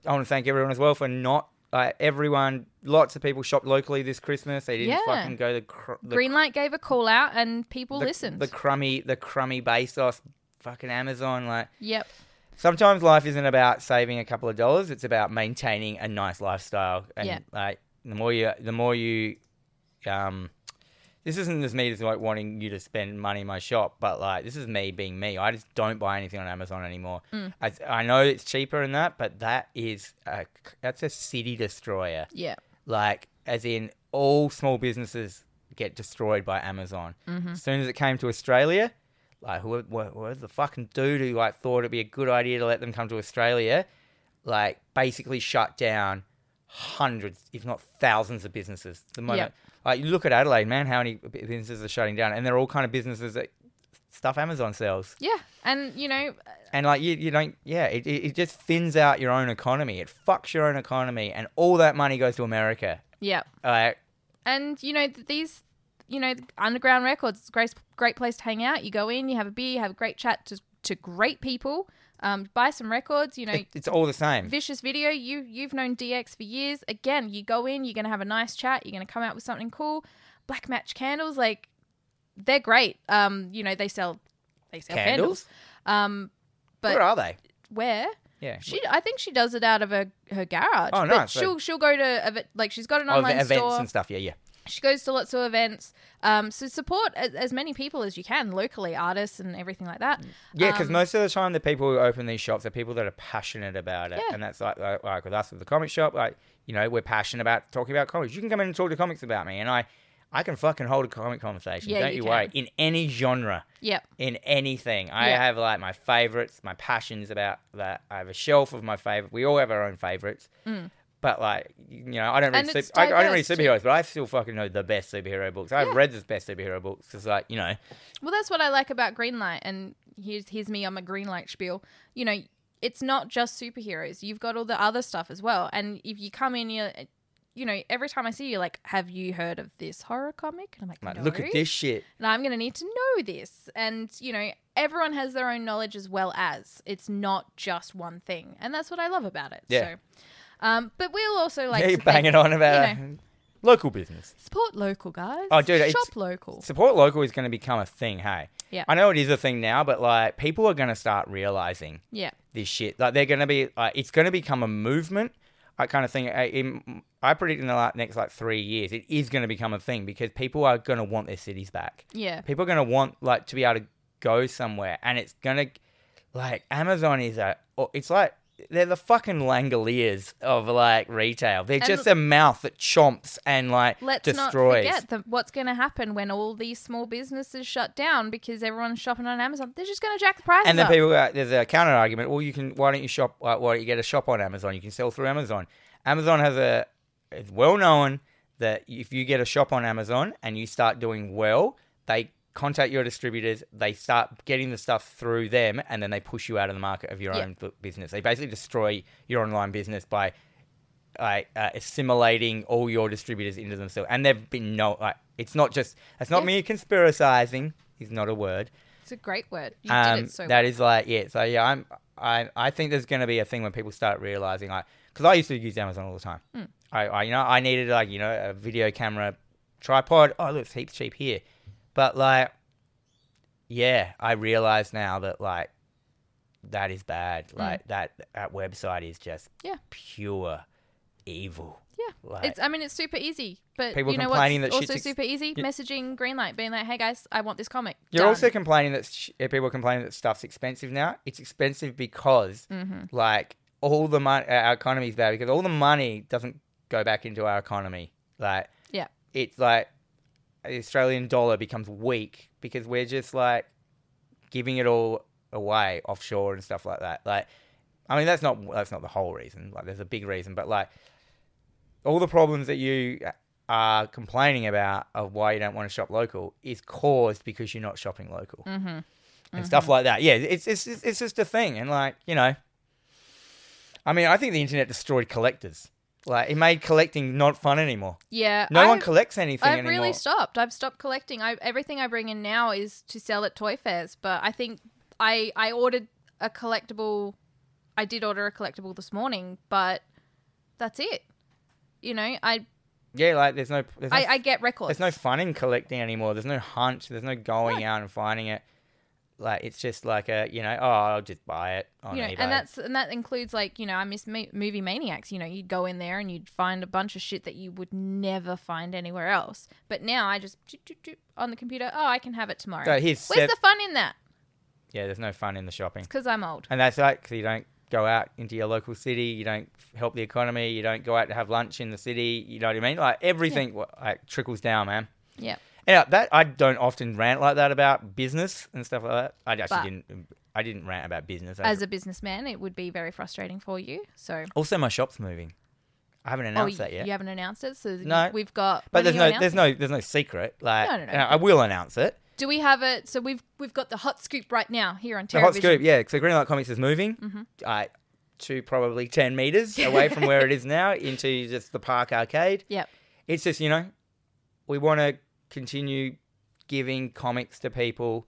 S1: I want to thank everyone as well for not uh, everyone. Lots of people shopped locally this Christmas. They didn't
S2: Yeah.
S1: fucking go the, cr- the
S2: Greenlight gave a call out and people
S1: the,
S2: listened.
S1: The crummy, the crummy base off fucking Amazon. Like
S2: yep.
S1: sometimes life isn't about saving a couple of dollars. It's about maintaining a nice lifestyle. And
S2: Yeah.
S1: like the more you, the more you, um, this isn't just me just like wanting you to spend money in my shop, but like this is me being me. I just don't buy anything on Amazon anymore. I, I know it's cheaper and that, but that is a, that's a city destroyer
S2: Yeah.
S1: like as in all small businesses get destroyed by Amazon. As soon as it came to Australia, like who, who, who was the fucking dude who like thought it'd be a good idea to let them come to Australia, like basically shut down hundreds, if not thousands, of businesses. The moment, like you look at Adelaide, man, how many bu- businesses are shutting down, and they're all kind of businesses that stuff Amazon sells,
S2: Yeah. And, you know, uh,
S1: and like you, you don't, yeah, it, it, it just thins out your own economy. It fucks your own economy, and all that money goes to America.
S2: yeah.
S1: Like
S2: and you know th- these you know underground records it's a great great place to hang out you go in you have a beer you have a great chat to, to great people um, buy some records you know
S1: It- it's all the same.
S2: vicious video you you've known dx for years again you go in you're gonna have a nice chat you're gonna come out with something cool black match candles like they're great um you know they sell they sell candles,
S1: Candles?
S2: um but-
S1: Where are they?
S2: where
S1: Yeah.
S2: she i think she does it out of her, her garage
S1: Oh,
S2: but
S1: nice.
S2: she'll she'll go to ev- like she's got an
S1: Oh, the
S2: online
S1: events
S2: store
S1: and stuff. Yeah, yeah.
S2: she goes to lots of events. Um, so support as, as many people as you can locally, artists and everything like that.
S1: Yeah, because
S2: Um,
S1: most of the time, the people who open these shops are people that are passionate about it.
S2: Yeah.
S1: And that's like, like, like with us with the comic shop, like, you know, we're passionate about talking about comics. You can come in and talk to comics about me, and I, I can fucking hold a comic conversation.
S2: Yeah,
S1: don't
S2: you
S1: you, worry.
S2: can.
S1: In any genre,
S2: Yep.
S1: in anything, I
S2: Yeah.
S1: have like my favorites, my passions about that. I have a shelf of my favorite. We all have our own favorites. But like you know, I don't read
S2: Mm. And
S1: super,
S2: it's
S1: I, I don't read
S2: diverse too.
S1: superheroes, but I still fucking know the best superhero books. I've read the best superhero books because like you know,
S2: Well, that's what I like about Greenlight. And here's here's me on my Greenlight spiel. You know, it's not just superheroes. You've got all the other stuff as well. And if you come in, you you know, every time I see you, like, have you heard of this horror comic? And I'm like,
S1: like
S2: no.
S1: look at this shit.
S2: And I'm going to need to know this. And you know, everyone has their own knowledge as well as it's not just one thing. And that's what I love about it.
S1: Yeah.
S2: So. Um, but we'll also like
S1: yeah, you
S2: to thank-
S1: banging on about
S2: you know.
S1: local business.
S2: Support local, guys.
S1: Oh, dude,
S2: shop
S1: it's-
S2: local.
S1: Support local is going to become a thing. Hey,
S2: Yeah.
S1: I know it is a thing now, but like people are going to start realizing
S2: Yeah,
S1: this shit. Like they're going to be, like, it's going to become a movement. I kind of think I, in, I predict in the la- next like three years, it is going to become a thing because people are going to want their cities back.
S2: yeah,
S1: People are going to want like to be able to go somewhere, and it's going to like Amazon is a. oh, It's like they're the fucking Langoliers of like retail. They're just a mouth that chomps and like
S2: Let's
S1: destroys.
S2: not forget the, what's going to happen when all these small businesses shut down because everyone's shopping on Amazon. They're just going to jack the prices
S1: and then
S2: up.
S1: people go, there's a counter argument. Well, you can. Why don't you shop? Like, why don't you get a shop on Amazon? You can sell through Amazon. Amazon has a. It's well known that if you get a shop on Amazon and you start doing well, they contact your distributors. They start getting the stuff through them, and then they push you out of the market of your
S2: Yeah.
S1: own bu- business. They basically destroy your online business by. Like uh, assimilating all your distributors into themselves, and they've been no. Like, it's not just. It's not
S2: Yeah.
S1: me conspiracizing. Is not a word.
S2: It's a great word. You
S1: um,
S2: did it so well.
S1: that is like yeah. So yeah, I'm I I think there's gonna be a thing when people start realizing like because I used to use Amazon all the time.
S2: Mm.
S1: I, I you know I needed like you know a video camera tripod. Oh look, it's heaps cheap here, but like yeah, I realize now that like that is bad. Like that that website is just
S2: Mm. Yeah.
S1: pure evil.
S2: Yeah.
S1: like,
S2: It's. I mean, it's super easy, but
S1: People
S2: you know
S1: complaining
S2: what's
S1: that shit's
S2: also
S1: ex-
S2: super easy?
S1: Y-
S2: Messaging Greenlight, being like, "Hey guys, I want this comic."
S1: You're
S2: Done.
S1: also complaining that sh- uh, people are complaining that stuff's expensive now. It's expensive because,
S2: Mm-hmm,
S1: like, all the money, our economy's bad because all the money doesn't go back into our economy. Like,
S2: Yeah.
S1: it's like the Australian dollar becomes weak because we're just like giving it all away offshore and stuff like that. Like, I mean, that's not that's not the whole reason. Like, there's a big reason, but like, all the problems that you uh, are complaining about of why you don't want to shop local is caused because you're not shopping local mm-hmm. and stuff like that. Yeah, it's it's it's it's just a thing, and like you know, I mean, I think the internet destroyed collectors. Like, it made collecting not fun anymore.
S2: Yeah.
S1: No one
S2: I've-
S1: collects anything
S2: I've
S1: anymore.
S2: really stopped. I've stopped collecting. I everything I bring in now is to sell at toy fairs. But I think I I ordered a collectible. I did order a collectible this morning, but that's it. You know, I
S1: yeah, like there's no there's no,
S2: I, I get records.
S1: there's no fun in collecting anymore. There's no hunt. There's no going out and finding it. Like it's just like a you know oh I'll just buy it on
S2: you know,
S1: eBay.
S2: and that's and that includes like you know I miss mo- movie maniacs. You know, you'd go in there and you'd find a bunch of shit that you would never find anywhere else. But now I just doot, doot, doot on the computer. Oh, I can have it tomorrow.
S1: So here's
S2: Where's
S1: sev-
S2: the fun in that?
S1: yeah, there's no fun in the shopping.
S2: Because I'm old.
S1: And that's right, because you don't go out into your local city, you don't f- help the economy, you don't go out to have lunch in the city. You know what I mean? Like everything wa- like, trickles down, man.
S2: Yeah.
S1: Yeah, that I don't often rant like that about business and stuff like that. I actually
S2: But-
S1: didn't. I didn't rant about business. I-
S2: As a businessman, it would be very frustrating for you. So
S1: also, my shop's moving. I haven't announced
S2: oh,
S1: that
S2: you-
S1: yet.
S2: You haven't announced it, so
S1: No.
S2: no. we've got.
S1: But there's
S2: when are you
S1: no, there's
S2: announcing
S1: no, there's no secret. Like,
S2: No, no, no.
S1: and I will announce it.
S2: it? Do we have it? So we've we've got the hot scoop right now here on Mm-hmm.
S1: The hot
S2: television.
S1: scoop, yeah. So Greenlight Comics is moving uh, to probably ten meters away from where it is now into just the park arcade.
S2: Yep.
S1: it's just you know we want to continue giving comics to people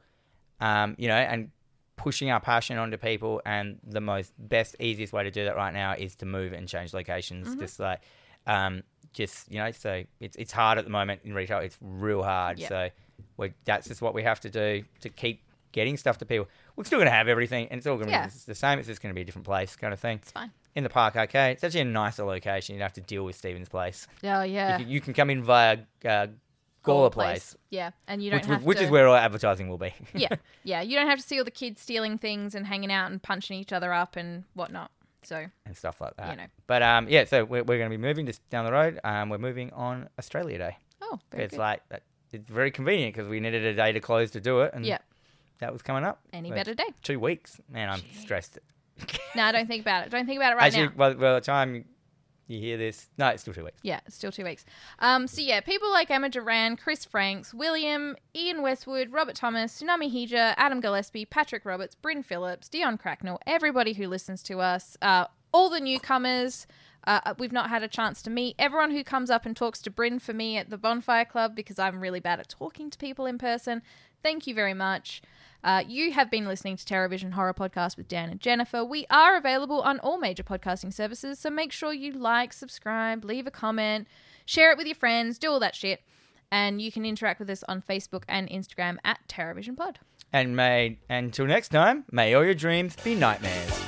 S1: um, you know and pushing our passion onto people and the most best easiest way to do that right now is to move and change locations
S2: Mm-hmm.
S1: just like um, just you know so it's, it's hard at the moment in retail it's real hard
S2: Yep.
S1: so we that's just what we have to do to keep getting stuff to people we're still going to have everything and it's all going to
S2: Yeah.
S1: be the same it's just going to be a different place kind of thing
S2: It's fine.
S1: in the park arcade it's actually a nicer location you don't have to deal with steven's place
S2: Oh yeah.
S1: you, can- you can come in via uh, Gawler Place,
S2: Yeah, and you don't
S1: which,
S2: have
S1: which
S2: to.
S1: is where all advertising will be.
S2: yeah, yeah. You don't have to see all the kids stealing things and hanging out and punching each other up and whatnot. So
S1: and stuff like that.
S2: You know.
S1: But um, yeah, so we're, we're going to be moving just down the road. Um, we're moving on Australia Day.
S2: oh, very
S1: it's
S2: good.
S1: like that, it's very convenient because we needed a day to close to do it, and
S2: yeah,
S1: that was coming up.
S2: any
S1: Like,
S2: better day.
S1: Two weeks, man. I'm stressed.
S2: No, don't think about it. Don't think about it right
S1: Actually,
S2: now.
S1: by, by the time you hear this, no, it's still two weeks.
S2: Yeah, still two weeks. Um, so yeah, people like Emma Duran, Chris Franks, William, Ian Westwood, Robert Thomas, Tsunami Hija, Adam Gillespie, Patrick Roberts, Bryn Phillips, Dion Cracknell, everybody who listens to us, uh, all the newcomers. Uh, we've not had a chance to meet everyone who comes up and talks to Bryn for me at the Bonfire Club because I'm really bad at talking to people in person. Thank you very much. Uh, you have been listening to TerrorVision Horror Podcast with Dan and Jennifer. We are available on all major podcasting services, so make sure you like, subscribe, leave a comment, share it with your friends, do all that shit. And you can interact with us on Facebook and Instagram at TerrorVision Pod.
S1: And may until next time, may all your dreams be nightmares.